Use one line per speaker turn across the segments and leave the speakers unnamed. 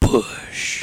Push.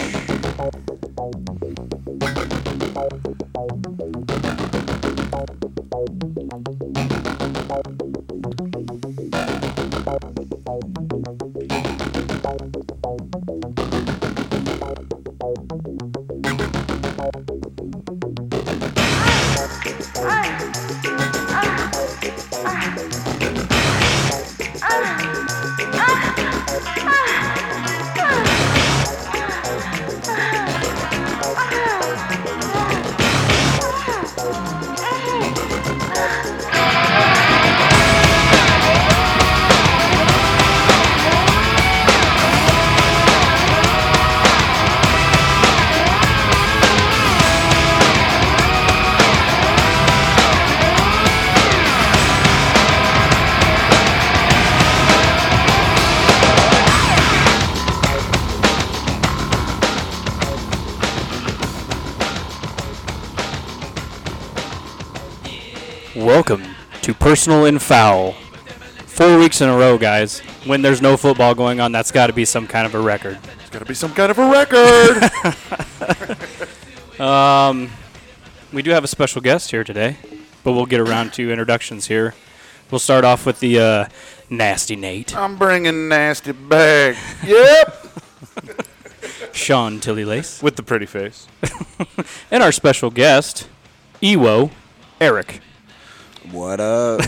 Welcome to Personal and Foul. Four weeks in a row, guys. When there's no football going on, that's got to be some kind of a record.
It's gonna be some kind of a record.
We do have a special guest here today, but we'll get around to introductions here. We'll start off with the uh, nasty Nate,
I'm bringing nasty back. Yep.
Sean Tilly Lace,
with the pretty face.
and our special guest, Ewo Eric.
What up?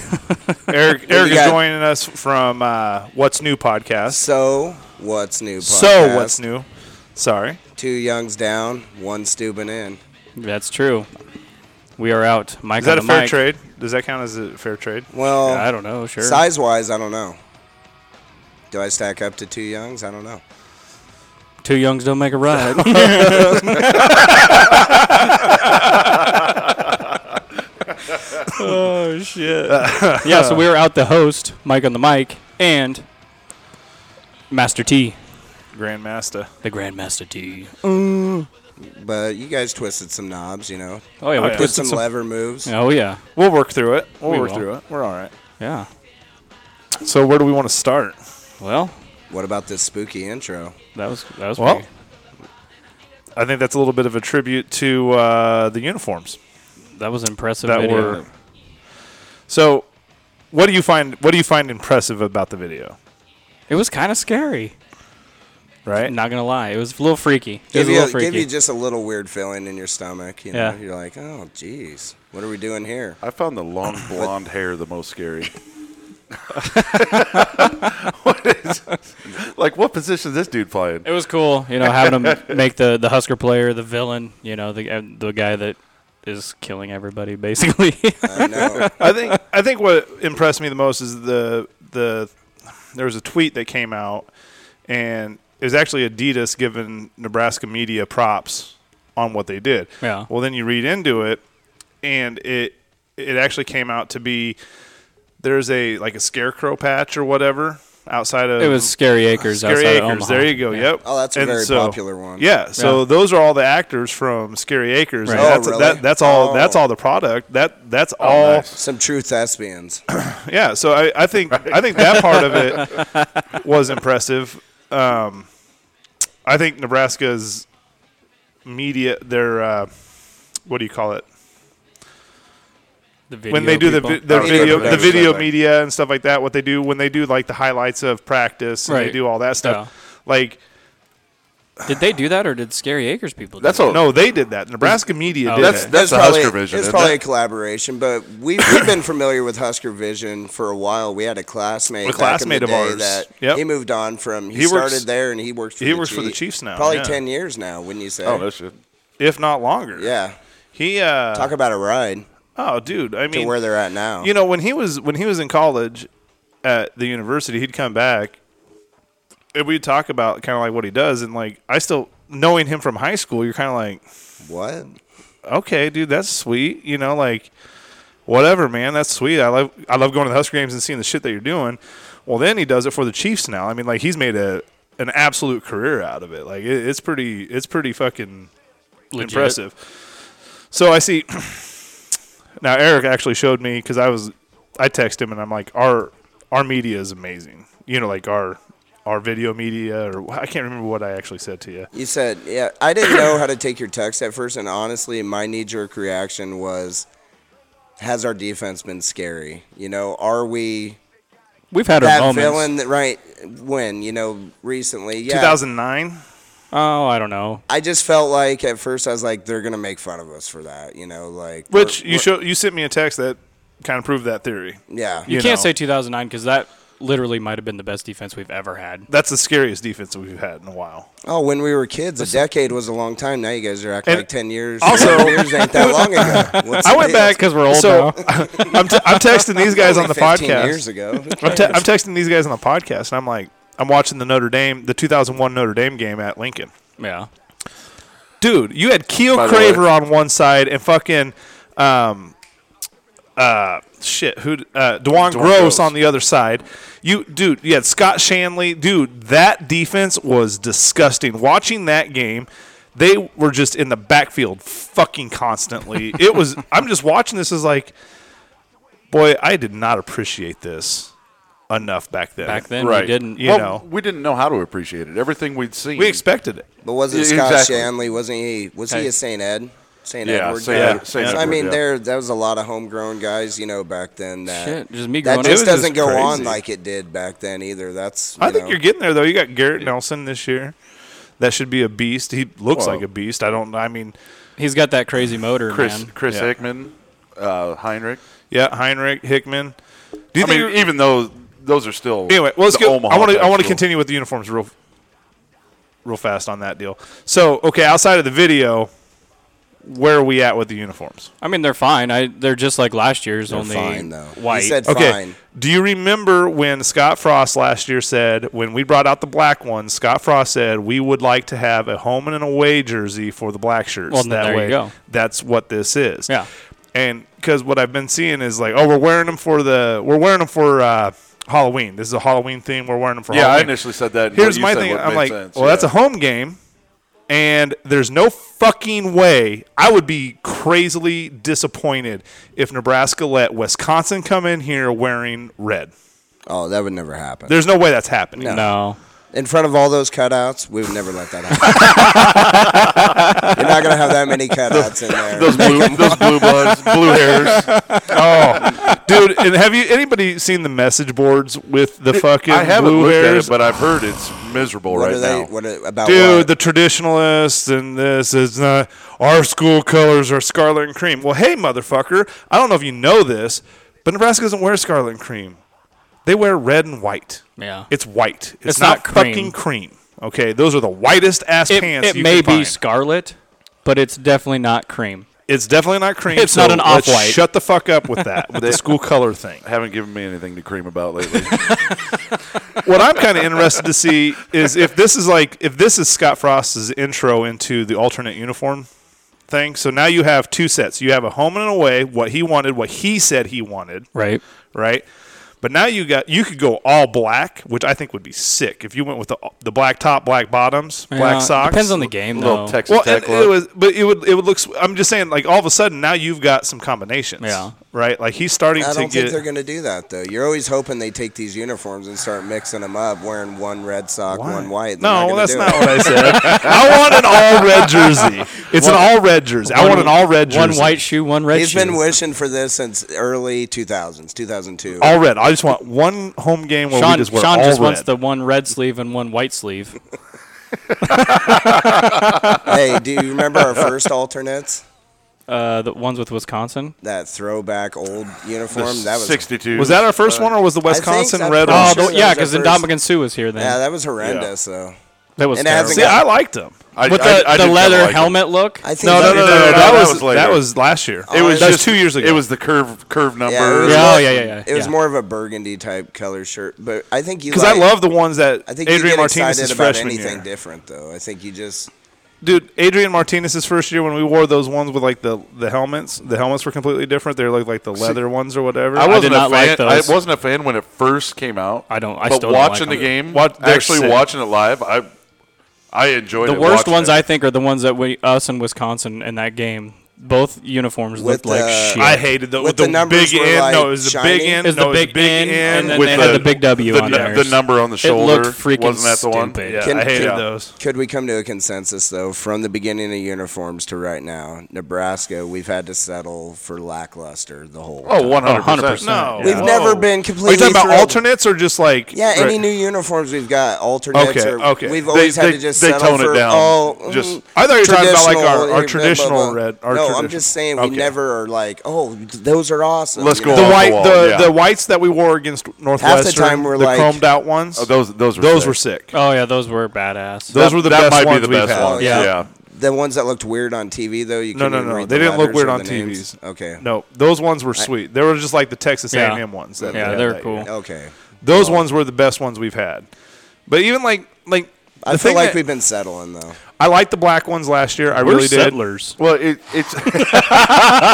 Eric
do
Eric
you
is
got?
joining us from uh, What's New podcast.
so, what's new? Podcast?
So what's new? Sorry,
Two youngs down, one Steuben in.
That's true. We are out. Mike
is that a
on the
fair
mic.
trade? Does that count as a fair trade?
Well,
I don't know. Sure.
size wise, I don't know. Do I stack up to two youngs? I don't know.
Two youngs don't make a ride.
Oh shit!
yeah. So we were out. The host, Mike on the mic, and Master T,
Grandmaster.
the Grandmaster T.
But you guys twisted some knobs, you know.
Oh yeah.
Oh,
we
yeah.
Did
twisted
some,
some-
lever moves.
Oh yeah.
We'll work through it. We'll
We
work
will.
through it. We're all right.
Yeah.
So where do we want to start?
Well,
What about this spooky intro?
that was that was
Well,
pretty-
I think that's a little bit of a tribute to uh, the uniforms
that was impressive.
that
video.
were. So, what do you find? What do you find impressive about the video?
It was kind of scary.
Right?
Not gonna lie, it was a little freaky. It was
Give
a
you,
little
a- give
freaky.
you just a little weird feeling in your stomach. You know,
Yeah.
you're like, oh, jeez, what are we doing here?
I found the long blonde hair the most scary. what is like what position is this dude playing?
it was cool, you know, having him make the the Husker player the villain. You know, the uh, the guy that is killing everybody basically.
I know.
I think I think what impressed me the most is the the there was a tweet that came out and it was actually Adidas giving Nebraska media props on what they did.
Yeah.
Well, then you read into it and it it actually came out to be there's a like a scarecrow patch or whatever outside of
it was Scary Acres.
Scary
outside
Acres.
Of Omaha.
There you go. Yep.
Oh, that's a
And
very
so-
popular one.
Yeah. So
Yeah.
those are all the actors from Scary Acres. and
Right. Oh,
that's,
really?
that, that's all.
Oh.
That's all the product. That that's
Oh,
all.
nice.
Some true thespians.
Yeah, so I, I think I think that part of it was impressive. Um, I think Nebraska's media, their uh, what do you call it
The video
when they do
people.
the vi- the
Oh,
video
yeah.
the video
Yeah.
media and stuff like that? What they do when they do like the highlights of practice and
Right.
they do all that stuff. Like
did they do that or did Scary Acres people? do
That's
that?
all.
no, they did that. Nebraska
Oh,
media did
That's-
that.
that's
It's
a
probably-
Husker vision,
It's
isn't
probably
it?
a collaboration, but we've, we've been familiar with Husker Vision for a while. We had a classmate,
A
back in the
classmate of
day
ours.
that
Yep.
he moved on from. He,
He
started
works-
there and he works. For
he
the
works for the
Chiefs.
Chiefs now,
Probably
yeah.
ten years now, wouldn't you say?
Oh, no shit.
if not longer.
yeah.
he. Uh,
Talk about a ride
oh, dude. I
to
mean,
where they're at now.
You know, when he was when he was in college at the university, he'd come back and we'd talk about kind of like what he does and like I still knowing him from high school, you're kind of like,
what?
okay, dude, that's sweet, you know, like whatever, man, that's sweet. I love I love going to the Husker games and seeing the shit that you're doing. Well, then he does it for the Chiefs now. I mean, like he's made a an absolute career out of it. Like it, it's pretty it's pretty fucking
Legit.
impressive. So I see. now Eric actually showed me because I was, I text him and I'm like, our our media is amazing. You know, like our our video media, or I can't remember what I actually said to you.
You said, yeah, I didn't know how to take your text at first, and honestly, my knee jerk reaction was, has our defense been scary? You know, are we
We've had our
that
moments.
villain that, right when, you know, recently? Yeah.
2009.
Oh, I don't know.
I just felt like at first I was like, they're going to make fun of us for that, you know, like. we're-
Which you
we're-
show you sent me a text that kind of proved that theory.
Yeah.
You,
You
can't
know.
say 2009 because that literally might have been the best defense we've ever had.
That's the scariest defense that we've had in a while.
Oh, when we were kids, a decade was a long time. Now you guys are acting
And
like 10 years.
also-
10 years ain't that long ago. What's
I
the
went
deal?
back
'cause we're old
so
now.
I'm, te- I'm texting these guys on the
Only 15
podcast.
years ago. Who
I'm, te-
cares?
I'm texting these guys on the podcast, and I'm like, I'm watching the Notre Dame, the 2001 Notre Dame game at Lincoln.
Yeah.
Dude, you had Keel
By the way-
Craver on one side and fucking, um, uh, shit, who, d- uh, Dewan Gross,
Gross.
on the other side. You, dude, you had Scott Shanley. Dude, that defense was disgusting. Watching that game. They were just in the backfield fucking constantly. It was, I'm just watching this as like, boy, I did not appreciate this enough back then.
Back then
Right.
we didn't.
You
well,
know.
we didn't know how to appreciate it. Everything we'd seen,
We expected it.
But wasn't
Yeah,
Scott
exactly.
Shanley? Wasn't he? Was he
Hey.
a Saint Ed? Saint
Yeah,
Edward.
Saint
guy?
Ed- Saint
So, I
Edward,
mean,
yeah.
there that was a lot of homegrown guys, you know, back then. That
Oh, Shit, just me growing up.
that just
It was
doesn't
just
go on
crazy.
like it did back then either. That's you
I think
know,
you're getting there though. You got Garrett Nelson this year. That should be a beast. He looks
Well-
like a beast. I don't. I mean,
He's got that crazy motor,
Chris
man.
Chris
Yeah.
Hickman, uh, Heinrich.
yeah, Heinrich Hickman. Do you
I
think?
mean, even though those are still
anyway, well, let's
the
go.
Omaha
I want to. I
type
want to
schools.
continue with the uniforms real, real fast on that deal. So okay, outside of the video, where are we at with the uniforms?
I mean, they're fine. I they're just like last year's, only
fine though. He
white.
said
Okay.
fine.
Do you remember when Scott Frost last year said when we brought out the black ones? Scott Frost said we would like to have a home and an away jersey for the black shirts.
Well, then
that
there you
way,
go.
that's what this is.
Yeah.
And because what I've been seeing is like, oh, we're wearing them for the we're wearing them for uh, Halloween. This is a Halloween theme. We're wearing them for
Yeah, I
Halloween.
initially said that. and
Here's
what you
my
said
thing.
would
I'm
make
like,
sense,
well,
yeah.
that's a home game, and there's no fucking way. I would be crazily disappointed if Nebraska let Wisconsin come in here wearing red.
Oh, that would never happen.
There's no way that's happening.
No.
In front of all those cutouts, we would never let that happen. you're not gonna have that many cutouts in there.
those blue, those blue bloods, blue hairs.
Oh, dude, and have you anybody seen the message boards with the fucking
I haven't
blue
looked at
hairs?
it, but I've heard it's miserable
what
right
are they?
now.
What are, about
Dude,
what?
the traditionalists and this is not our school colors are scarlet and cream. Well, hey, motherfucker, I don't know if you know this, but Nebraska doesn't wear scarlet and cream. They wear red and white.
Yeah.
it's white. It's,
It's
not,
not cream.
fucking cream. Okay, those are the whitest ass
It,
pants.
it
you
may
can
be
find.
scarlet, but it's definitely not cream.
It's definitely not cream.
It's
so
not an
let's
off-white.
Shut the fuck up with that with the school color thing.
Haven't given me anything to cream about lately.
what I'm kind of interested to see is if this is like if this is Scott Frost's intro into the alternate uniform thing. So now you have two sets. You have a home and an away, what he wanted, what he said he wanted,
Right.
right? But now you got you could go all black, which I think would be sick if you went with the the black top, black bottoms, black socks.
Depends on the game, though.
little Texas
Well, and
Tech
it
look.
was, but it would it would look. s- I'm just saying, like all of a sudden now you've got some combinations,
Yeah.
right? Like he's starting
I
to
don't
get.
think they're going to do that though. You're always hoping they take these uniforms and start mixing them up, wearing one red sock, one white. They're
No,
gonna
that's
do
not
it.
what I said. I want an all red jersey. It's an all red jersey. I want an all red jersey.
One white shoe, one red
He's
shoe.
been wishing for this since early 2000s, 2002.
All red. I just want one home game where we
Sean just,
just wear
Sean
all
just
red.
wants the one red sleeve and one white sleeve.
hey, do you remember our first alternates?
Uh, the ones with Wisconsin.
That throwback old uniform. that was
62.
was that our first one or was the Wisconsin
I'm
red
pretty
one?
Oh,
sure
the,
that
yeah,
was our
because
first-
Indomitian Sue was here then.
Yeah, that was horrendous though.
that was
and it hasn't
terrible.
See, I liked them.
I,
With
I-
the,
I
the
didn't
leather
like it.
helmet look.
I think
No, no, no, no, no,
no, no,
That
that
was
was later.
that was last year.
It was
that's
just-
two years ago.
It was the curve curve number.
Yeah, it was
Yeah,
more-
oh, yeah, yeah, yeah,
It was
yeah.
more of a burgundy type color shirt, but I think you
because I
like-
love the ones that
I think you
Adrian
get
Martinez
excited
is
about
freshman
anything
year.
different though. I think you just
Dude, Adrian Martinez's first year when we wore those ones with like the, the helmets, the helmets were completely different. They look like the leather ones or whatever.
I wasn't
not
a fan.
like those.
I wasn't a fan when it first came out.
I don't- I
but
still don't like
watching
them.
the game,
What- they're
actually
sick.
watching it live, I I enjoyed
the
it
worst
watching
ones
it.
I think are the ones that we us in Wisconsin in that game. Both uniforms
With uh,
looked like
the-
shit.
I hated the,
With
the,
the numbers
big
were,
N.
like,
no, it was the big
shiny.
N.
It was the
no,
big N, and then
with
they had the big W
the
on
nu-
there.
The number on the shoulder
looked freaking
wasn't that the one?
stupid.
Yeah,
Can-
I hated
can-
those.
Could we come to a consensus though, from the beginning of uniforms to right now, Nebraska, we've had to settle for lackluster the whole.
Oh, one hundred
100%.
percent.
No,
We've
Whoa.
never been
Oh. Are you
completely
talking about
thrilled.
alternates or just like
Yeah, any
right.
new uniforms we've got alternates.
Okay,
or
okay.
We've
They-
always had
they-
to just
they
settle
tone it
for
down.
oh,
Just-
mm,
I thought you were talking about, like, our-
traditional,
our
eh,
traditional red- our
no, I'm
traditional-
just saying we
Okay.
never are like oh those are awesome.
Let's
you
go
know?
the
on
white
wall,
the,
yeah.
the whites that we wore against Northwestern
time we're
the
like-
chromed out ones
Oh, those those were
those
sick.
were sick
oh yeah, those were badass.
those
That-
were the
that
best
might be
ones
the
we've
best
had.
ones,
Yeah.
yeah.
The ones that looked weird on TV though. You
No,
couldn't
no,
even
no.
read
They
the
didn't look
letters
weird
or
on
the names.
TVs.
Okay.
no those ones were sweet they were just like the Texas
Yeah.
A&M ones that
Yeah,
they
they're
had that
cool.
year.
Okay.
those ones were the best ones we've had but even like like the
I feel
thing
like
that-
we've been settling though.
I liked the black ones last year I
We're
really did
settlers.
Well, it, it's it's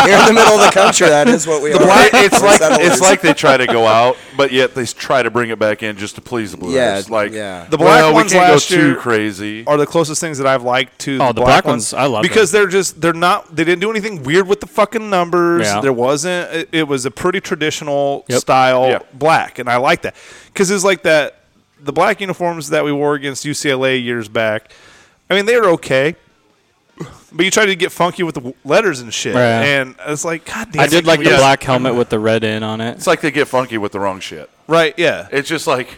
Here in the middle of the country, that is what we are.
like it's
We're
like,
settlers.
it's like they try to go out, but yet they s- try to bring it back in just to please the Blues.
Yeah,
like
yeah.
The black
well,
ones
we can't
last
go
year
too crazy.
are the closest things that I've liked to
Oh,
the,
the black ones, I love
because they're just they're not they didn't do anything weird with the fucking numbers.
Yeah.
There wasn't it, it was a pretty traditional
Yep.
style
Yeah.
black, and I like that because it's like that the black uniforms that we wore against UCLA years back. I mean, they were okay. But you try to get funky with the w- letters and shit,
Yeah.
and it's like, God damn
I did
it,
like
can
the
we-
black helmet with the red in on it.
It's like they get funky with the wrong shit.
right? Yeah,
It's just like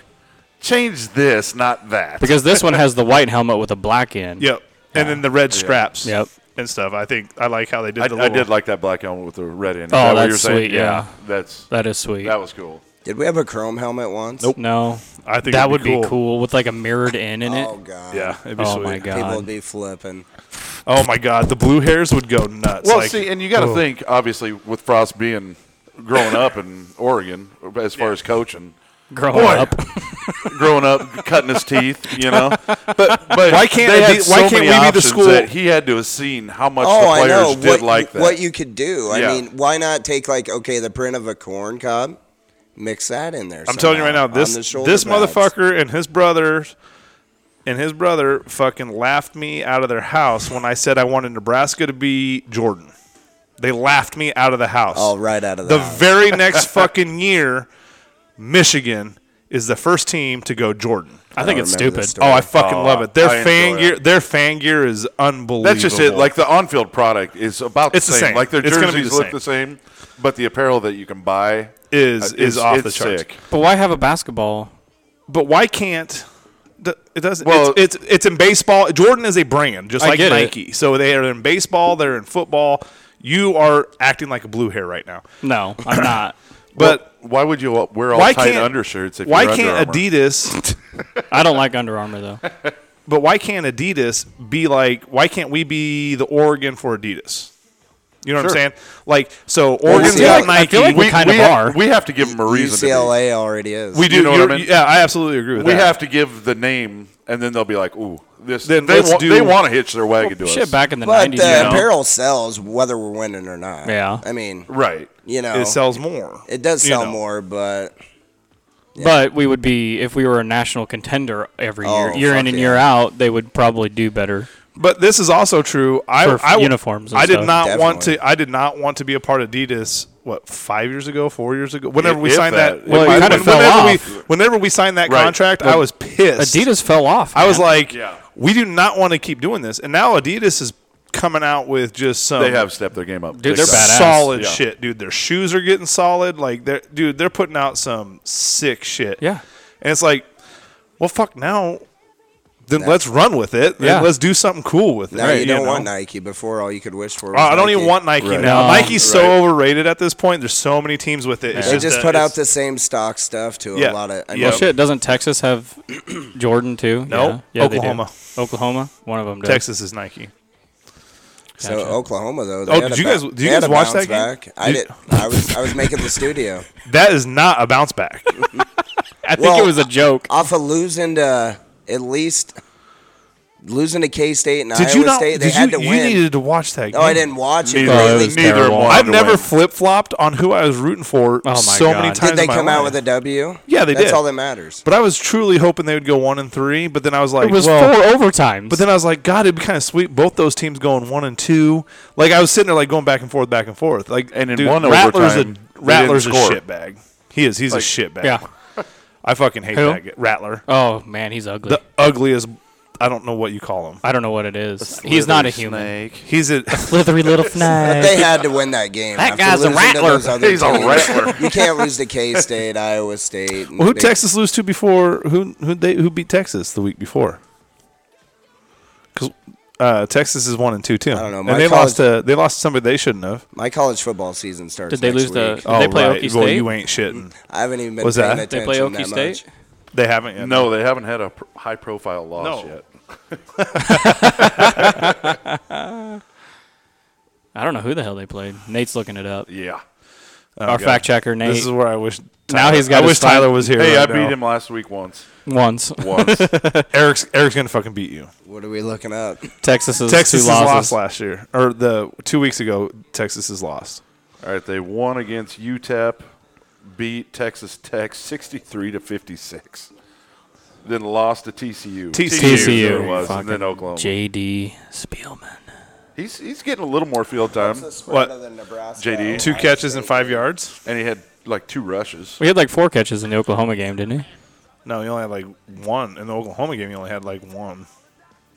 change this, not that.
Because this one has the white helmet with a black in.
yep. And then the red straps,
Yep.
and stuff. I think I like how they did.
I,
the
I
little-
did like that black helmet with the red end. Is
Oh,
that what
that's
you're saying?
sweet, yeah.
that's
That is sweet.
that was cool.
Did we have a chrome helmet once? Nope.
no.
I think
that
it'd
would
be
be cool.
cool.
with like a mirrored in in it.
Oh god.
Yeah, it'd be
Oh
sweet.
my
People
god.
would be flipping.
Oh my god, the blue hairs would go nuts.
Well,
like,
see, and you got
oh.
to think, obviously, with Frost being growing up in Oregon, as far as coaching,
Growing
Boy.
up.
growing up, cutting his teeth, you know. But but
Why can't
they
it
had
be-
so
why can't
many
we be the
options
school-
That he had to have seen how much
Oh,
the
I know
players did
what,
like that.
what you could do. I
Yeah.
mean, why not take like okay, the print of a corn cob, mix that in there.
I'm telling you right now, this this motherfucker and his brother and his brother fucking laughed me out of their house when I said I wanted Nebraska to be Jordan. They laughed me out of the house.
Oh,
All right out of
the
the house.
very next fucking year, Michigan is the first team to go Jordan.
I think
I
it's
remember
stupid.
this story.
Oh, I fucking
Oh,
love it. Their
I enjoy
fan
it.
gear, their fan gear is unbelievable.
That's just it. Like the on-field product is about the
It's the
same.
same.
Like their
It's
jerseys
gonna be the
look
same.
the same, but the apparel that you can buy
Is-
uh,
is off the
it's
charts.
sick.
But why have a basketball?
but why can't th- it doesn't
Well-
it's, it's it's in baseball jordan is a brand just
I
like
get it.
nike so they are in baseball they're in football you are acting like a blue hair right now
No, I'm not.
but
Why would you wa- wear all
why
tight
can't
undershirts if
why
you're
can't
Under Armour?
adidas
I don't like Under Armour though.
but why can't adidas be like why can't we be the oregon for adidas you know what
Sure.
i'm saying like so
I
oregon's
feel
got
like- I
nike
feel like we kind of
we, ha-
are.
We have to give them a reason. to be.
UCLA already is.
we do
you know what I
you're-
mean?
yeah i absolutely agree with
We
that
have to give the name, and then they'll be like, "Ooh, this."
Then
they,
let's
wa-
do-
they want to hitch their wagon to us.
Shit, back in the
but uh,
nineties.
the
you know?
apparel sells whether we're winning or not.
Yeah.
I mean,
right?
you know,
it sells more
it does
you
sell
know.
more, but
But we would be if we were a national contender every year,
Oh,
year in
fuck
and
yeah.
year out, they would probably do better.
But this is also true. I,
For
I
uniforms and
I did
stuff.
not want
Definitely.
to. I did not want to be a part of Adidas. What five years ago, four years ago, whenever
If-
we
if
signed
that.
that,
Well,
it kinda fell
whenever
off.
we whenever we signed that
Right.
contract, I was pissed.
Adidas fell off.
I was
man.
like,
Yeah.
we do not want to keep doing this. And now Adidas is coming out with just some
They have stepped their game up.
Dude,
big
they're
time.
badass.
solid
Yeah.
shit, dude. Their shoes are getting solid. Like, they're dude, they're putting out some sick shit.
Yeah.
and it's like, well, fuck now. Then let's run with it.
Yeah.
And let's do something cool with it.
now you don't
know?
want Nike. Before all you could wish for. Was
Oh, I don't
Nike.
even want Nike
Right.
now.
No.
Nike's so
Right.
overrated at this point. There's so many teams with it. It's
They just
a-
put out
it's-
the same stock stuff to a
Yeah.
lot of. I
Yeah.
well,
mean,
shit. Doesn't Texas have Jordan too?
Nope.
Yeah. Yeah, they do.
Oklahoma.
Oklahoma. One of them. Does.
Texas is Nike.
So
Gotcha.
Oklahoma though. They
Oh,
had
did
a
you
ba-
guys- did
they
you
had
guys
a
watch
bounce
that game?
Back. I
Did-
did. I was I was making the studio
That is not a bounce back.
I think
Well,
it was a joke.
off of losing to at least losing to K State and
Did
Iowa
you not?
State, they
did
had
you,
to
you
win.
needed to watch that?
no, I
game.
didn't watch it.
Neither,
Oh, it
really.
was
neither
terrible.
one.
I've
to
never
win.
flip flopped on who I was rooting for
Oh, my
so many
God.
times.
Did
Did they
in my
come out
life.
with a W?
Yeah, they
That's
did.
all that matters.
But I was truly hoping they would go one and three. But then I was like,
It was
well,
four overtimes.
But then I was like, God, it'd be kind of sweet. Both those teams going one and two. Like I was sitting there, like going back and forth, back and forth. Like
And in
dude,
one
Rattler's
overtime,
a
they
Rattler's a
didn't score.
shitbag. He is. He's a shitbag.
yeah.
I fucking hate
Who?
that guy. Rattler.
Oh man, he's ugly.
The ugliest. I don't know what you call him.
I don't know what it is. He's not a
Slither
human.
Snake.
He's a.
Slithery little
But they had to win that game.
That
after
guy's a
losing to
rattler.
those other
He's a
teams.
rattler.
You can't lose to K State, Iowa State. and
well, who
they-
Texas lose to before? Who who they who beat Texas the week before? Because uh, Texas is one and two too. I
don't know.
And
My
they lost
college-
to they lost to somebody they shouldn't have. Oh,
My college football season starts.
Did they
next
lose to-
week.
Did they play Okie
Well,
State?
you ain't shitting.
I haven't even been
Was
paying
that-
attention
They play
that
Okie
much.
State.
They haven't yet.
No, they haven't had a high profile loss
No.
yet.
I don't know who the hell they played. Nate's looking it up.
Yeah.
Our
Oh, God.
fact checker Nate
This is where I wish.
Now he's got
I
his
wish
time.
Tyler was here.
Hey, I
right
beat
now.
him last week once.
once
Once.
Eric's Eric's gonna fucking beat you.
What are we looking up?
Texas is
Texas
two
has
losses.
lost last year, or the two weeks ago. Texas has lost.
All right, they won against UTEP, beat Texas Tech 63 to 56. Then lost to TCU.
TCU.
is who
TCU
it was,
Fucking
and then Oklahoma.
JD Spielman.
He's he's getting a little more field time,
What?
JD?
Two catches and five yards.
and he had like two rushes.
We had like four catches in the Oklahoma game, didn't he?
No, he only had like one in the Oklahoma game. He only had like one.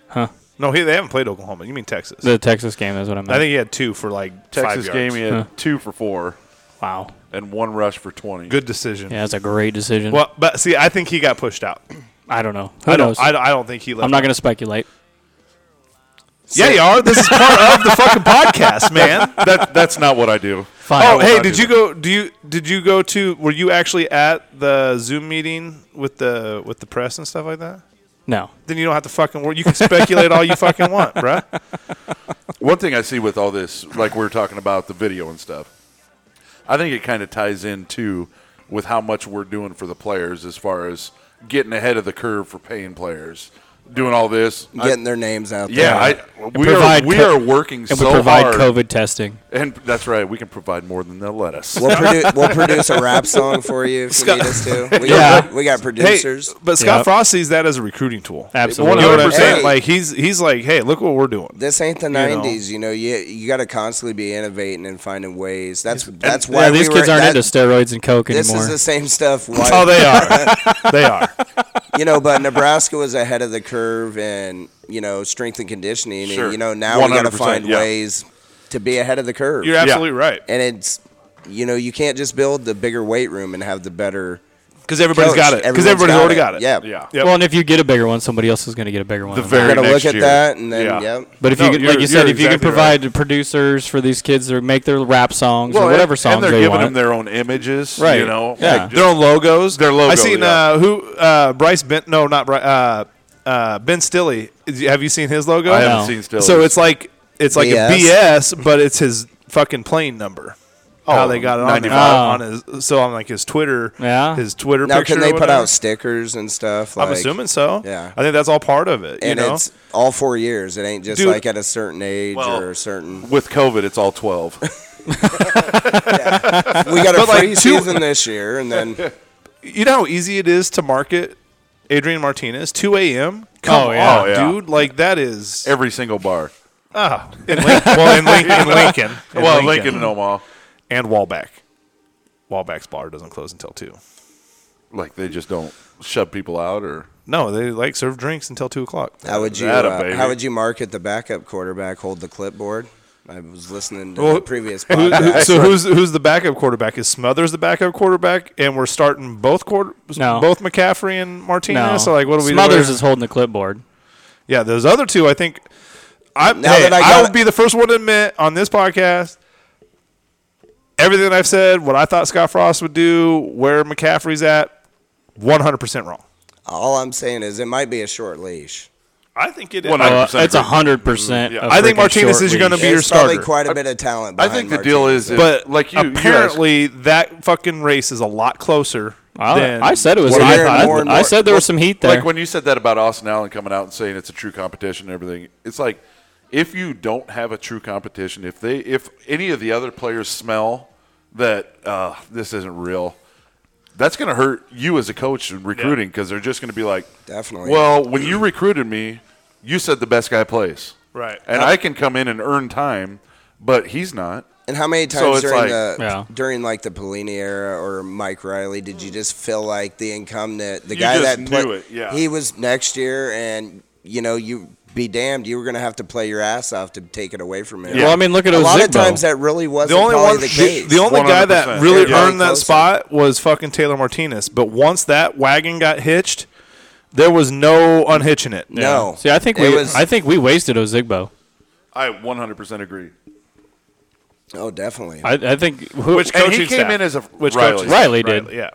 Huh.
No, he, they haven't played Oklahoma. You mean Texas?
The Texas game is what I meant.
I think he had two for like
Texas
five
game,
yards.
he had
Huh.
two for four
wow.
and one rush for 20.
Good decision.
Yeah, that's a great decision.
Well, but see, I think he got pushed out.
I don't know. Who
I
knows?
don't. I, don't- I don't think he left.
I'm not going to speculate.
yeah, you are. This is part of the fucking podcast, man.
That that's not what I do.
Fine.
Oh,
would
hey,
not
did
do
you go? Do you did you go to? Were you actually at the Zoom meeting with the with the press and stuff like that?
no.
Then you don't have to fucking worry. You can speculate all you fucking want, bruh.
One thing I see with all this, like we are talking about the video and stuff, I think it kind of ties in too with how much we're doing for the players as far as getting ahead of the curve for paying players, doing all this. I-
Getting their names out
yeah,
there.
I, we are
provide
we
co-
are working
And
so
we provide
hard,
COVID testing.
and that's right. We can provide more than they'll let us.
We'll, produ- we'll produce a rap song for you if you
Scott-
need us to. We,
Yeah.
got, we got
Hey,
producers.
but Scott
Yep.
Frost sees that as a recruiting tool.
Absolutely.
You know what I'm
100%.
saying? Like he's he's like, hey, look what we're doing.
this ain't the
know.
90s. You know, you, you got to constantly be innovating and finding ways. That's that's why
yeah, these
we
kids
were,
aren't
that-
into steroids and coke
This
anymore.
is the same stuff. Why,
Oh, they are. they are.
you know, but Nebraska was ahead of the curve in, you know, strength and conditioning.
Sure.
And, you know, now we got to
100%,
find
yeah.
ways to be ahead of the curve.
You're absolutely right.
and it's, you know, you can't just build the bigger weight room and have the better.
Because everybody's
coach.
got it. Because
Everyone's
everybody's
got
already
it.
got it.
Yeah.
yeah.
Yep.
Well, and if you get a bigger one, somebody else is going to get a bigger one.
The
I'm
very
You got to look
next
at
year.
that and then,
Yeah.
yep.
But if
No,
you could,
you're-
like you said,
you're
if you could
exactly
provide producers for these kids to make their rap songs
Well,
or
and-
whatever songs
and they're
they
giving
want,
them their own images,
Right.
You know,
Yeah.
Like,
Their own logos.
Their logo,
I seen
yeah.
uh, who uh, Bryce Bent. No, not Bryce. Uh, uh, ben Stilley. Is- Have you seen his logo?
I
No.
haven't seen still.
So it's like it's like
BS.
a BS, but it's his fucking plane number. Oh, how they got it on, there,
95.
on his so on like his Twitter,
Yeah.
his Twitter.
Oh. Now,
picture
can
or
they put
whatever.
out stickers and stuff?
I'm
like-
assuming so.
Yeah.
I think that's all part of it. You
And
know,
it's all four years. It ain't just
Dude-
like at a certain age
Well-
or a certain.
with COVID, it's all twelve.
We got a
But, like,
free
two-
season this year, and then
you know how easy it is to market Adrian Martinez. 2 a.m. Come
Oh, yeah.
on,
Oh, yeah.
dude! Like that is
Every single bar.
ah. in Lin- well in, Lin- in Lincoln, in
well, Lincoln and Omaha,
and Wallback. Wallback's bar doesn't close until two.
like they just don't shove people out or.
No, they like serve drinks until two o'clock.
how would you
That a
uh,
baby.
how would you market the backup quarterback? Hold the clipboard. I was listening to
Well,
the previous
Who-
podcast.
who- so who's who's the backup quarterback? Is Smothers the backup quarterback? And we're starting both quarter,
No.
both McCaffrey and Martinez.
no.
So like, what do we?
Smothers
what-
is holding the clipboard.
yeah, those other two. I think. I,
Now
hey,
that I
I,
got-
will be the first one to admit on this podcast. Everything I've said, what I thought Scott Frost would do, where McCaffrey's at, one hundred percent wrong.
All I'm saying is it might be a short leash.
I think it
is. Well,
Uh,
100%
it's
agree.
hundred percent.
Yeah.
I think Martinez is
going
gonna
to
be your
There's probably
starter.
quite a bit of talent.
I
behind
think the deal
Martinez.
is, if-
But
like you, you asked-
apparently that fucking race is a lot closer
I,
then
I said it was.
Well,
high.
you're
I,
more and
I
more-
said there was some heat there.
Like when you said that about Austin Allen coming out and saying it's a true competition and everything, it's like if you don't have a true competition, if they if any of the other players smell that uh, this isn't real, that's going to hurt you as a coach in recruiting because they're just going to be like,
Definitely.
Well, when you recruited me, you said the best guy plays,
Right.
And I can come in and earn time, but he's not.
And how many
So
times
it's
during
like-
the
Yeah.
during like the Pelini era or Mike Riley did you just feel like the incumbent, the
You
guy
just
that pla-
knew it, yeah.
he was next year, and you know you be damned, you were going to have to play your ass off to take it away from him.
Well, I mean, look at
a lot of
Ozigbo.
times that really wasn't
the only
probably
one,
the
the,
case.
the only guy that
100%.
really
Yeah.
earned that
Closer.
spot was fucking Taylor Martinez. But once that wagon got hitched, there was no unhitching it.
Yeah.
no,
See, I think
It
we.
was-
I think we wasted Ozigbo.
I 100% agree.
oh, definitely.
I, I think who,
Which
And
coaching
he came
staff?
in as a-
which
Riley.
coaching staff?
Riley did.
Yeah.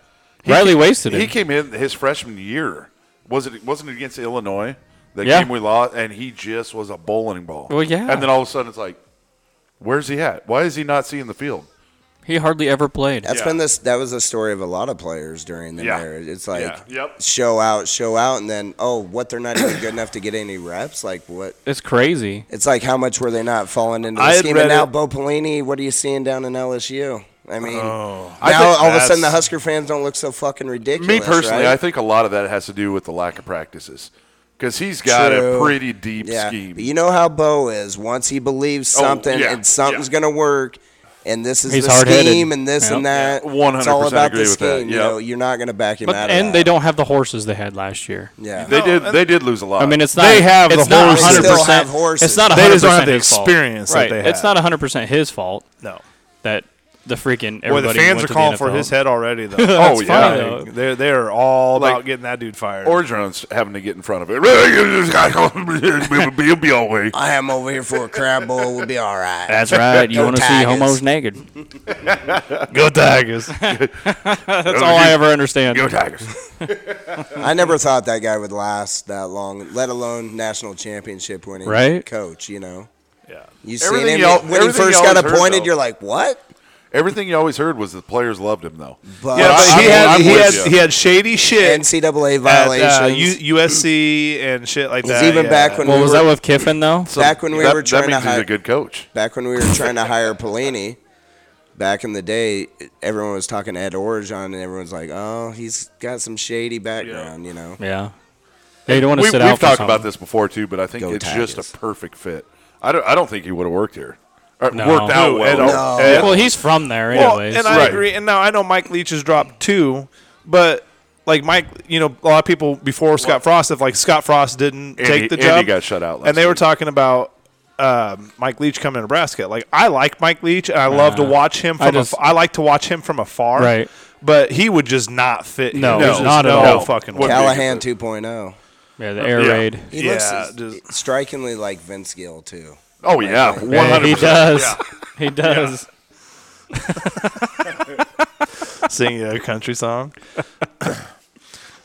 Riley wasted
He
it.
came in his freshman year. Was it wasn't it against Illinois? That
Yeah.
game we lost, and he just was a bowling ball.
Well, yeah.
And then all of a sudden, it's like, where's he at? Why is he not seeing the field?
He hardly ever played.
That's
Yeah.
been this. That was the story of a lot of players during the
Yeah.
year. It's like
Yeah. Yep.
show out, show out, and then oh, what? They're not even good enough to get any reps. Like what?
It's crazy.
It's like how much were they not falling into the
I had
scheme?
read
And now
it-
Bo Pelini, what are you seeing down in LSU? I mean,
Oh.
I
now
think
all of a sudden the
that's-
Husker fans don't look so fucking ridiculous.
Me personally,
right?
I think a lot of that has to do with the lack of practices because he's got a
True.
pretty deep
yeah.
scheme.
But you know how Bo is. Once he believes
Oh,
something
yeah,
and something's
yeah.
going to work, and this is
He's
the
hard-headed.
scheme, and this and
Yep.
that.
Yeah, 100%
It's all about
agree
the
with that.
scheme. You
Yep.
know, you're not going to back him
But
out.
and
of
they
that.
don't have the horses they had last year.
Yeah.
they
No,
did.
and-
They did lose a lot.
I mean, it's not.
They have
it's
the
not
horses. They still
100%,
have horses.
It's not
They
100
just don't have the
his fault.
experience that
Right.
they
It's
have.
not 100 percent his fault
No.
that the freaking everybody.
Boy, the fans
went
are
to the
calling for
NFL.
his head already, though.
That's
oh,
funny,
yeah.
though.
They're, they're all
Like-
about getting that dude fired.
or Jones having to get in front of it. He'll be all way.
I am over here for a crab bowl. We'll be all right.
That's right. You
Go
want to see
Tigers.
homos naked?
go Tigers.
That's all I ever understand.
Go Tigers.
I never thought that guy would last that long, let alone national championship winning
Right.
coach. You know,
yeah.
you seen
Everything
him
y'all-
when he
everything
first
y'all
got
heard,
appointed.
though.
you're like, what?
Everything you always heard was the players loved him, though.
But,
Yeah, but
I'm-
he had,
I'm
he,
with
had,
you.
he had shady shit
NCAA
at
violations.
uh, U- USC and shit like
Because
that.
even
yeah.
back when
Well,
we
was
were,
that with Kiffin though?
back when we
That-
were
that
trying to
means he's
hire
a good coach.
back when we were trying to hire Pelini. Back in the day, everyone was talking to Ed Orgeron, and everyone's like, "Oh, he's got some shady background," you know.
Yeah. Yeah, you don't want to
we,
sit
we've
out. for
talked
something.
about this before too, but I think
Go
it's
Tigers.
just a perfect fit. I don't. I don't think he would have worked here. Or
No.
Worked out
No,
well.
at all. No.
Well, he's from there,
Well,
anyways.
and I
Right.
agree. And now I know Mike Leach has dropped two, but like Mike, you know, a lot of people before Scott Frost, if like Scott Frost didn't
Andy-
take the
Andy
job,
got shut out last
and they were
week.
talking about. Um, Mike Leach coming to Nebraska. Like I like Mike Leach, and I love to watch him
Uh, I
from.
just-
af- I like to watch him from afar.
Right.
but he would just not fit. here.
No,
There's just
not at
no
all.
Fucking
What-
way.
Callahan oh. 2.0.
yeah, the air
Yeah.
raid.
He
Yeah,
looks
just-
strikingly like Vince Gill too.
Oh yeah, one
Yeah,
hundred.
he does. He does.
singing a country song.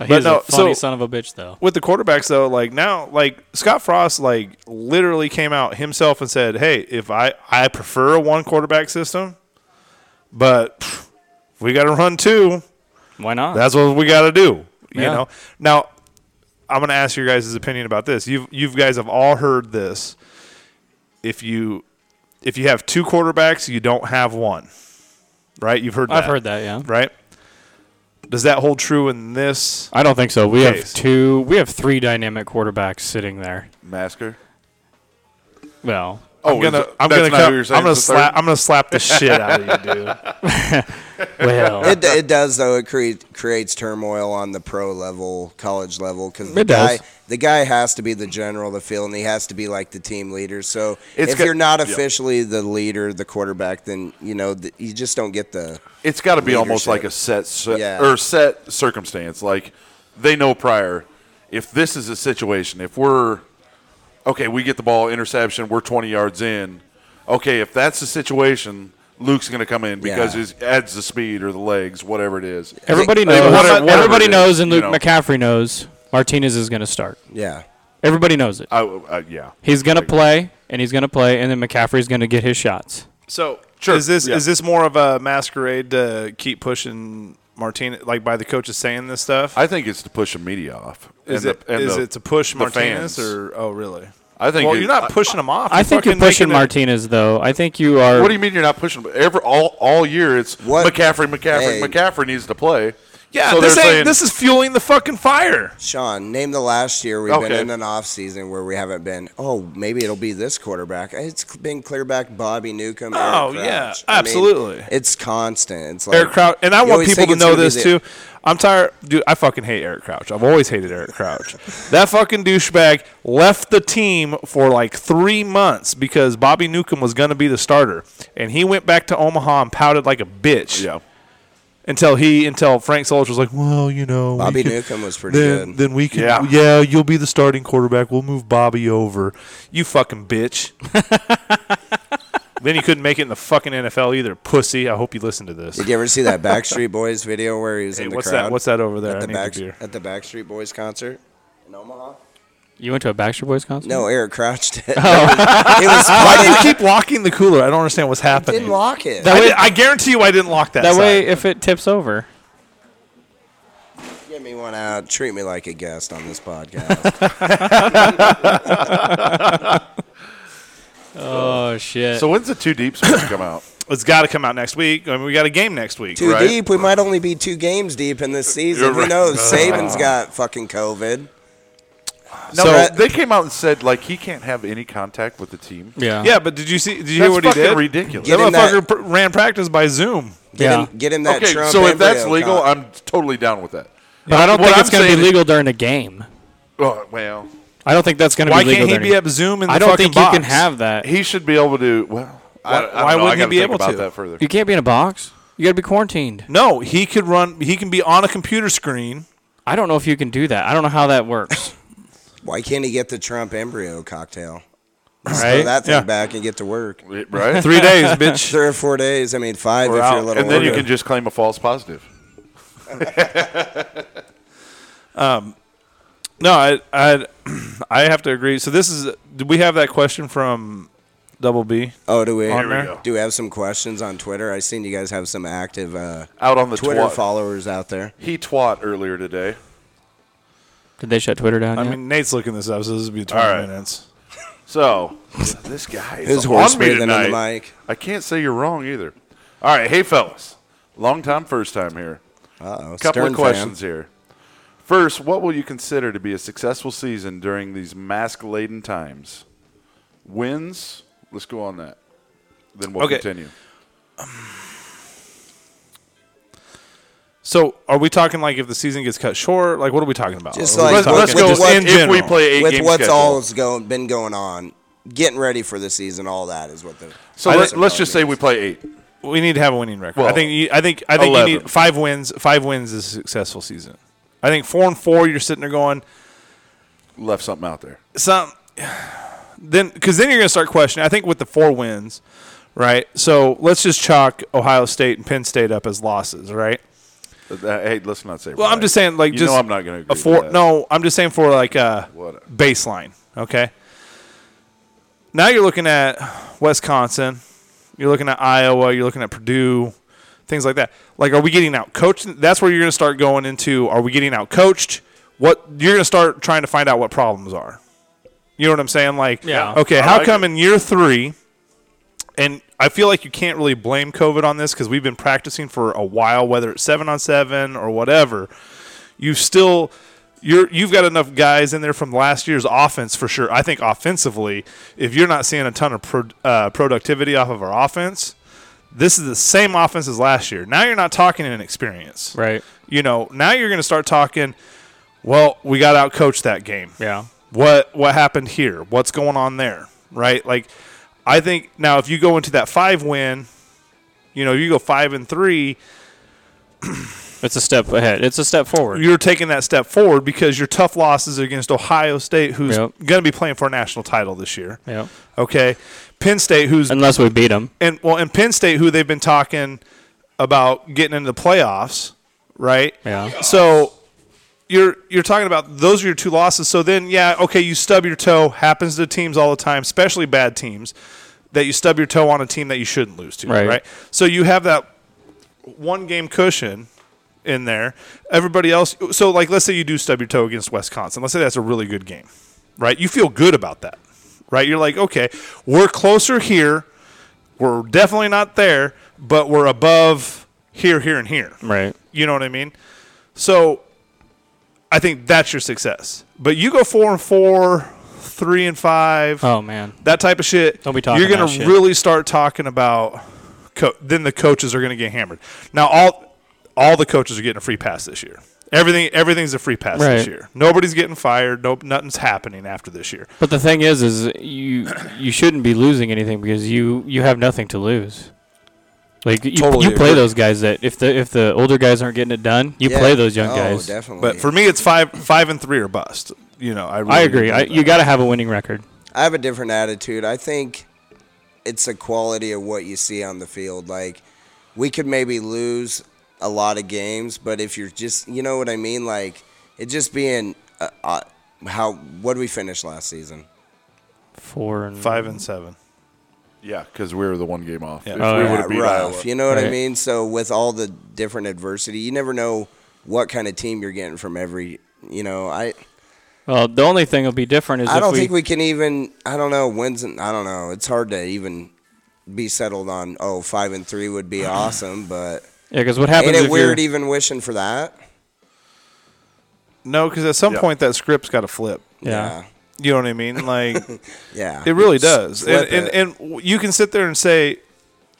He's
no,
a funny
so-
son of a bitch, though.
with the quarterbacks though, like now, like Scott Frost, like literally came out himself and said, "Hey, if I I prefer a one quarterback system, but pff, we got to run two.
Why not?
That's what we got to do." You
Yeah.
know. Now, I'm gonna ask your guys' opinion about this. You you guys have all heard this. If you if you have two quarterbacks, you don't have one, right? You've heard. That,
I've heard that. Yeah.
Right. Does that hold true in this?
I don't think so. We have
Case.
two. We have three dynamic quarterbacks sitting there.
Masker.
Well,
Oh,
I'm gonna,
is it-
I'm
that's
gonna,
not
cut-
who you're saying
I'm gonna
is the
slap,
third?
I'm gonna slap the shit out of you, dude.
well,
It, it does though. It cre- creates turmoil on the pro level, college level, because the
It does.
guy the guy has to be the general of the field, and he has to be like the team leader. So
It's
if
got-
you're not
yeah.
officially the leader, the quarterback, then you know th- you just don't get the.
It's got to be almost like
Leadership.
a set, set
Yeah.
or set circumstance. Like they know prior. If this is a situation, if we're okay, we get the ball interception. We're twenty yards in. Okay, if that's the situation, Luke's gonna come in because
Yeah.
he adds the speed or the legs, whatever it is.
everybody
Like,
knows.
what- whatever
everybody
it is,
knows, and
you
Luke
know.
McCaffrey knows. Martinez is going to start.
Yeah,
Everybody knows it.
I, uh, yeah,
He's going to play, and he's going to play, and then McCaffrey's going to get his shots.
So
Sure,
is this
yeah.
is this more of a masquerade to keep pushing Martinez, like by the coaches saying this stuff?
I think it's to push the media off.
is
And
it
the- and
is
the-
it to push
the
Martinez
fans.
or oh really?
I think
Well,
it-
you're not pushing him off.
I think you're
fucking
pushing
making it-
Martinez, though. I think you are.
What do you mean you're not pushing? Every all all year it's
What?
McCaffrey, McCaffrey,
Hey.
McCaffrey needs to play.
Yeah,
so
this
they're
ain't,
saying
this is fueling the fucking fire.
Sean, name the last year we've
Okay.
been in an off season where we haven't been. Oh, maybe it'll be this quarterback. It's been clear back Bobby Newcomb. Eric
Oh,
Crouch.
yeah,
I mean,
absolutely.
it's constant. It's like
Eric Crouch, and I
you
want
always
people
think
to
it's
know
gonna be
this
the-
too. I'm tired, dude. I fucking hate Eric Crouch. I've always hated Eric Crouch. that fucking douchebag left the team for like three months because Bobby Newcomb was gonna be the starter, and he went back to Omaha and pouted like a bitch.
yeah.
Until he, until Frank Solich was like, well, you know, we
Bobby
could-
Newcomb was pretty
then,
good.
then we can,
Yeah.
yeah. you'll be the starting quarterback. We'll move Bobby over. You fucking bitch. then you couldn't make it in the fucking NFL either, pussy. I hope you listen to this.
Did you ever see that Backstreet Boys video where he was
Hey,
in the
what's
crowd?
that? What's that over there?
At
I
the,
need
back,
a beer.
at the Backstreet Boys concert in Omaha?
You went to a Baxter Boys concert?
No,
Hmm.
Eric Crouch did. it was
Oh. Why do you
funny.
keep locking the cooler? I don't understand what's happening.
didn't lock it.
I, did- I guarantee you, I didn't lock that.
That way,
side.
if it tips over,
Give me one out. Treat me like a guest on this podcast.
oh
Uh,
shit!
So when's the two deep supposed to come out?
it's got to come out next week. I mean, we got a game next week.
Too
Right.
deep. We might only be two games deep in this season.
You're
Who
right.
knows? Saban's got fucking COVID.
No,
So-
but they came out and said like he can't have any contact with the team.
yeah,
Yeah, but did you see? Did you hear
That's
what he
fucking
did?
ridiculous.
That
Get in
motherfucker
that-
pr- ran practice by Zoom.
Get
Yeah.
him, get him that
okay,
Trump.
so if that's
embryo
legal,
con-
I'm totally down with that.
But I don't
What
think
I'm
it's going to
saying
be
is-
legal during a game.
Oh, well,
I don't think that's going to
Why
be legal.
can't he
during
be
a-
up Zoom in the
I don't
fucking
think
box?
you can have that.
he should be able to. Well, I, I
Why-
don't know.
why
I
wouldn't he
gotta
be
think
able
about
to?
That further.
You can't be in a box. You got to be quarantined.
No, he could run. He can be on a computer screen.
I don't know if you can do that. I don't know how that works.
Why can't he get the Trump embryo cocktail?
right?
Throw that thing
Yeah.
back and get to work.
Right.
Three days, bitch.
Three or four days. I mean, five if
out.
you're a little
and then you
older.
can just claim a false positive.
No, I, I, I have to agree. So this is. Did we have that question from Double B?
Oh, do we?
On Here we there?
go.
Do we have some questions on Twitter? I seen you guys have some active uh,
Out on the
Twitter
twat.
followers out there.
He twat earlier today.
Did they shut Twitter down?
I
yet?
mean, Nate's looking this up, so this will be twenty
All right.
minutes.
So this guy
His
is
horse
on me
breathing on the
tonight.
mic.
I can't say you're wrong either. All right, hey fellas, long time, first time here.
Uh oh.
couple
Stern
of questions
Fan.
here. First, what will you consider to be a successful season during these mask-laden times? Wins. Let's go on that. Then we'll
Okay.
continue.
So are we talking like if the season gets cut short? Like what are we talking about?
Just
Are we
Let's,
like-
talking
let's
with
go.
what-
if we play eight
With
game
what's
schedule.
all's going been going on, getting ready for the season, all that is what the.
So
I
let,
don't
let's
know.
just say we play eight.
we need to have a winning record. I
Well,
think. You, I think. I think you
11.
need five wins. Five wins is a successful season. I think four and four. You're sitting there going
Left something out there.
some. Then because then you're going to start questioning. I think with the four wins, right? So let's just chalk Ohio State and Penn State up as losses, right?
Uh, hey, let's not say.
Well, I'm
right.
just saying, like,
you
just
know I'm not going to
a
agree.
four.
with that.
No, I'm just saying for like a
Whatever.
baseline. Okay. Now you're looking at Wisconsin. You're looking at Iowa. You're looking at Purdue. Things like that. Like, are we getting out coached? That's where you're going to start going into. Are we getting out coached? What you're going to start trying to find out what problems are. You know what I'm saying? Like,
Yeah.
okay,
I
how
like
come
it.
in year three? and I feel like you can't really blame COVID on this because we've been practicing for a while, whether it's seven on seven or whatever. You still, you're you've got enough guys in there from last year's offense for sure. I think offensively, if you're not seeing a ton of pro, uh, productivity off of our offense, this is the same offense as last year. Now you're not talking in experience,
right?
You know, now you're going to start talking. Well, we got out coached that game
Yeah.
what what happened here what's going on there right like i think now if you go into that five win you know you go five and three
It's a step ahead. It's a step forward.
you're taking that step forward because your tough losses are against ohio state who's
Yep.
going to be playing for a national title this year
Yeah.
okay penn state who's
Unless we beat them.
and well and penn state who they've been talking about getting into the playoffs right
Yeah.
So you're you're talking about those are your two losses. So then yeah, okay, you stub your toe. Happens to teams all the time, especially bad teams, that you stub your toe on a team that you shouldn't lose to.
Right.
right? So you have that one game cushion in there. Everybody else. So, like, let's say you do stub your toe against Wisconsin. Let's say that's a really good game, right? You feel good about that, right? You're like, okay, we're closer here. We're definitely not there, but we're above here, here, and here.
Right.
You know what I mean? So I think that's your success. But you go four and four, three and five,
Oh man.
that type of shit.
Don't be talking
You're gonna
that shit.
really start talking about. Co- then the coaches are gonna get hammered. Now all all the coaches are getting a free pass this year. Everything everything's a free pass this
Right.
year. Nobody's getting fired. Nope, nothing's happening after this year.
But the thing is, is you you shouldn't be losing anything because you you have nothing to lose. Like you,
Totally
you play
agree.
those guys that if the if the older guys aren't getting it done, you
Yeah.
play those young
oh,
guys.
definitely.
But for me, it's five five and three or bust. You know, I really
I agree. I,
with that.
you got to have a winning record.
I have a different attitude. I think it's the quality of what you see on the field. Like we could maybe lose a lot of games, but if you're just, you know what I mean, like it just being uh, uh, how what did we finish last season?
Four and
five and seven.
Yeah, because we were the one game off.
Yeah.
If
Oh,
we
yeah,
would have beat
rough.
Iowa.
You know what I
Right.
mean? So with all the different adversity, you never know what kind of team you're getting from every. You know, I
Well, the only thing that'll be different is
I
if
don't
we,
think we can even. I don't know wins. And, I don't know. It's hard to even be settled on. Oh, five and three would be awesome, but
yeah, because what happens if
ain't it weird
you're,
even wishing for that?
No, because at some
Yeah.
point that script's got to flip.
yeah.
You know what I mean? Like
yeah.
it really does. And,
Flip
and
it.
and w- you can sit there and say,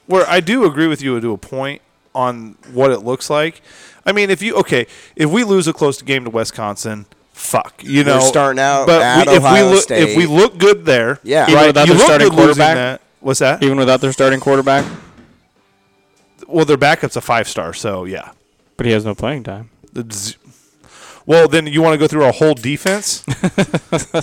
where I do agree with you to a point on what it looks like. I mean, if you okay, if we lose a close game to Wisconsin, fuck, you know,
starting out at
if
Ohio
we look if
State.
we look good there,
Yeah. Even
right,
without
you
their
look
starting
good losing
quarterback?
That. What's that?
even without their starting quarterback,
Well, their backup's a five star, so yeah.
but he has no playing time.
The z- Well, then you want to go through our whole defense.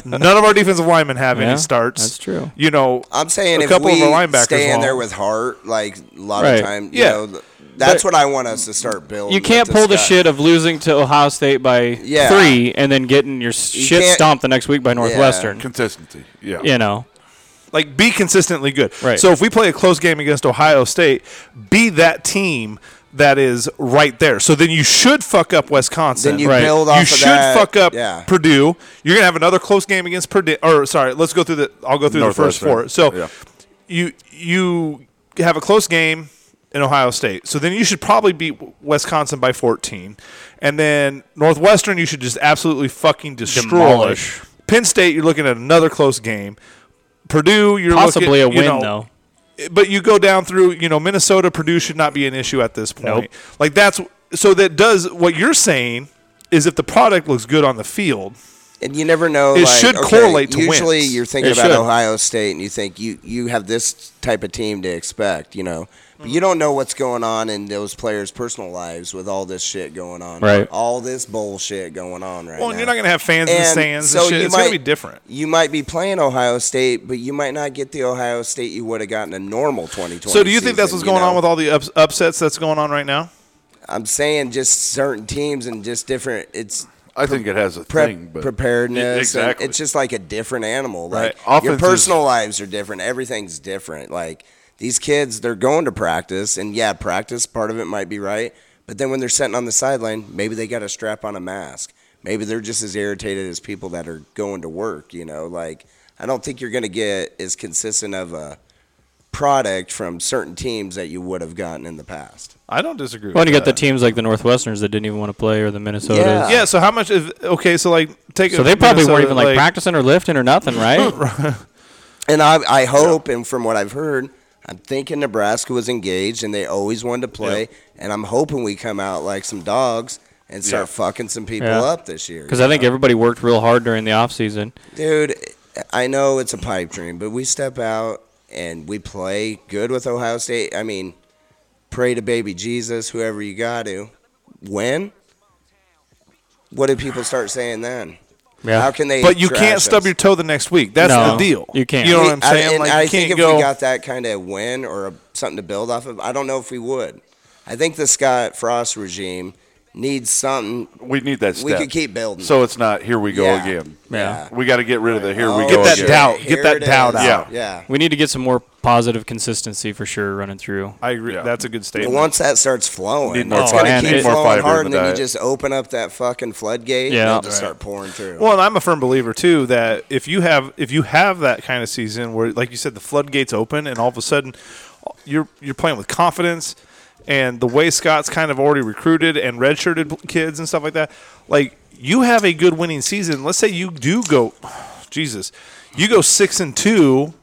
None of our defensive linemen have
Yeah,
any starts.
that's true.
You know,
I'm saying
a
if
couple of
we
our linebackers
stay in
won't.
there with heart, like a lot
Right.
of time,
Yeah.
you know, th- that's what I want us to start building.
You can't
with
pull the
this guy.
shit of losing to Ohio State by
Yeah.
three and then getting your shit
can't-
stomped the next week by Northwestern.
Consistency. Yeah.
You know,
like be consistently good.
Right.
So if we play a close game against Ohio State, be that team that is right there. So then you should fuck up Wisconsin.
Then you
Right.
build
You
off of
should
that.
fuck up
Yeah.
Purdue. You're gonna have another close game against Purdue. Or sorry, let's go through the. I'll go through the first four.
Northwestern.
So
Yeah.
you you have a close game in Ohio State. So then you should probably beat Wisconsin by 14, and then Northwestern you should just absolutely fucking destroy.
Demolish.
Penn State you're looking at another close game. Purdue you're
possibly
looking,
a win
you know,
though.
but you go down through you know Minnesota, Purdue should not be an issue at this point.
Nope.
Like that's so that does what you're saying is if the product looks good on the field,
And you never know.
It
like,
should
okay,
correlate to
Usually,
wins.
you're thinking
It
about
should.
Ohio State, and you think you you have this type of team to expect, you know. But you don't know what's going on in those players' personal lives with all this shit going on,
Right.
All this bullshit going on right now.
well, and you're not going to have fans in the stands. and shit. It's going to be different.
You might be playing Ohio State, but you might not get the Ohio State you would have gotten a normal 2020.
So do you think that's what's
season,
going
you know?
on with all the ups- upsets that's going on right now?
I'm saying just certain teams and just different. It's
I think it has a
prep,
thing, but
preparedness.
Yeah,
and
exactly.
It's just like a different animal.
Right.
Like
Offense
your
is-
personal lives are different. Everything's different. Like these kids, they're going to practice, and yeah, practice part of it might be right, but then when they're sitting on the sideline, maybe they got to strap on a mask. Maybe they're just as irritated as people that are going to work. You know, like I don't think you're going to get as consistent of a product from certain teams that you would have gotten in the past.
I don't disagree.
Well, and
with
you got the
that.
teams like the Northwesterners that didn't even want to play, or the Minnesotas.
Yeah.
Yeah. So how much? If, okay. So like take.
So they probably
Minnesota,
weren't even like, practicing or lifting or nothing, right?
And I, I hope, and from what I've heard, I'm thinking Nebraska was engaged and they always wanted to play. And I'm hoping we come out like some dogs and start
Yeah.
fucking some people
Yeah.
up this year.
Because I think everybody worked real hard during the off season.
Dude, I know it's a pipe dream, but we step out and we play good with Ohio State. I mean, pray to baby Jesus, whoever you got to. When? What do people start saying then?
Yeah.
How can they?
But you
trash
can't stub
us?
your toe the next week. That's
No,
the deal.
you can't.
You know what
We-
I'm saying?
I, and
like
I
you
think
can't
if
go.
we got that kind of win or a, something to build off of, I don't know if we would. I think the Scott Frost regime needs something.
We need that step.
We could keep building.
So it's not here we go
Yeah.
again.
Yeah.
We got to get rid of the here we
Oh,
go
Get that
again.
doubt.
shit,
get
here
that
it
doubt
is.
out.
Yeah.
We need to get some more positive consistency for sure running through.
I agree.
Yeah.
That's a good
But
statement.
once that starts flowing,
Need more
it's going to
fiber.
keep
Need more
flowing
fiber in
hard,
the
and then you
diet.
just open up that fucking floodgate,
Yeah.
and it'll just
Right.
start pouring through.
Well, and I'm a firm believer too that if you have if you have that kind of season where, like you said, the floodgates open and all of a sudden you're you're playing with confidence, and the way Scott's kind of already recruited and redshirted kids and stuff like that, like you have a good winning season. Let's say you do go, Jesus, you go six and two,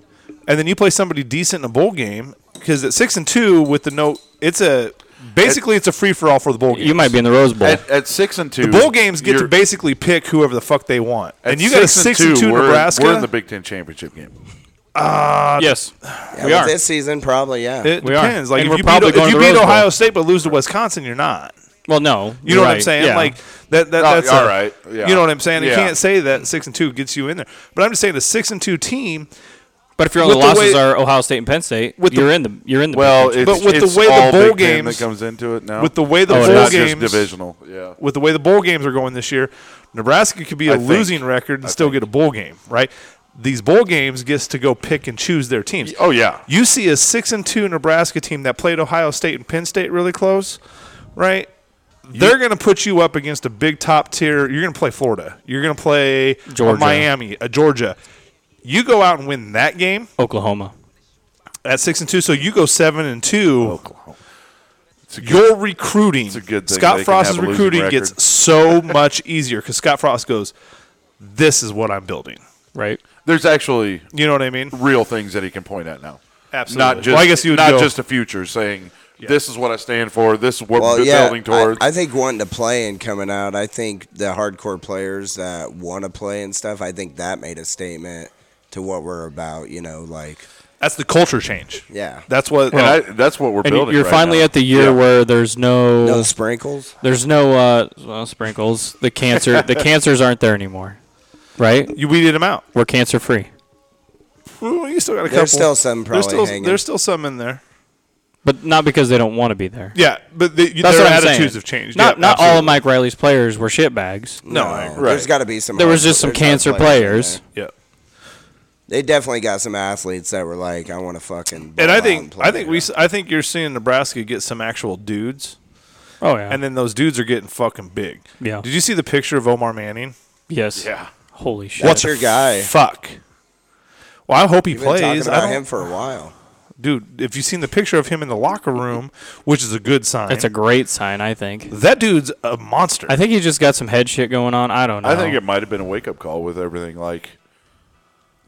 and then you play somebody decent in a bowl game because at six and two with the no, it's a basically it's a free for all for the bowl game.
You might be in the Rose Bowl.
At, at six and two,
The bowl games get to
you're-
basically pick whoever the fuck they want,
at
and you got a six and 2
we're in-
Nebraska.
We're in the Big Ten championship game.
uh,
yes.
yeah,
we
but
are.
this season, probably, yeah.
it
we are.
depends. Like
And
if
we're
you
probably
beat, if
going
you
to the
beat
Rose Bowl.
Ohio State but lose to Wisconsin, you're not.
Well, no.
You know what I'm saying? Like that. that
Oh,
that's
all
a-
right. Yeah.
You know what I'm saying? You
Yeah.
can't say that six and two gets you in there. But I'm just saying the six and two team.
but if your only
with the
losses
way-
are Ohio State and Penn State,
with the-
you're in the you're in the
Well,
Big Ten
it's,
But with the
it's
way the
all
bowl
Big Ten
games-
that comes into it now,
With the way the
Oh,
bowl
it's
it's not just
games,
divisional. Yeah,
with the way the bowl games are going this year, Nebraska could be a
I think.
losing record and still get a bowl game, right? These bowl games gets to go pick and choose their teams.
oh yeah.
You see a six and two Nebraska team that played Ohio State and Penn State really close, right? They're going to put you up against a big top tier. You're going to play Florida. You're going to play a
Georgia.
Miami, a Georgia. You go out and win that game
Oklahoma.
at six and two, so you go seven and two.
Oklahoma. It's a good-
Your recruiting,
a good thing
Scott
they can
Frost's
have a losing
recruiting
record.
gets so much easier because Scott Frost goes, "This is what I'm building."
Right.
there's actually
You know what I mean?
real things that he can point at now.
Absolutely.
Not just
Well, I guess you would
not
go-
just the future saying this is what I stand for. This is what
well,
we're
yeah,
building towards.
I, I think wanting to play and coming out, I think the hardcore players that want to play and stuff, I think that made a statement to what we're about. You know, like
That's the culture change.
Yeah.
that's what.
and I, that's what we're
And
building.
you're
right
finally
now.
at the year
Yeah.
where there's no
no sprinkles.
there's no uh, well, sprinkles. The cancer the cancers aren't there anymore. Right?
you weeded him out.
We're cancer free.
Ooh, you still got a couple.
There's still some
There's
probably
still,
hanging.
there's still some in there.
But not because they don't want to be there.
Yeah, but the,
That's
their
what I'm
attitudes
saying.
have changed.
Not
Yeah,
not all of
absolutely.
Mike Riley's players were shitbags.
No, I- right.
there's got to be some.
There was
hardcore-
just some
there's hard
cancer
in
players.
there.
Yeah,
They definitely got some athletes that were like, I want to fucking. ball
and I
out
think
play.
I think we s- I think you're seeing Nebraska get some actual dudes,
Oh yeah.
and then those dudes are getting fucking big.
Yeah.
Did you see the picture of Omar Manning?
yes.
Yeah.
Holy shit.
What's your guy?
Fuck. Well, I hope he
We've been talking
plays. I
about
don't-
him for a while.
dude, if you've seen the picture of him in the locker room, which is a good sign.
That's a great sign, I think.
that dude's a monster.
I think he just got some head shit going on. I don't know.
I think it might have been a wake up call with everything. Like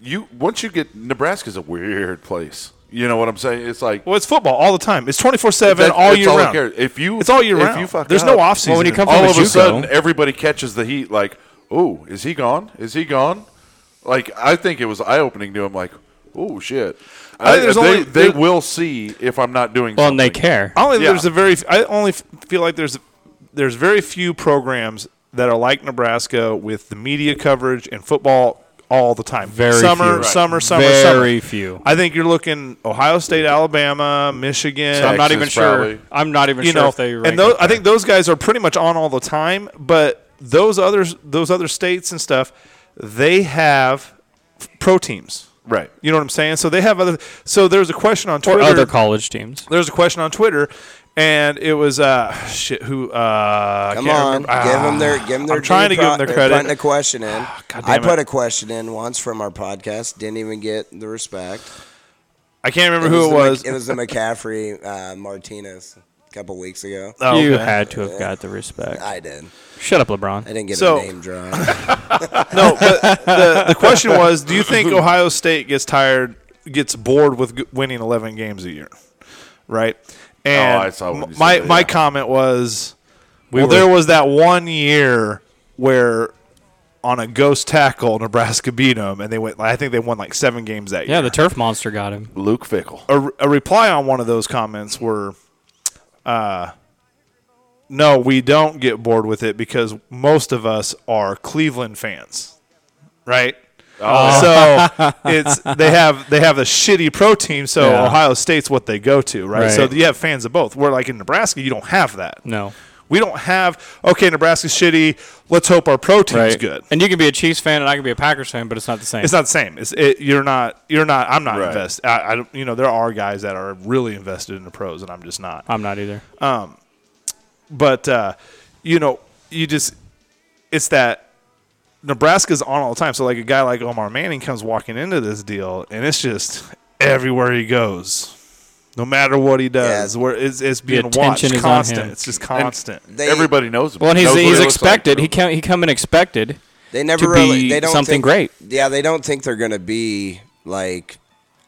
you, once you get Nebraska's a weird place. You know what I'm saying? It's like
well, it's football all the time. It's twenty four seven
that-
all
it's
year
it
round.
cares. If you,
It's all year
if
round.
You fuck
There's
up,
no off season.
Well, when you come from
all
a
of a
JUCO-
sudden, everybody catches the heat. Like, oh, is he gone? Is he gone? Like, I think it was eye opening to him. Like, oh shit.
I think
I-
there's
they
only-
they
there-
will see if I'm not doing.
well, and they
something.
care.
I only
Yeah.
there's a very I only f- feel like there's there's very few programs that are like Nebraska with the media coverage and football all the time.
Very few.
summer,
Right.
summer, summer,
Very
summer.
few.
I think you're looking Ohio State, Alabama, Michigan.
I'm not even
Texas,
sure.
probably.
I'm not even
you
sure
know,
if they. rank
and those,
up
I
there.
think those guys are pretty much on all the time. But those others, those other states and stuff, they have f- pro teams.
Right.
You know what I'm saying? So they have other. So there's a question on Twitter.
or other college teams.
There was a question on Twitter, and it was uh shit who uh I
Come
can't
on,
remember. Ah,
give them their give them their.
I'm trying
due
to give them
pro-
their
they're
credit. Ah,
Putting a question in.
God
I
damn
put
it.
a question in once from our podcast. Didn't even get the respect.
I can't remember who it
the
was.
Mc- it was the McCaffrey uh, Martinez a couple weeks ago.
Oh,
You
okay.
had to have got the respect.
I did.
Shut up,
I
LeBron.
didn't get
So-
a name drop.
no, but the, the question was, do you think Ohio State gets tired, gets bored with g- winning 11 games a year, right? And
Oh, I saw what you
my
said,
my
yeah.
comment was,
We
well,
were-
there was that one year where on a ghost tackle Nebraska beat them, and they went. I think they won like seven games that year.
Yeah, the turf monster got him.
Luke Fickle.
a, a reply on one of those comments were, uh, no, we don't get bored with it because most of us are Cleveland fans, right?
Oh.
So it's they have they have a shitty pro team, so
Yeah.
Ohio State's what they go to, right?
Right.
So you have fans of both. Where like in Nebraska, you don't have that.
No.
We don't have okay, Nebraska's shitty. Let's hope our pro team's
right?
good.
And you can be a Chiefs fan and I can be a Packers fan, but it's not the same.
It's not the same. It's it, you're not you're not. I'm not
Right.
invested. I, I don't. You know there are guys that are really invested in the pros, and I'm just not.
I'm not either.
but uh, you know, you just it's that Nebraska's on all the time. So like a guy like Omar Manning comes walking into this deal, and it's just everywhere he goes, no matter what he does,
Yeah.
where it's, it's being watched
attention is on him.
constant. It's just constant.
They-
Everybody knows him.
well, and he's,
Knows what
he's
he looks like,
expected.
too.
he can he come in expected.
They never
to
really
be
they don't
something
think,
great.
Yeah, they don't think they're gonna be like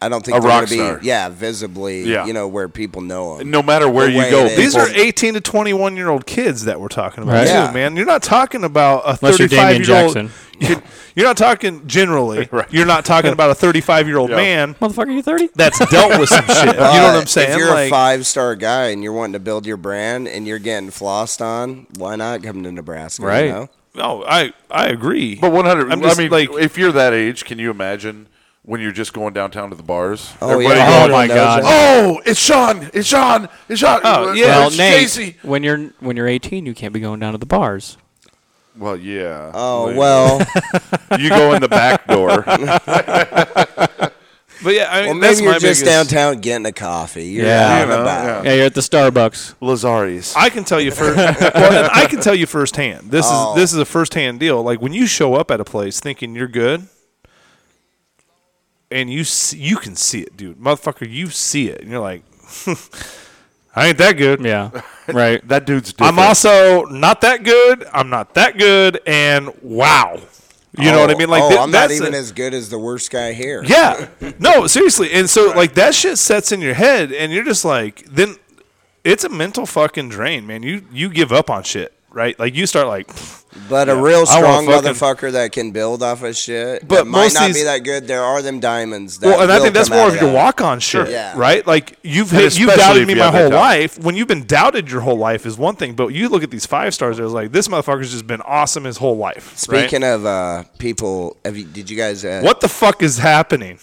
I don't think
A
they're
rock
gonna
star.
be yeah visibly
Yeah.
you know where people know them.
no matter where
The
you
way
go,
it is.
These
people-
are 18 to 21 year old kids that we're talking about,
Right.
too,
Yeah.
man. You're not talking about a
Unless you're
35
Damian
year old.
Jackson.
You're, you're not talking generally.
Right.
You're not talking about a 35 year old
Yeah.
man
Motherfucker, you 30?
that's dealt with some shit. You know what I'm saying?
If you're
Like-
a five star guy and you're wanting to build your brand and you're getting flossed on, why not come to Nebraska?
Right.
You know?
No, I I agree.
But 100.
I'm
i
just,
mean,
like-
if you're that age, can you imagine when you're just going downtown to the bars? Everybody
yeah.
going,
Oh, my
Everyone knows
God.
that.
Oh, it's Sean. It's Sean. It's Sean.
Oh, yeah.
Well,
It's
Nate,
Casey.
when you're when you're 18, you can't be going down to the bars.
Well, yeah.
Oh well,
You go in the back door.
But yeah, I mean,
well
that's
maybe you're
my
just
biggest-
downtown getting a coffee. You're
Yeah.
out
You
and
know,
about.
yeah.
Yeah, you're at the Starbucks.
Lazari's.
I can tell you first. well, and I can tell you firsthand. This
Oh.
is this is a firsthand deal. Like when you show up at a place thinking you're good, and you see, you can see it, dude, motherfucker. You see it, and you're like, I ain't that good.
Yeah. Right.
that dude's. Different.
I'm also not that good. I'm not that good, and wow. You know what I
Oh,
mean? Like
oh,
thi-
I'm not
that's
even
a-
as good as the worst guy here.
Yeah. No, seriously. And so like that shit sets in your head and you're just like then it's a mental fucking drain, man. You you give up on shit, right? Like you start like
But a real
I
strong
want
motherfucker that can build off of shit.
But
But
most
might not
these-
be that good. There are them diamonds. That
Well, and I
will
think that's
come
more
out
of your
that.
walk on shit,
Yeah.
right? Like you've
And
hit, you've
especially
doubted
if
me
you
my
have that
whole
talent.
life. When you've been doubted your whole life is one thing, but you look at these five stars, there's like this motherfucker's just been awesome his whole life. right?
Speaking of uh, people, have you, did you guys? Uh,
what the fuck is happening?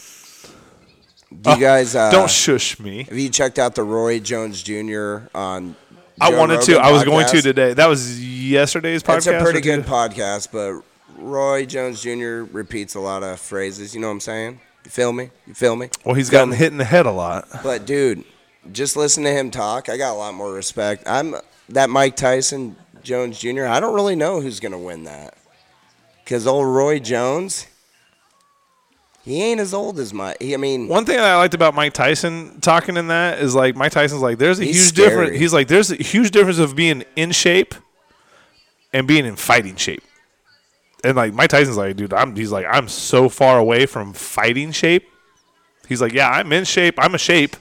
Do you guys? Uh,
Don't shush me.
have you checked out the Roy Jones Jr. on?
I
Joe
wanted to.
Rogan
I was going to
podcast?
today. That was yesterday's podcast.
It's a pretty
or
good
today?
podcast, but Roy Jones Jr. repeats a lot of phrases. You know what I'm saying? You feel me? You feel me?
Well, he's gotten hit in the head a lot.
But dude, just listen to him talk. I got a lot more respect. I'm that Mike Tyson Jones Jr. I don't really know who's gonna win that, cause old Roy Jones, he ain't as old as Mike. He- I mean,
One thing that I liked about Mike Tyson talking in that is like Mike Tyson's like there's a
He's
huge
scary.
difference. He's like there's a huge difference of being in shape and being in fighting shape. And like Mike Tyson's like, dude, I'm he's like I'm so far away from fighting shape. He's like, yeah, I'm in shape. I'm a shape.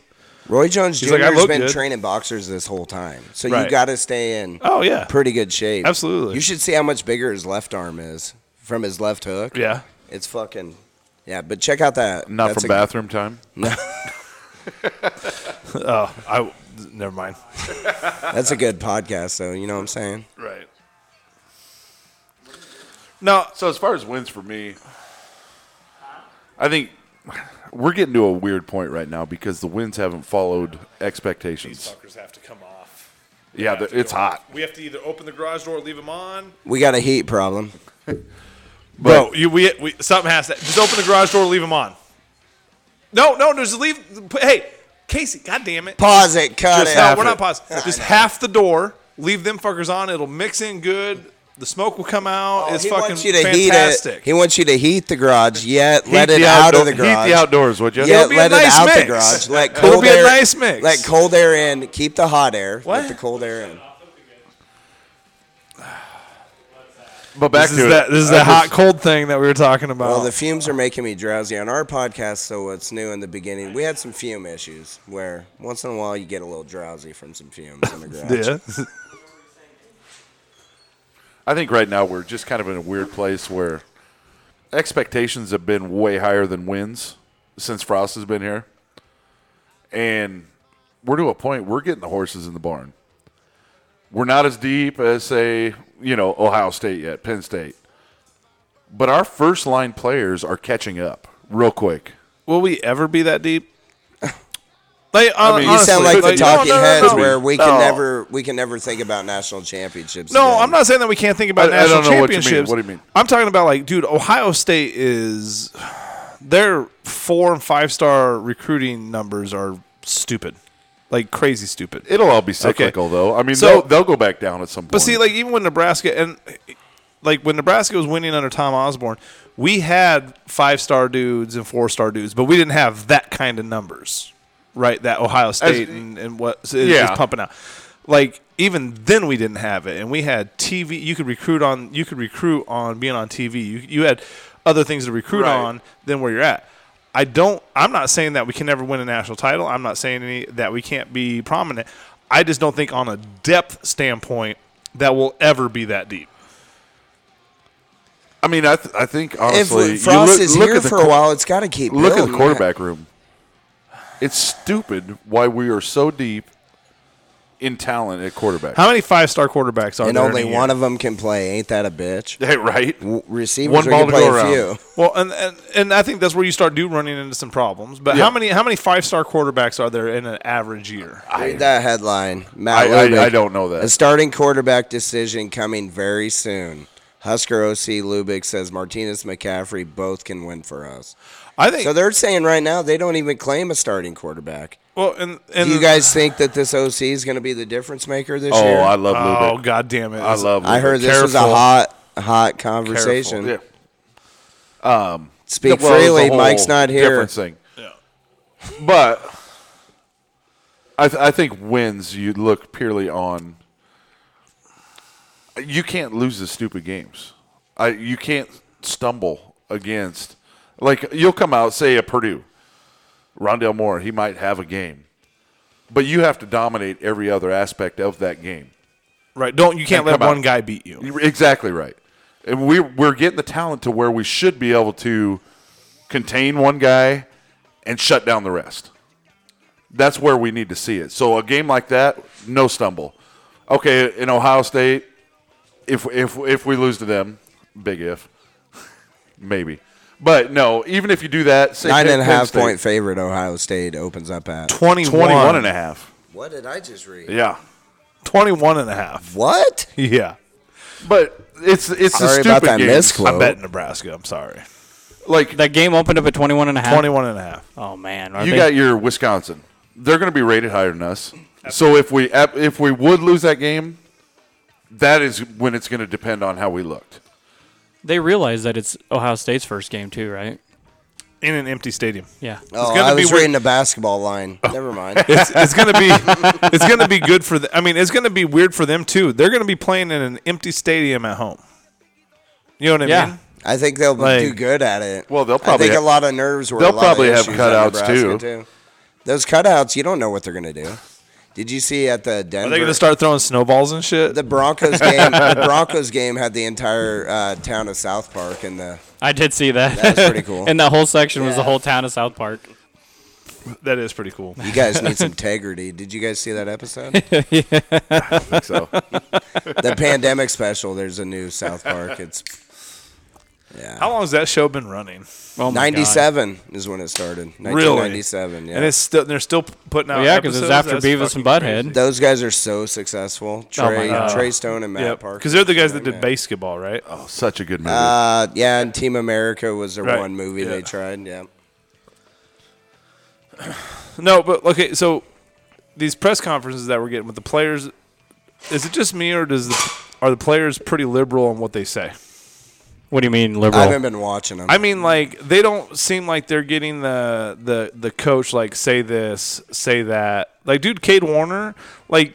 Roy Jones Jr.
like, "I
has
look
been
good."
training boxers this whole time, so
Right.
you got to stay in
Oh yeah,
pretty good shape.
Absolutely.
You should see how much bigger his left arm is from his left hook.
yeah.
It's fucking. Yeah, but check out that.
not
That's
from
a-
bathroom time.
I never mind.
That's a good podcast, though. You know what I'm saying?
Right. No,
So as far as wins for me, I think we're getting to a weird point right now because the wins haven't followed expectations.
fuckers have to come off.
Yeah, the, it's hot.
We have to either open the garage door or leave them on.
We got a heat problem.
Bro, you, we, we something has to. Just open the garage door, leave them on. No, no, just leave. put- Hey, Casey, God damn it!
Pause it. Cut
Just-
it.
no,
half
we're
it.
not pausing. Just half the door. Leave them fuckers on. It'll mix in good. The smoke will come out. it's
Oh, he
fucking
wants you to
fantastic.
heat it. He wants you to heat the garage, yet let
Heat
it
the
out
outdoor-
of the garage.
Heat the outdoors, would you?
Yet
be a
let it
nice
out
mix.
the garage. Let
It'll
cold
be a
air.
nice mix.
Let cold air in. Keep the hot air.
What?
Let the cold air in.
But back
this is
to
that.
it.
This is
I
that
just-
hot cold thing that we were talking about.
Well, the fumes are making me drowsy on our podcast. So what's new in the beginning? We had some fume issues where once in a while you get a little drowsy from some fumes in the garage.
yeah.
I think right now we're just kind of in a weird place where expectations have been way higher than wins since Frost has been here. And we're to a point we're getting the horses in the barn. We're not as deep as say, you know, Ohio State yet, Penn State. But our first line players are catching up real quick.
Will we ever be that deep? Like, hon-
mean,
You sound
honestly,
like the
like- no,
talking
no, no,
heads
no.
where we can
No.
never we can never think about national championships.
No,
again.
I'm not saying that we can't think
I-
about
I
national
don't know what you mean.
championships.
What do you mean?
I'm talking about like, dude, Ohio State is their four and five star recruiting numbers are stupid, like crazy stupid.
It'll all be cyclical, though. I mean,
So-
they'll, they'll go back down at some point.
But see, like even when Nebraska and like when Nebraska was winning under Tom Osborne, we had five star dudes and four star dudes, but we didn't have that kind of numbers, right? That Ohio State and, and what is, is
Yeah.
pumping out. Like even then, we didn't have it, and we had TV. You could recruit on. You could recruit on being on TV. You you had other things to recruit
Right.
on than where you're at. I don't. I'm not saying that we can never win a national title. I'm not saying any that we can't be prominent. I just don't think on a depth standpoint that will ever be that deep.
I mean, I, th- I think
If
honestly, you
Frost
look,
is
look
here
at the
for a
qu-
while, it's got to keep.
Look at the
building that.
quarterback room. It's stupid why we are so deep in talent at quarterback.
How many five star quarterbacks are
and
there? in
only
a year?
one of them can play. Ain't that a bitch?
Yeah, right?
W- Receivers
One
we
ball
can
to
play
go
a
around.
few.
Well, and, and and I think that's where you start do running into some problems. But
Yeah.
how many how many five star quarterbacks are there in an average year?
Read that headline. Matt
I,
Lubick.
I, I don't know that.
A starting quarterback decision coming very soon. Husker OC Lubick says Martinez McCaffrey both can win for us.
I think
So they're saying right now they don't even claim a starting quarterback.
well, and and
Do you guys think that this OC is going to be the difference maker this
oh,
year?
I
I,
love
oh
Lubick.
god damn it!
I love Lubick.
heard this was a
Careful.
hot, hot conversation.
Yeah. Well,
Speak
it was a
freely.
whole
Mike's not here.
Different thing. But I, th- I think wins you look purely on. You can't lose the stupid games. I you can't stumble against like you'll come out say a Purdue, Rondell Moore he might have a game, but you have to dominate every other aspect of that game.
right. Don't you can't
And
let
come
one
out.
guy beat you.
You're exactly right. And we we're getting the talent to where we should be able to contain one guy and shut down the rest. That's where we need to see it. So a game like that, no stumble. Okay, in Ohio State, if if if we lose to them, big if, maybe. But no, even if you do that, say
Nine
Penn-
and a half
Penn State,
point favorite Ohio State opens up at.
21,
21 and a half.
What did I just read?
Yeah.
21 and a half.
What?
Yeah.
But it's it's the
Sorry
stupid
about that
games.
misquote.
I bet Nebraska. I'm sorry.
Like
That game opened up at 21 and a half.
21 and a half.
Oh man, are
you
they-
got your Wisconsin. They're going to be rated higher than us. So if we if we would lose that game, that is when it's going to depend on how we looked.
they realize that it's Ohio State's first game too, right?
In an empty stadium.
Yeah.
Uh,
Oh,
gonna
I
be
was
weird.
reading the basketball line. Never mind.
It's, it's gonna be it's gonna be good for. The, I mean, it's gonna be weird for them too. They're gonna be playing in an empty stadium at home. You know what I
Yeah.
mean?
I think they'll
Like-
do good at it.
Well, they'll probably
I think
have-
a lot of nerves were. a
they'll
lot of
probably have
issues at
cutouts, too.
Nebraska, Those cutouts, you don't know what they're gonna do. Did you see at the Denver?
Are they gonna start throwing snowballs and shit?
the Broncos game? the Broncos game had the entire uh, town of South Park in the.
I did see that.
That was pretty cool.
and that whole section was the
Yeah.
whole town of South Park. Oh,
that is pretty cool.
You guys need some integrity. Did you guys see that episode?
I think so.
the pandemic special. There's a new South Park. It's
How long has that show been running?
Oh my God.
97 is when it started. 1997. Yeah.
And it's still they're still putting out.
Well, Oh, yeah, because it's
episodes?
after
That's
Beavis and
fucking
Butthead.
crazy.
those guys are so successful.
Oh, my
Trey, uh,
God.
Trey Stone and Matt
Yeah,
Parker.
because they're the guys that did
Yeah.
basketball, right?
Oh, such a good movie.
Uh, yeah, and Team America was the
Right,
one movie
yeah.
they tried. Yeah,
No, but okay, so these press conferences that we're getting with the players, is it just me or does the, are the players pretty liberal on what they say?
What do you mean
I
liberal?
haven't been watching them.
I mean, like they don't seem like they're getting the the the coach like say this, say that. Like, dude, Cade Warner, like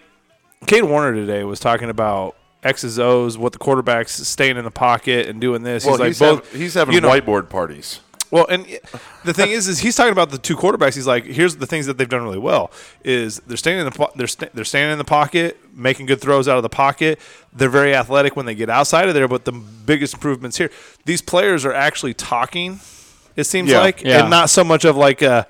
Cade Warner today was talking about X's O's, what the quarterbacks staying in the pocket and doing this.
well,
he's like
he's,
both.
hav- he's having
you know-
whiteboard parties.
Well, and the thing is, is he's talking about the two quarterbacks. He's like, here's the things that they've done really well: is they're standing in the po- they're sta- they're standing in the pocket, making good throws out of the pocket. They're very athletic when they get outside of there. But the biggest improvements here, these players are actually talking. It seems
Yeah.
like,
Yeah.
and not so much of like, a,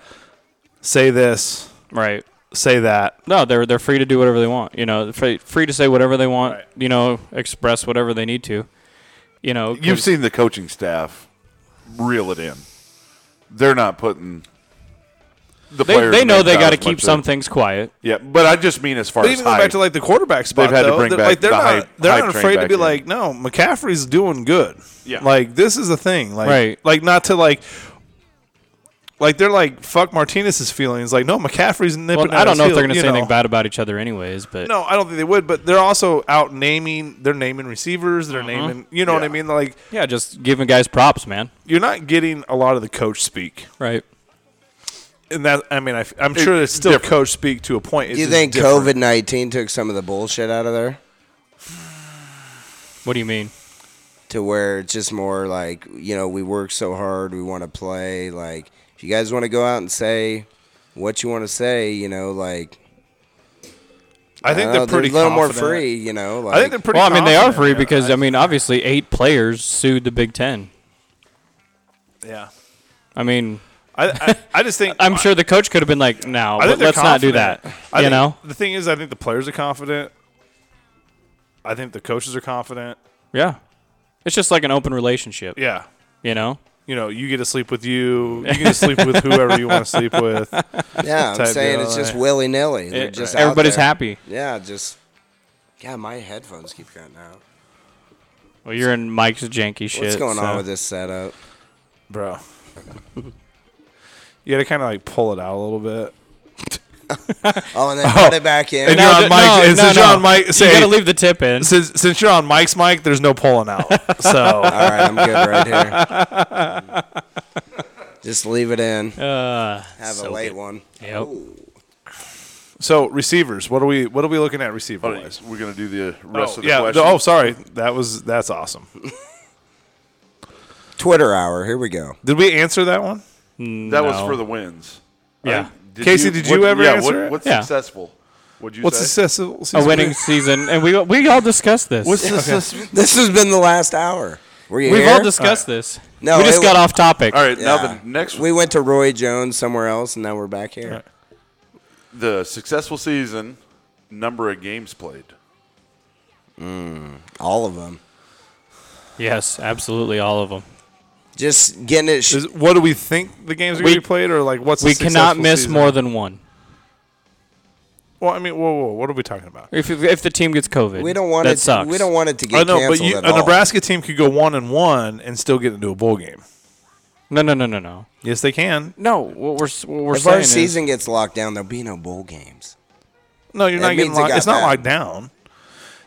say this,
right.
say that.
No, they're they're free to do whatever they want. You know, free, free to say whatever they want.
Right.
You know, express whatever they need to. You know,
You've
'cause-
seen the coaching staff reel it in. They're not putting the
They,
players
they know
make
they
out
got to
as much
keep
as-
some things quiet.
Yeah, but I just mean as far
But
as
even going
hype.
back to like the quarterback spot,
had to
though,
bring
they're-
back
like they're
the
not
hype-
they're
hype
not
train
afraid to
back
be
in.
like, no, McCaffrey's doing good.
Yeah.
like this is the thing, like,
Right.
like not to like, like they're like fuck Martinez's feelings. Like no, McCaffrey's nipping.
Well, I
at
don't
his
know if they're
heel,
going to
you
say anything
know.
bad about each other, anyways. But
No, I don't think they would. But they're also out naming. They're naming receivers. They're naming. You know what I
Yeah.
mean? Like
Mm-hmm. yeah, just giving guys props, man.
you're not getting a lot of the coach speak.
Right.
And that I mean, I, am sure it's still coach speak to a point. It's
Do you
just
think
different.
COVID nineteen took some of the bullshit out of there?
What do you mean?
to where it's just more like you know we work so hard we want to play like if you guys want to go out and say what you want to say you know like
I think
uh,
they're pretty
a little more
confident.
free you know like
I think they're pretty.
Well, I mean, they are
confident,
free
yeah.
because I mean, obviously, eight players sued the Big Ten.
Yeah.
I mean,
I, I, I just think
I'm sure the coach could have been like, "No,
I think they're
let's not do that."
confident. I
you
think-
know?
the thing is, I think the players are confident. I think the coaches are confident.
Yeah. It's just like an open relationship.
Yeah,
You know?
you know, you get to sleep with you. You get to sleep with whoever you want to sleep with.
yeah i'm
type
saying
deal,
it's just
like- eh,
willy nilly
It- everybody's happy.
yeah just yeah my headphones keep cutting out
Well, you're in Mike's janky shit.
what's going
so-
on with this setup
bro. You got to kind of like pull it out a little bit.
oh and then put it back in
And you're on
d-
mic-
no,
and
no,
since you're
no.
on mic, say-
you gotta leave the tip in.
Since since you're on Mike's mic, there's no pulling out. So
all right i'm good right here just leave it in
Uh,
have
so
a late
good.
one
Yep.
so receivers, what are we what are we looking at receiver
Hold on,
wise?
We're gonna do the rest
Oh,
of the
yeah.
question.
Oh, sorry. That was that's awesome.
twitter hour here we go
Did we answer that one?
that was
No.
for the wins.
Yeah.
Casey, did you
what-
ever
yeah,
answer
what-
it?
What's
Yeah.
successful? Would you
What's
say?
the success?
A winning season, and we we all discussed this.
What's success-
This has been the last hour. Were you
We've
here?
all discussed this.
No,
we just
it
got
wa-
off topic.
All right, now
Yeah.
the next
We went to Roy Jones somewhere else, and now we're back here.
the successful season number of games played.
All of them.
Yes, absolutely, all of them.
Just getting it. Sh-
Is, what do we think the games are going
We-
to be played, or like what's
We
the
cannot
successful
miss
season?
more than one.
Well, I mean, whoa, whoa, what are we talking about?
If, if, if the team gets COVID,
we don't want
that
it.
Sucks. Oh,
We don't want it to
I
get
know,
canceled
but you,
at
a
all.
Nebraska team could go one and one and still get into a bowl game.
No, no, no, no, no.
Yes, they can.
No, what we're s- what we're
if
saying
our
is-
season gets locked down, there'll be no bowl games.
No, you're
That
not getting.
means it
Locked,
got
it's not
bad.
locked down.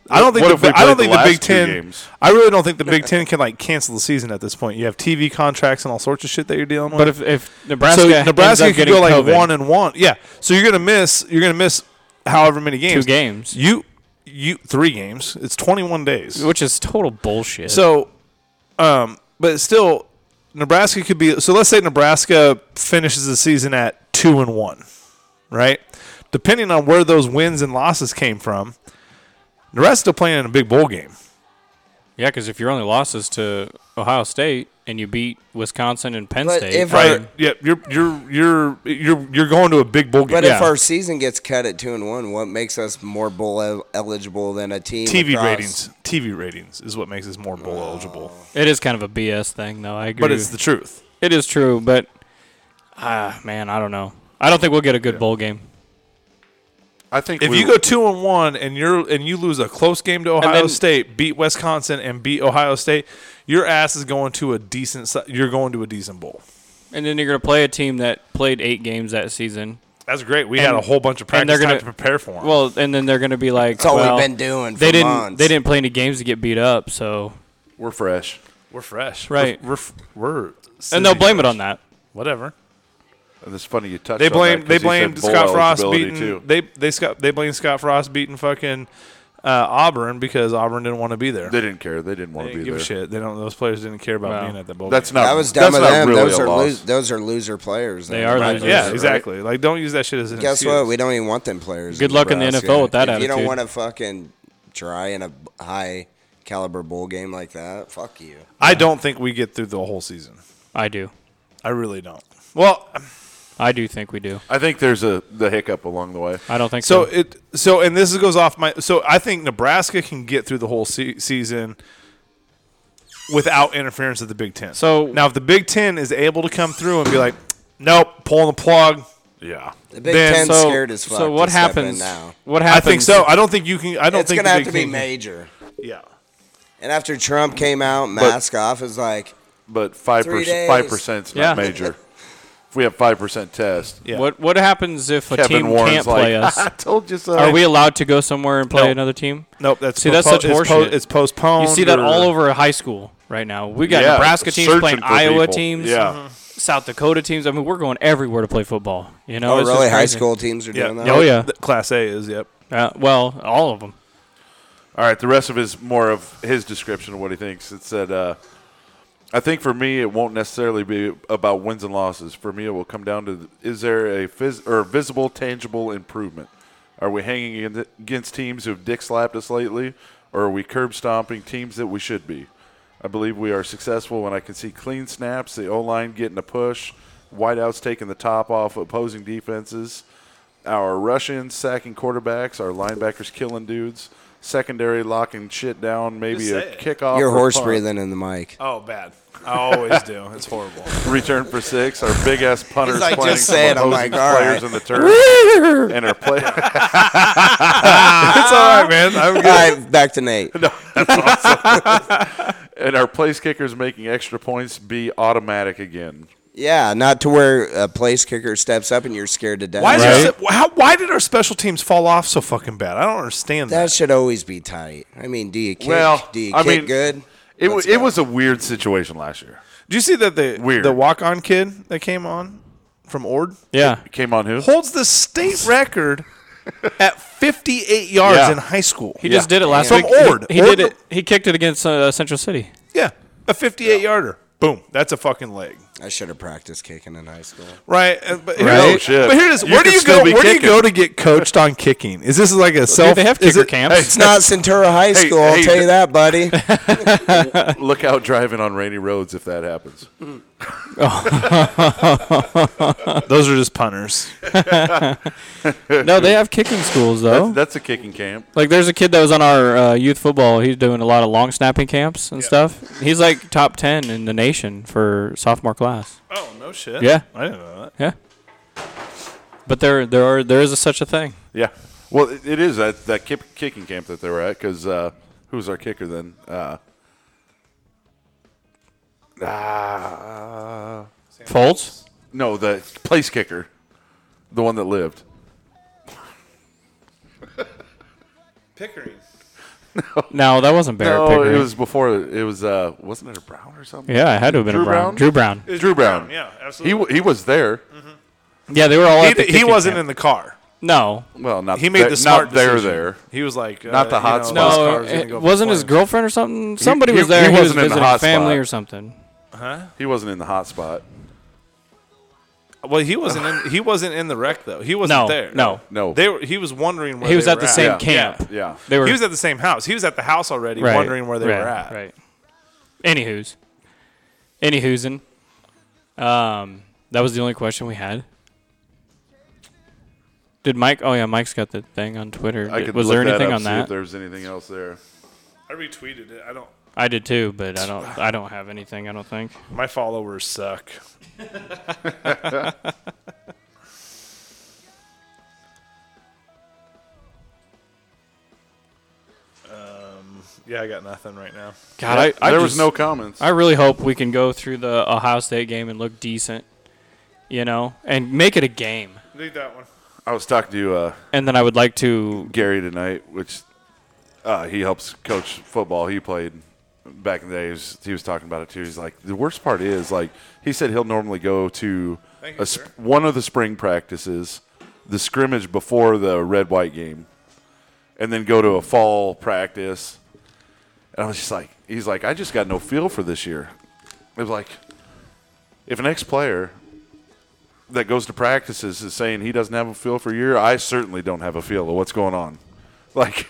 I don't think.
what
The,
if we
Bi- I don't
played
think
the
the, Big
last two
Ten.
games?
I really don't think the Big Ten can like cancel the season at this point. You have TV contracts and all sorts of shit that you're dealing with.
but if, if Nebraska
so
ends
Nebraska
up
could
getting
go like
COVID,
one and one. Yeah. So you're gonna miss. You're gonna miss however many games.
games.
You you three games. It's 21 days.
which is total bullshit.
So, um, but still, Nebraska could be. So let's say Nebraska finishes the season at two and one, right? Depending on where those wins and losses came from, Nebraska's still playing in a big bowl game.
yeah, because if your only losses to Ohio State and you beat Wisconsin and Penn
But
State,
if
Right.
Right.
Yeah. You're you're you're you're you're going to a big bowl game.
But
Yeah.
if our season gets cut at two and one, what makes us more bowl el- eligible than a team?
TV
across-
ratings. TV ratings is what makes us more bowl eligible.
it is kind of a BS thing, though. I agree.
But it's the truth.
It is true, but ah, man, I don't know. I don't think we'll get a good bowl game.
I think
If
we-
you go two and one and you're and you lose a close game to Ohio
then-
State, beat Wisconsin and beat Ohio State, your ass is going to a decent. si- You're going to a decent bowl.
And then you're going to play a team that played eight games that season.
That's great. We
And-
had a whole bunch of
and they're
practice time to
gonna-
prepare for them.
Well, and then they're going to be like,
That's all
well,
we've been doing. For
they didn't.
Months.
They didn't play any games to get beat up. So
we're fresh.
we're fresh,
Right.
We're, f- we're,
and they'll blame it on that.
Whatever.
And it's funny you touched.
They
on
blame
that
they
'cause he said
blamed
bowl
Scott Frost
eligibility,
beating
too.
they they Scott they blamed Scott Frost beating fucking uh, Auburn because Auburn didn't want to be there.
They didn't care. They didn't want
They
to
didn't
be
give
there.
a shit. They don't. Those players didn't care about
Wow.
being at the bowl.
That's
game.
not.
That was dumb
that's
of
not
them.
Really
those
a
are
loss.
lose, those are loser players.
They
though,
are
right?
losers.
Yeah,
Right.
exactly. Like, don't use that shit as an
Guess
excuse.
what? We don't even want them players.
Good luck in the
Nebraska.
NFL with that
if You don't
attitude.
want to fucking try in a high caliber bowl game like that. Fuck you.
I don't think we get through the whole season.
I do.
I really don't. Well,
I do think we do.
I think there's a the hiccup along the way.
I don't think
so
so.
it so and this goes off my so I think Nebraska can get through the whole se- season without interference of the Big 10.
So-
now if the Big 10 is able to come through and be like, "Nope, pulling the plug.
Yeah.
The Big
Then-
Ten's
so-
scared as fuck.
So what
to step in
happens?
now?
What
I
happens?
think so. I don't think you can. I don't
It's
think
gonna
the
have
Big
to be
Ten can-
major.
Yeah,
And after Trump came out, mask off is like
But five
Three
percent
days.
five percent's
Yeah.
not major. if we have five percent test,
yeah.
What What happens if a
Kevin
team
Warren's
can't
like,
play us?
I told you so.
Are we allowed to go somewhere and play
No.
another team?
Nope. That's
See, that's
postpo-
such
it's, po-
horseshit.
it's postponed.
You see that
or-
all over high school right now. We got
Yeah,
Nebraska teams
searching
playing
for
Iowa
people.
teams,
Mm-hmm.
Yeah.
South Dakota teams. I mean, we're going everywhere to play football. You know,
oh,
It's just
really high
crazy.
school teams are
Yeah.
doing that.
Oh, yeah.
The Class A is. Yep.
Uh, well, all of them.
All right, the rest of is more of his description of what he thinks. It said, uh, "I think for me, it won't necessarily be about wins and losses. For me, it will come down to th- is there a phys- or visible, tangible improvement? Are we hanging in- against teams who've dick slapped us lately, or are we curb stomping teams that we should be? I believe we are successful when I can see clean snaps, the O line getting a push, wideouts taking the top off opposing defenses." our Russians sacking quarterbacks, our linebackers killing dudes, secondary locking shit down, maybe
Just
a
say it.
kickoff.
You're
or
horse
punt,
breathing in the mic.
Oh, bad. I always do. It's horrible.
Return for six. Our big ass punters
He's like,
playing
"Just say it."
some
I'm
opposing
like, "All
players
right."
in the turf, and our play.
it's all right, man. I'm
All right, back to Nate.
and our place kickers making extra points be automatic again.
Yeah, not to where a place kicker steps up and you're scared to death.
Why, is
Right?
our se- how, why did our special teams fall off so fucking bad? I don't understand that.
That should always be tight. I mean, do you kick?
Well,
do you
I
kick
mean,
good?
It
Let's
w- it
go.
was a weird situation last year.
Do you see that the
Weird.
the walk on kid that came on from Ord
Yeah.
It came on who?
holds the state record at 58 yards
Yeah.
in high school?
He just did it last
From
week. He-
Ord.
He,
Ord-
did it. He kicked it against uh, Central City.
yeah, a 58 yarder. Boom. That's a fucking leg.
I should have practiced kicking in high school.
Right, uh, but here,
Right?
it
Oh,
is.
shit.
But here it is.
You
where do
can
you
still
go?
be
Where do you
kicking.
go to get coached on kicking? Is this like a self?
they have
is
kicker
it-
camps.
It's not Centura High School.
hey,
I'll tell you that, buddy.
Look out driving on rainy roads if that happens.
Those are just punters.
No, they have kicking schools though.
That's a kicking camp.
Like there's a kid that was on our uh, youth football. He's doing a lot of long snapping camps and stuff. He's like top ten in the nation for sophomore class.
Oh no shit.
Yeah.
I didn't know that.
Yeah. But there, there are there is a such a thing.
Yeah. Well, it, it is that that kick, kicking camp that they were at because uh, who was our kicker then? Uh,
Folds.
uh, no, the place kicker, the one that lived.
Pickering.
No, that wasn't Barrett
No,
Pickering.
it was before. It was uh, wasn't it a Brown or something?
yeah, it had to have been
Drew
a Brown.
Brown?
Drew Brown.
Drew Brown. Mm-hmm.
Yeah, absolutely.
He w- he was there.
Yeah, they were all. at the
He, he
kicking
wasn't in
camp.
the car.
No,
Well, not
He made
there-
the smart
not there
decision.
there.
He was like, uh,
Not the
you
hot
know,
spot.
this
no,
car's gonna
it
go for
wasn't his
flames.
girlfriend or something. Somebody
he-
was there.
he
He, was
wasn't in the
visiting
hot
family
spot.
or something.
He wasn't in the hot spot.
Well, he wasn't in. He wasn't in the wreck though. He wasn't
No,
there.
no.
No.
They were, he was wondering where
He was
they
at
were
the same
Yeah.
camp.
Yeah.
They were.
He was at the same house. He was at the house already,
right,
wondering where they
right,
were at.
Right. Anywho's. Anywho'sin. Um, that was the only question we had. Did Mike? Oh yeah, Mike's got the thing on Twitter.
I
Did-
could
was
look
there
that
anything
up,
on
see If
that?
there was anything else there.
I retweeted it. I don't.
I did too, but I don't. I don't have anything. I don't think.
My followers suck. um, yeah, I got nothing right now.
God, I, I
there
just-
was no comments.
I really hope we can go through the Ohio State game and look decent, you know, and make it a game.
Leave that one.
I was talking to uh,
And then I would like to.
Gary tonight, which uh, he helps coach football. He played back in the day. He was, he was talking about it too. He's like, the worst part is like he said he'll normally go to
Thank
a
you,
sp-
sir.
one of the spring practices, the scrimmage before the red white game, and then go to a fall practice. And I was just like, he's like, I just got no feel for this year. It was like, if an ex player that goes to practices is saying he doesn't have a feel for a year, I certainly don't have a feel of what's going on. Like,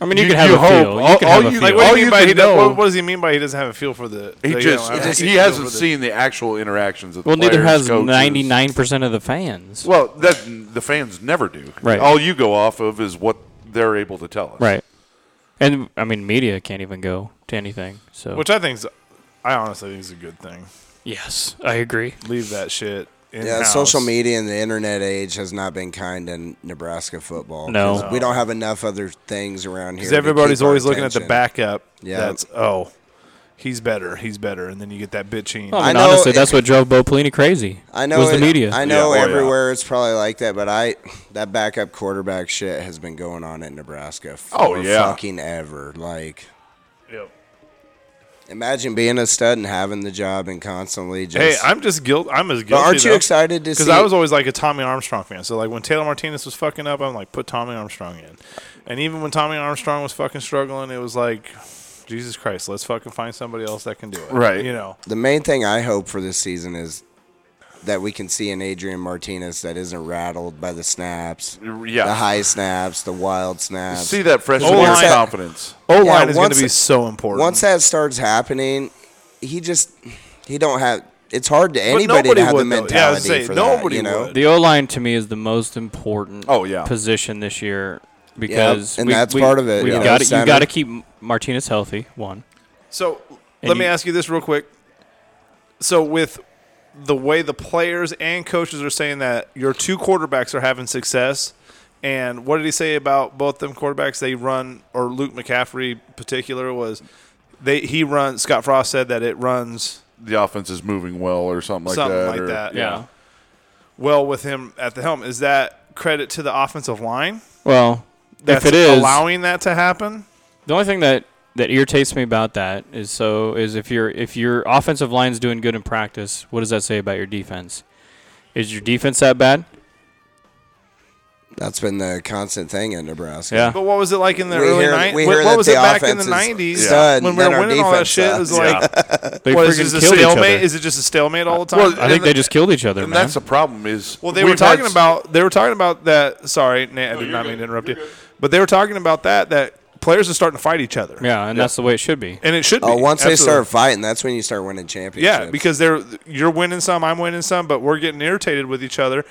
I mean, you,
You-
can have
you
a feel.
hope.
You
All-
can
all
have a
you-
feel.
like,
What,
All
do you
you
mean by
could
he don't-
know-
what, what does he mean by he doesn't have a feel for the?
He
the- you
just
know, I don't
he,
see a feel
hasn't
for the-
seen the actual interactions of
well,
players,
neither has
coaches.
ninety nine percent of the fans.
Well, that the fans never do.
Right.
All you go off of is what they're able to tell us.
Right. And I mean, media can't even go to anything. So
Which I think, I honestly think is a good thing.
yes, I agree.
Leave that shit.
Yeah,
in-house.
social media and the internet age has not been kind in Nebraska football.
No.
'Cause we don't have enough other things around here.
Because
to
everybody's
keep our
always looking at the
attention.
backup.
Yeah.
That's oh, he's better. He's better, and then you get that bitching.
Oh,
Well, I mean,
I know
honestly,
it-
that's what drove Bo Pelini crazy.
I know
was the
it-
media.
I know
Yeah, oh, yeah.
everywhere it's probably like that, but I that backup quarterback shit has been going on at Nebraska for
Oh, yeah.
fucking ever. Like
Yep.
imagine being a stud and having the job and constantly just
Hey, I'm just guilt. I'm as
But
guilty.
aren't you
though.
excited to see
Because I was always like a Tommy Armstrong fan. So like when Taylor Martinez was fucking up, I'm like put Tommy Armstrong in. And even when Tommy Armstrong was fucking struggling, it was like, Jesus Christ, let's fucking find somebody else that can do it.
Right.
You know.
the main thing I hope for this season is that we can see an Adrian Martinez that isn't rattled by the snaps,
Yeah.
the high snaps, the wild snaps.
See that freshman
Oh,
year
yeah.
confidence.
O line is going
once-
to be so important.
Once that starts happening, he just he don't have. It's hard to anybody
nobody
to have the
would, though. Yeah, I was gonna
mentality
say,
for that.
nobody
You know,
would.
The O line to me is the most important.
Oh, yeah.
position this year because
and
we-
that's
we-
part of it,
We've
you know,
got to
center.
you got to keep Martinez healthy. One,
So
And
let me
you-
ask you this real quick. So with the way the players and coaches are saying that your two quarterbacks are having success, and what did he say about both them quarterbacks? They run or Luke McCaffrey in particular was they he runs. Scott Frost said that it runs
The offense is moving well or something like
Something
that.
like
or-
that.
Yeah.
Yeah. well with him at the helm. Is that credit to the offensive line
Well,
that's
if it is
allowing that to happen?
the only thing that that irritates me about that is so is if your if your offensive line's doing good in practice, what does that say about your defense? Is your defense that bad?
that's been the constant thing in Nebraska.
Yeah.
But what was it like in the
We
early
hear-
nineties?
we
What,
hear
what
that
was
the
it back in the
offense is
nineties
stud,
when we
then
were
our
winning all that
defense
shit? It was
sucks.
like
They
What is
freaking
this a
killed each other.
stalemate? Is it just a stalemate all the time?
Well,
I think
and
they
the-
just killed each other,
And
man.
that's the problem is
well, they
we've
were talking
had-
about they were talking about that. Sorry, Nate, I did not mean to interrupt you, but they were talking about that that players are starting to fight each other.
yeah, and that's the way it should be.
and it should.
Oh,
be.
once they
Absolutely.
start fighting, that's when you start winning championships.
yeah, because they're you're winning some, I'm winning some, but we're getting irritated with each other.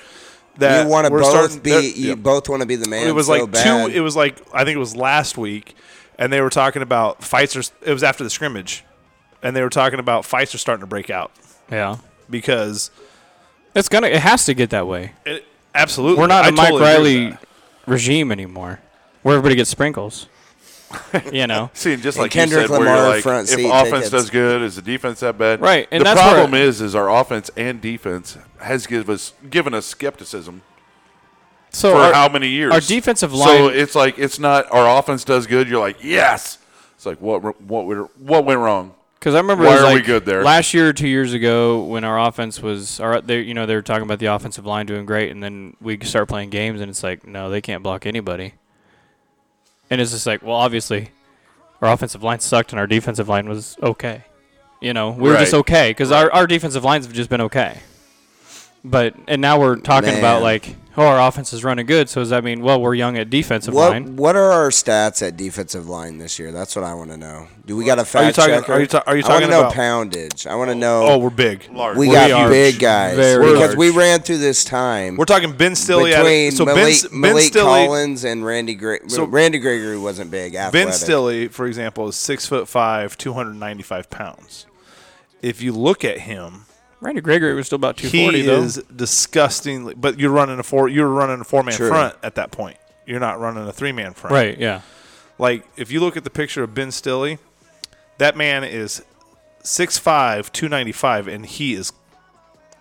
That
you want to
we're starting-
both be,
they're-
you both want to be the man.
it was
so
like
bad.
two. It was like I think it was last week, and they were talking about fights. Are, it was after the scrimmage, and they were talking about fights are starting to break out
Yeah,
because
it's gonna it has to get that way.
it, absolutely
We're not
I
a Mike
totally agree with
Riley
that.
regime anymore, where everybody gets sprinkles. you know,
See, and just
And
like
Kendrick
you said, where
Lamar,
you're like,
front
if
seat
offense
tickets.
does good, is the defense that bad?
Right, and
the
that's where-
problem is, is our offense and defense has give us given us skepticism
so
for
our-
how many years?
our defensive
So
line-
it's like it's not our offense does good. You're like yes. It's like what were- what were- what went wrong?
Because I remember
Why
it was
are we
like
good there?
last year, or two years ago, when our offense was, our, they, you know, they were talking about the offensive line doing great, and then we start playing games, and it's like, no, they can't block anybody. And it's just like, well, obviously, our offensive line sucked, and our defensive line was okay. You know, we were just
Right.
okay because our, our defensive lines have just been okay. But and now we're talking
Man.
about like, oh, our offense is running good. So does that mean, well, we're young at defensive
What
line?
What are our stats at defensive line this year? That's what I want to know. Do we got a fact
talking-
checker?
are you ta- are you
I wanna
talking
know
about-
poundage? I want to know.
Oh, we're big.
we
we
got
are
big guys
very
because
large.
we ran through this time.
We're talking Ben Stilley. at-
between
so ben,
Malik,
Ben
Malik
Stilley,
Collins and Randy. Gre-
So-
Randy Gregory wasn't big. Athletic.
Ben Stilley, for example, is six foot five, two hundred ninety five pounds. If you look at him,
Randy Gregory was still about two forty
he
though.
is disgustingly. But you're running a four. You're running a four man
True.
front at that point. You're not running a three man front.
right, yeah.
Like if you look at the picture of Ben Stilley, that man is 6'5", 295, and he is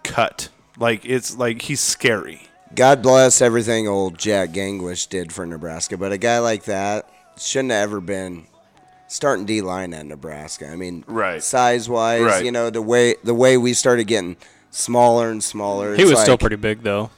cut. Like it's like he's scary.
God bless everything old Jack Gangwish did for Nebraska, but a guy like that shouldn't have ever been starting D line at Nebraska. I mean,
Right.
size wise,
Right.
you know, the way the way we started getting smaller and smaller.
He
it's
was still
like-
pretty big though.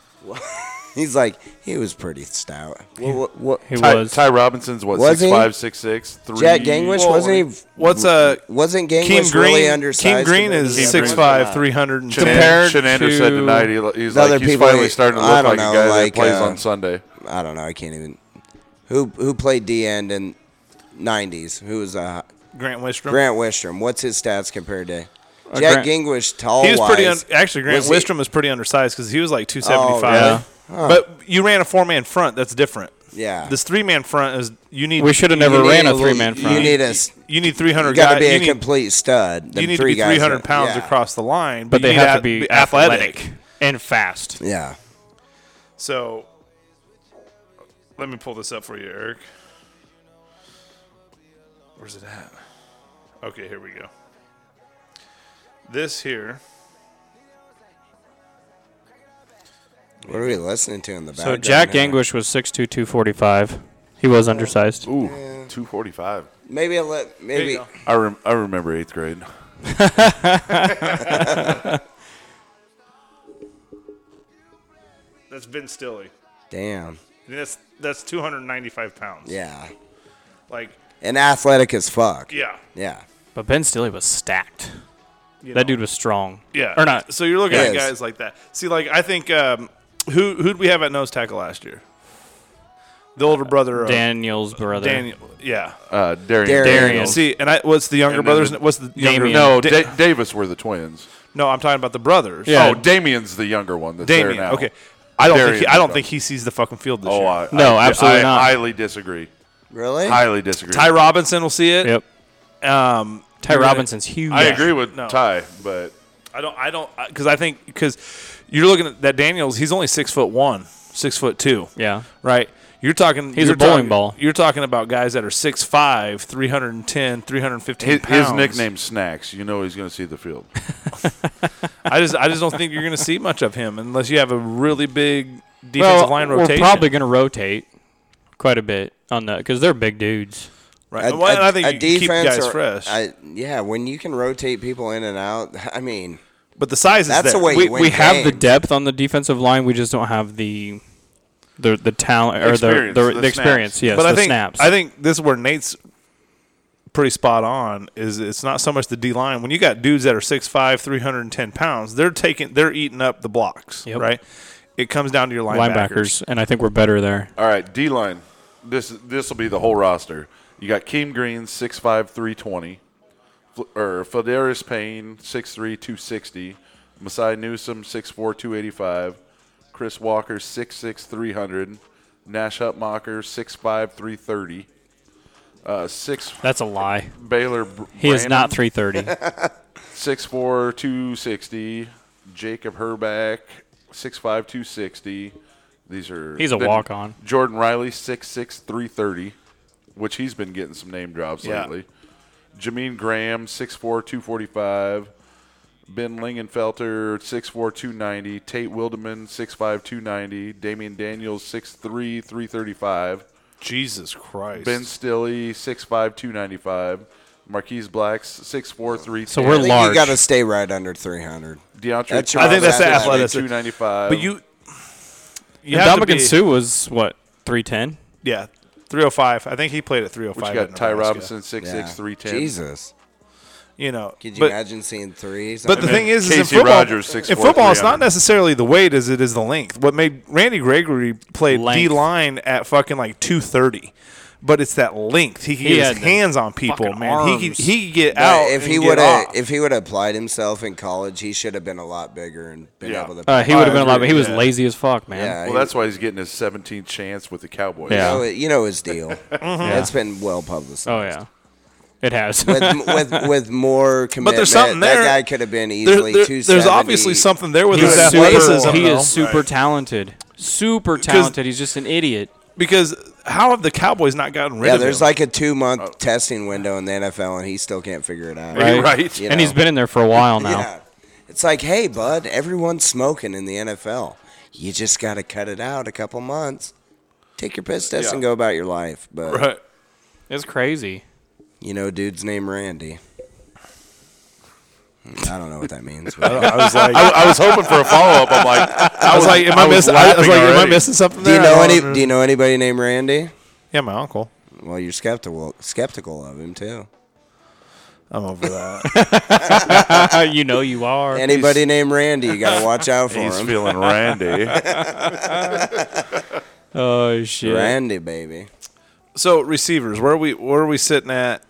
He's like he was pretty stout. What, what, what,
He
Ty,
was.
Ty Robinson's what
Was
six
he?
five six six three.
Jack Gangwish wasn't he?
What's uh
Wasn't
Keem
Gangwish
Green?
really
Keem
undersized?
Green
compared
is
to the
six
others?
five, three hundred and ten.
Compare- compared
Shenander
to
said tonight he, he's
other
like he's
people
finally
he-
starting to
I
look like
don't know,
a guy
like,
that plays
uh,
on Sunday.
I don't know. I can't even. Who who played D end in '90s? Who was uh,
Grant Wistrom.
Grant Wistrom? What's his stats compared to
Grant-
Jack Gingwish? Tall.
Uh, he was pretty un-
wise,
actually Grant
was he- Oh,
Wistrom was pretty undersized because he was like two seventy five.
really?
But you ran a four man front. That's different.
Yeah.
This three man front is you need.
We should have
you
never
need-
ran a
little-
three man front.
You need a. s-
You need three
You
hundred
got to
guys.
be
you
a
need,
complete stud.
you
Them
need to
three
be
guys
three hundred
that-
pounds
yeah.
across the line.
But
you
they
need
have to be athletic. and fast.
Yeah.
So let me pull this up for you, Eric. Where's it at? Okay, here we go. This here.
What are we listening to in the
So
background?
Jack
here?
Anguish was 6'2", 245. He was undersized.
Ooh, 245.
Maybe I'll let maybe
go.
I, rem- I remember eighth grade.
That's Ben Stilley.
damn.
And that's that's 295 pounds.
Yeah.
Like,
And athletic as fuck.
yeah.
Yeah.
But Ben Stilley was stacked.
you
That
know.
dude was strong.
Yeah.
Or not.
So you're looking at
Yes.
guys like that. See, like I think um, who who'd we have at nose tackle last year? The older brother of
Daniel's brother.
Daniel. Yeah.
Uh, Darian.
Darian.
Daniel.
See, and I what's the younger
And then
brother's?
the-
what's the younger?
Damien.
No,
Da-
Da- Davis were the twins.
no, I'm talking about the brothers.
Yeah.
Oh, Damien's the younger one that's
Damien.
there now.
Okay. I don't think
Darian
he, I don't
Bell.
think he sees the fucking field this
Oh,
year.
I,
No,
I-
absolutely
I
not.
highly disagree.
Really?
Highly disagree.
Ty Robinson will see it.
Yep.
Um,
Ty Robinson's huge.
I agree with
No.
Ty, but
I don't. I don't. Because I think because you're looking at that Daniels. He's only six foot one, six foot two.
Yeah.
Right. You're talking.
He's a
you're
bowling
talking-
ball.
You're talking about guys that are 6'5", 310, 315
his,
pounds.
his nickname Snacks. You know he's going to see the field.
I just, I just don't think you're going to see much of him unless you have a really big defensive line
we're
rotation.
probably going to rotate quite a bit on that because they're big dudes.
right. Well, and I think you keep guys
or-
fresh,
I, yeah, when you can rotate people in and out, I mean,
but the size is
That's
there.
a way-
We,
win
we have the
games.
depth on the defensive line. We just don't have the the the talent or the
Experience,
the,
the
the,
snaps.
experience. Yes,
but
the
I think
snaps.
I think this is where Nate's pretty spot on. Is it's not so much the D line when you got dudes that are 6'5", 310 pounds, they're taking they're eating up the blocks,
Yep.
right? It comes down to your linebackers.
linebackers, and I think we're better there.
All right, D line. This this will be the whole roster. You got Keem Green, 6'5", 320. Fl- Or Fladarius Payne, 6'3", 260. Masai Newsom, 6'4", 285. Chris Walker, 6'6", 300. Nash Hutmacher, 6'5", 330. Uh, six
That's a lie.
Baylor. Br-
He is
Branham,
not 330.
Six four two sixty. Jacob Herback, six five two sixty. These are
He's a
then
walk-on.
Jordan Riley, six six three thirty, which he's been getting some name drops
Yeah.
lately. Jameen Graham, six four two forty five. Ben Lingenfelter, six four two ninety. Tate Wildeman, six five two ninety. Damian Daniels, six three three thirty five.
Jesus Christ!
Ben Stilley, six five two ninety five. Marquise Blacks, six four three.
So
I
we're
think
large.
you got to stay right under 300.
DeAndre.
That's your
Thomas,
I think that's the
That's
athletics.
Two ninety five.
But you, you have to
Dominican
be,
Sue was what 310.
yeah, three hundred five. I think he played at three hundred
But
five.
you got Ty Robinson six
Yeah.
six three ten.
Jesus.
You know,
Could you
but,
imagine seeing threes?
But the
then
thing is, is in
Casey
football,
Rogers, 6'4",
in football, it's
300.
not necessarily the weight as it is the length. What made Randy Gregory play
Length.
D line at fucking like two thirty, but it's that length. He can
He
get
had
his
them
hands on people,
fucking
man. He
arms.
could he could get
But
out.
if he would
would
have if he would have applied himself in college, he should have been a lot bigger and been
Yeah.
able to.
Uh, he would have been a lot.
agree,
He was
yeah.
lazy as fuck, man.
yeah,
Well,
he-
that's why he's getting his 17th chance with the Cowboys.
Yeah. Mm-hmm.
you know, you know his deal. It's been well publicized.
Oh yeah, it has.
With, with with more commitment,
there's something there.
that guy could have been
there,
easily
there-
two.
there's obviously something there with
He's
his
was
super-
athleticism.
He
though.
is super talented. Super talented. He's just an idiot.
because how have the Cowboys not gotten rid
Yeah,
of him?
there's like a two month testing window in the NFL, and he still can't figure it out.
Oh. Right.
You
And
know.
he's been in there for a while now.
Yeah. It's like, hey, bud, everyone's smoking in the NFL. You just got to cut it out a couple months. Take your piss test and
Yeah.
go about your life. But,
right.
It's crazy.
you know, dude's name Randy. I don't know what that means.
I,
But
don't know, I was like, I,
I, I was hoping for a follow up. I'm like, I
was like, am I, missing? I, was like, am I missing something
do you
there?
know
I
any?
don't
Do you know anybody named Randy?
Yeah, my uncle.
Well, you're skeptical skeptical of him too.
I'm over that.
you know you are.
Anybody named Randy, you gotta watch out for
He's
him.
feeling Randy.
oh shit.
Randy, baby.
so receivers, where are we where are we sitting at?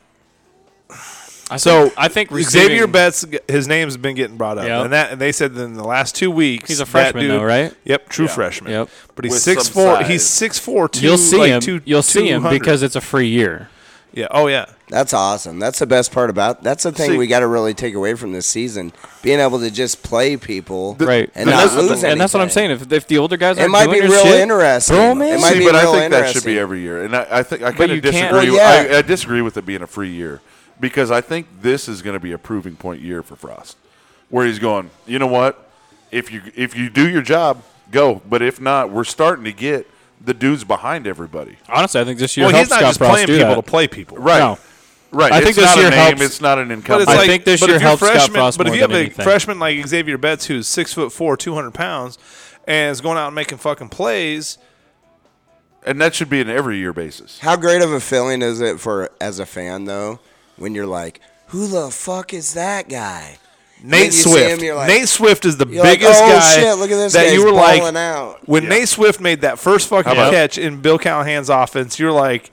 I
So
think, I think receiving,
Xavier Betts, his name's been getting brought up,
Yep.
and that and they said that in the last two weeks
He's a
that
freshman,
dude-
though, right?
Yep, true freshman.
Yep.
but he's
With
six
some
four.
size.
He's six four two.
You'll see
like
him.
Two,
you'll see him
200.
because it's a free year.
Yeah. Oh yeah.
That's awesome. That's the best part about. That's the thing
See-
we got to really take away from this season: being able to just play people,
right.
And not
that's,
lose
and that's what I'm
anything.
saying. If, if the older guys
It
are
might
doing
be
your
real
shit,
interesting.
throw 'em in.
It might
See,
be
but I
real
think that should
interesting.
be every year, and I, I think I kind
you
of
can't-
disagree.
Well,
with-
yeah.
I, I disagree with it being a free year because I think this is going to be a proving point year for Frost, where he's going. You know what? If you if you do your job, go. But if not, we're starting to get the dudes behind everybody.
Honestly, I think this year
Well,
helps
he's not
Scott
just
Frost
playing
do
people
that.
to play people.
Right.
No.
Right.
I
it's
think this
not
year
a name.
helps-
It's not an
But
incumbent.
it's
I
like,
think this
but
year
if you're
helped Scott
freshman,
Frost
But if
more
you have
than
a
anything.
freshman like Xavier Betts who's six foot four, two hundred pounds, and is going out and making fucking plays,
and that should be an every year basis.
How great of a feeling is it for as a fan though, when you're like, "Who the fuck is that guy?"
Nate
you see
Swift.
him, you're like-
Nate Swift is the
you're like,
biggest
"Oh,
guy
shit, look at this
that
guy,
you
he's
were like
balling out."
when Nate Swift made that first fucking
about-
catch in Bill Callahan's offense. You're like,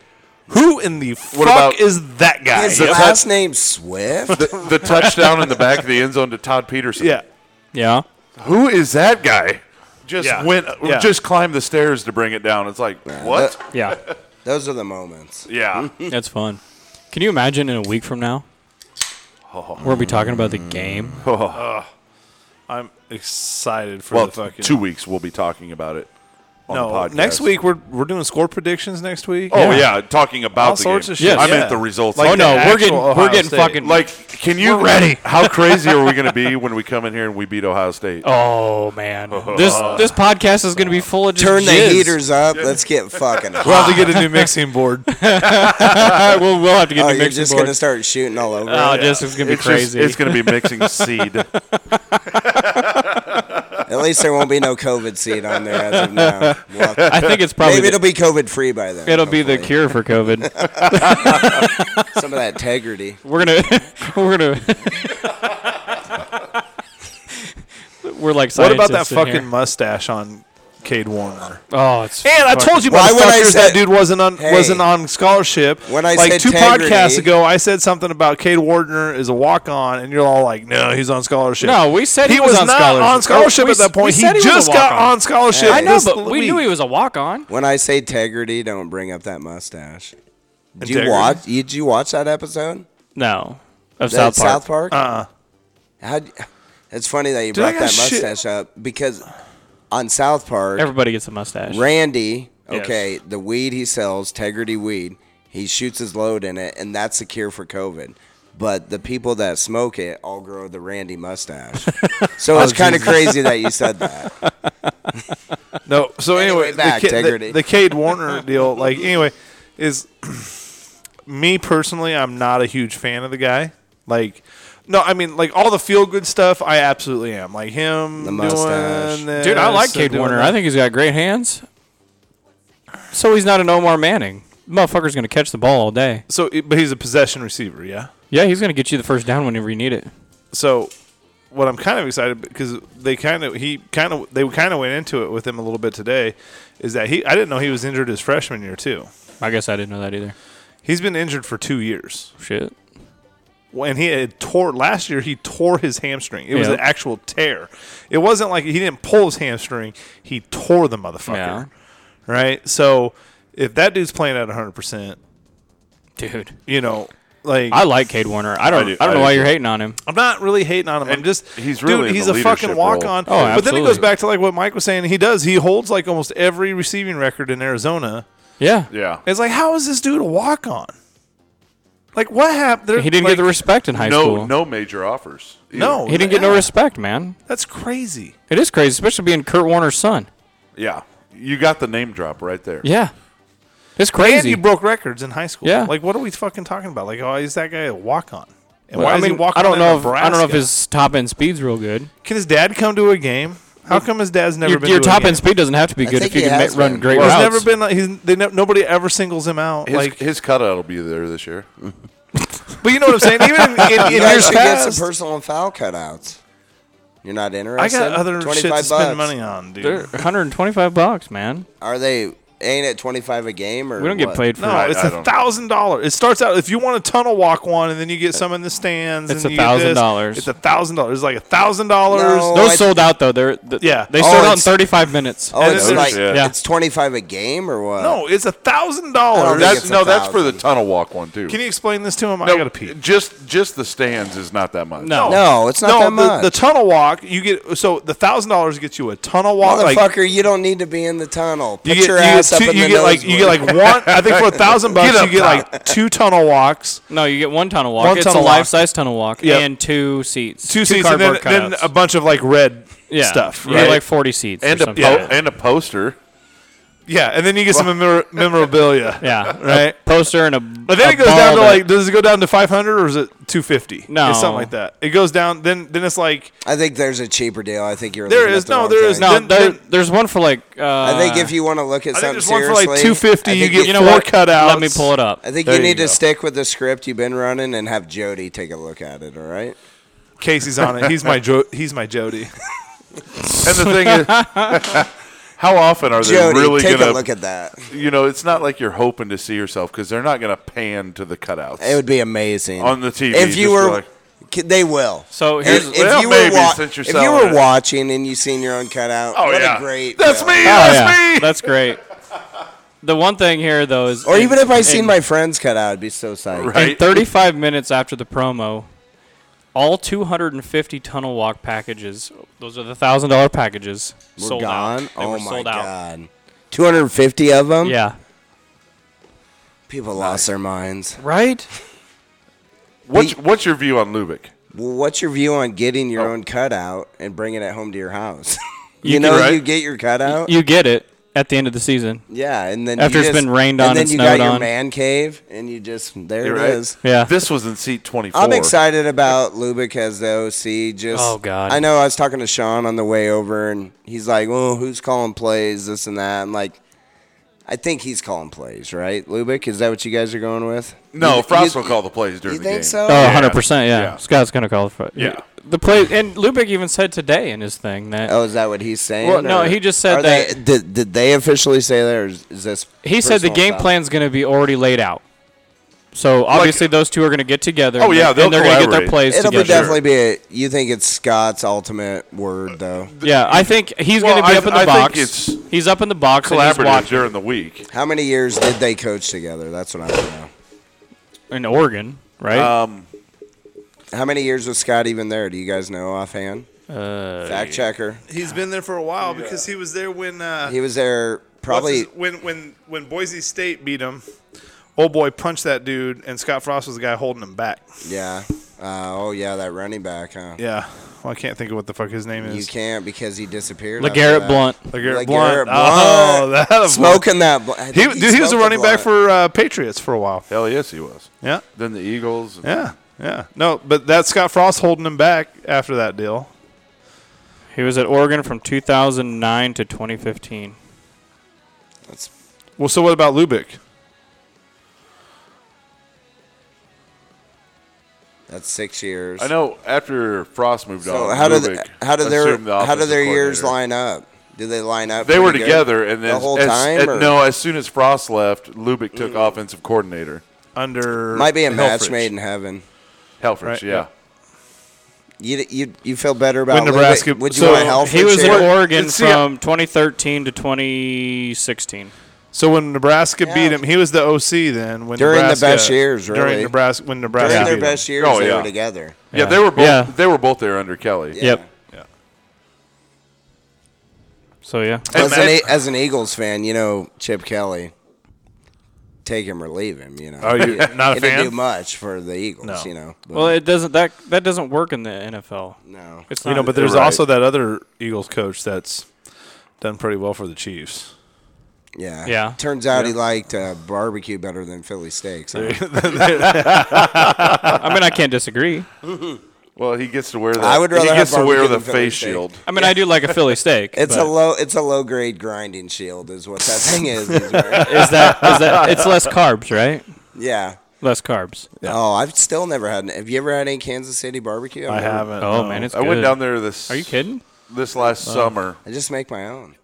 who in the fuck
about-
is that guy?
His
the
last name Swift.
The, the touchdown in the back of the end zone to Todd Peterson.
yeah,
Yeah.
Who is that guy? Just
Yeah.
went.
Yeah.
Just climbed the stairs to bring it down. It's like what?
Yeah.
Those are the moments.
Yeah.
That's fun. Can you imagine in a week from now?
Oh.
We'll be talking about the game.
I'm excited for
Well,
the fucking
two weeks we'll be talking about it on
no
the podcast.
next week. We're we're doing score predictions next week.
Oh yeah, talking about
All
the
sorts
game.
of shit,
I
Yes.
meant
yeah.
the results.
Like
oh no,
the
we're getting
actual
we're
Ohio
getting
State.
fucking
like can you
We're ready.
How crazy are we going to be when we come in here and we beat Ohio State?
Oh man, this this podcast is gonna be full of just
Turn the
jizz.
heaters up. Let's get fucking hot.
We'll have to get a new mixing board.
we'll, we'll have to get
oh,
new
you're
mixing
just
board.
gonna start shooting all over.
oh,
it?
just it's gonna be
it's just-
crazy.
it's going to be mixing seed.
At least there won't be no COVID seed on there as of now. Well,
I think it's probably
maybe
the,
it'll be COVID free by then.
it'll be the
hopefully.
cure for COVID.
Some of that integrity.
we're gonna we're gonna we're like
what about that
scientists in
fucking
here.
mustache on Cade Warner?
Oh, it's
And I told you,
Why would I
motherfuckers,
say-
that dude wasn't on
Hey.
wasn't on scholarship.
When I
like
said
two
integrity-
podcasts ago, I said something about Cade Wardner is a walk on, and you're all like, "No, he's on scholarship."
No, we said
he,
he
was,
was on
not
scholarship.
on scholarship
We
at that
s- we
point. He,
said he was a
just got
walk-on.
on scholarship.
I
I know,
this
but we
week.
knew he was a walk on.
When I say integrity, don't bring up that mustache. Did you
Integrity?
watch? Did you watch that episode?
No, of
That
South Park.
South Park. Uh. How'd, it's funny that you
I
brought that
got shit-
mustache up because on South Park,
Everybody gets a mustache.
Randy,
Yes.
okay, the weed he sells, Tegrity weed, he shoots his load in it, and that's the cure for COVID. But the people that smoke it all grow the Randy mustache. So it's kind of crazy that you said that.
No. So
Anyway,
anyway,
back,
the, Ca-
integrity.
the, the Cade Warner deal, like anyway, is me personally, I'm not a huge fan of the guy. Like, no, I mean, like all the feel good stuff, I absolutely am. Like him,
The mustache.
doing this
Dude, I like
and
Cade
doing
Warner.
that.
I think he's got great hands. So he's not an Omar Manning. Motherfucker's gonna catch the ball all day.
so, but he's a possession receiver, yeah.
Yeah, he's gonna get you the first down whenever you need it.
so what I'm kind of excited because they kind of he kind of they kind of went into it with him a little bit today is that he I didn't know he was injured his freshman year too.
I guess I didn't know that either.
He's been injured for 2 years.
Shit.
When he had tore last year he tore his hamstring. It was
Yeah.
an actual tear. It wasn't like he didn't pull his hamstring, he tore the motherfucker.
Yeah.
Right? So if that dude's playing at 100%,
Dude.
you know, like
I like Cade Warner. I don't I,
I do-
don't
I
know
do
why
too.
you're hating on him.
I'm not really hating on him. I'm
And
just
he's really
dude,
in
he's
the
a fucking
leadership
walk
role.
on.
Oh,
but then it goes
absolutely.
back to like what Mike was saying. He does. He holds like almost every receiving record in Arizona.
Yeah.
Yeah.
It's like how is this dude a walk on? Like what happened?
He didn't get the respect in high
no,
school.
no major offers. either.
No,
He didn't get no
yeah,
respect, man.
That's crazy.
It is crazy, especially being Kurt Warner's son.
Yeah. You got the name drop right there.
Yeah. It's
And
crazy.
he broke records in high school.
Yeah.
Like what are we fucking talking about? Like oh, is that guy a walk on? And
Well,
why
I
is
mean,
he walking?
I don't
in
know if I don't know if
Nebraska?
his top end speed's real good.
can his dad come to a game. How come his dad's never
Your,
been
your
to
top
a game?
end speed doesn't have to be good
think
if you
he
can
has
ma- run
been.
great
Well,
routes.
he's never been like he's they ne- nobody ever singles him out.
His,
like
his cutout will be there this year.
But you know what I'm saying? Even in, in,
You
in
guys
years
should get
past,
some personal and foul cutouts. You're not interested.
I got other shit to
25 bucks.
spend money on, dude.
They're 125 bucks, man.
Are they ain't it twenty five a game or
We don't get
what?
paid for
No,
I-
it's
I
a
don't-
thousand dollars. It starts out if you want a tunnel walk one, and then you get some in the stands.
It's
and you get this.
$1,000.
It's a thousand dollars. It's like a thousand dollars.
No.
Those
Oh, I-
sold out though. They're th-
Yeah.
They
Oh,
sold out in
it's-
35 minutes.
Oh,
And
it's
then
like
there's-
yeah.
it's twenty five a game or what?
No, it's a thousand
I don't
dollars.
think
That's
it's
no,
a
that's for the
thousand.
tunnel walk one too.
Can you explain this to him?
No,
I gotta pee.
Just just the stands is not that much.
No.
No, it's not
no,
that
the,
much.
the tunnel walk you get so the thousand dollars gets you a tunnel walk.
Motherfucker,
Like
you don't need to be in the tunnel. Put
you get,
your
you get
ass
two-
up in
you
the
get like you get like
nosebleed.
one. I think for a thousand bucks you get like two tunnel walks,
No, you get one tunnel walk.
One
it's
tunnel
a
walk.
life-size tunnel walk
Yep.
and two seats,
two, seats, and then,
cardboard
then
cutouts.
a bunch of like red
yeah.
stuff.
You get,
Right?
like 40 seats
and
or
a po-
something.
and a poster.
yeah, and then you get some memor- memorabilia.
yeah, A
Right.
poster and a. But
But then it goes down to like, does it go down to 500 or is it 250?
No.
it's something like that. It goes down. Then then it's like
I think there's a cheaper deal. I think you're
There
looking
is-
at the
no,
wrong
there is
thing.
No,
then-
there,
then-
there's one for like. Uh,
I think if you want to look at
I think
something
there's one for like
seriously,
250,
I
you
think
get
you know what,
four cutouts.
let me pull it up.
I think
There
you
you
need
go.
to stick with the script you've been running and have Jody take a look at it. All right.
Casey's on it. He's my jo- he's my Jody.
And the thing is, how often are they
Jody,
really
take
gonna?
a look at that.
you know, it's not like you're hoping to see yourself because they're not going to pan to the cutouts.
It would be amazing
On the TV,
If you
just
were,
like-
K- they will.
So
If-
here's-
if,
well,
you
maybe
were wa-
since you're
if you
selling
were
it.
watching and you seen your own cutout,
oh
what
yeah,
a great.
That's
film.
me.
Oh,
That's
yeah.
me.
That's great. The one thing here though is,
Or even if I seen
in-
my friend's cutout, I'd be so psyched.
in
right.
35 minutes after the promo, all 250 tunnel walk packages, those are the thousand dollar packages,
We're
sold
gone.
out. They
Oh
were
my
sold out.
god. 250 of them?
Yeah.
People lost their minds.
Right.
What's what's your view on Lubick?
Well, what's your view on getting your
Oh.
own cutout and bringing it home to your house?
You
you,
can-
know,
right.
you get your cutout.
You get it at the end of the season.
yeah, and then
After
you
it's
just-
been rained on
and then
and
you got
snowed
your
on.
man cave, and you just there
You're
it
right.
is.
Yeah.
This was in seat 24.
I'm excited about Lubick as the OC. Just
Oh, God.
I know I was talking to Sean on the way over, and he's like, "Well, who's calling plays? This and that." I'm like, I think he's calling plays, right? Lubick, is that what you guys are going with?
No,
You-
Frost
you-
will call the plays during
You
the
think
game. Uh-huh.
so?
Oh,
Yeah.
100%. Yeah.
Yeah.
Scott's going to call it. for-
Yeah.
The play and Lubick even said today in his thing that
Oh, is that what he's saying?
Well, no,
or-
he just said
are
that-
They, did, did they officially say that, or is is this?
he said the
personal
game
stuff?
plan's going to be already laid out. So obviously those two are going to get together.
Oh,
and
yeah,
they-
they'll
and they're gonna get their
collaborate.
plays
It'll be
together.
definitely be. A, you think it's Scott's ultimate word, though?
Yeah, I think he's
Well,
going to be
I-
up in the
I think
box.
it's
he's up in the box and he's
Collaborative
watching
during the week.
How many years did they coach together? That's what I want to know.
in Oregon, right?
Um,
How many years was Scott even there? Do you guys know offhand?
Uh,
Fact checker.
He's been there for a while because he was there when uh,
He was there
what's
probably.
his- when when when Boise State beat him. Old boy punched that dude, and Scott Frost was the guy holding him back.
Yeah. Uh, oh yeah, that running back, huh?
Yeah, well, I can't think of what the fuck his name
You
is.
can't because he disappeared. after
LeGarrette
that.
Blunt.
LeGarrette
LeGarrette
Blunt.
Blunt.
Oh, that a-
Smoking that. Bl-
He, dude, he was a running back for uh, Patriots for a while.
hell yes, he was.
Yeah,
Then the Eagles.
yeah, yeah. No, but that's Scott Frost holding him back after that deal.
He was at Oregon from 2009 to 2015.
That's,
Well, so what about Lubick?
that's six years.
I know after Frost moved
So
on,
how do
Lubick
th- how do their
assumed the
how do
offensive
their years
coordinator.
line up? Do they line up?
They were
pretty good
together, and then
the whole
as-
time.
and-
or- Mm.
no, as soon as Frost left, Lubick took offensive coordinator.
Under
might be a match
Helfrich.
made in heaven.
Helfrich,
Right,
yeah.
You you you feel better about
When
Lou-
Nebraska-
Would you
so
want Helfrich?
He was at
here?
Oregon
and see,
from 2013 to 2016.
So when Nebraska
Yeah.
beat him, he was the OC then. When
During the
Nebraska-
best years, really.
During Nebraska, when Nebraska
during their
beat
best years.
Oh,
They
yeah.
were together.
yeah, They were both.
Yeah.
They were both there under Kelly.
Yeah.
Yep.
Yeah.
So yeah,
And
As an,
Matt-
E- as an Eagles fan, you know Chip Kelly, take him or leave him. You know,
Oh, you- not a
he didn't
fan?
do much for the Eagles.
No.
You know, but
well, it doesn't that that doesn't work in the NFL.
no,
It's
him. You know, but there's
Right.
also that other Eagles coach that's done pretty well for the Chiefs.
yeah,
Yeah.
Turns out he liked uh, barbecue better than Philly steaks. huh?
I mean, I can't disagree.
Well, he gets to wear the.
I would rather
he gets
have
to wear
barbecue
the
than Philly
face
steak.
shield.
I mean, I do like a Philly steak.
It's a
but
low, it's a low grade grinding shield, is what that thing is. is right?
is that is that it's less carbs, right?
yeah.
Less carbs.
Oh, I've still never had. Have you ever had any Kansas City barbecue?
I
I've never-
haven't.
Oh
no.
man, it's.
I went
good.
down there this.
Are you kidding?
This last summer,
I just make my own.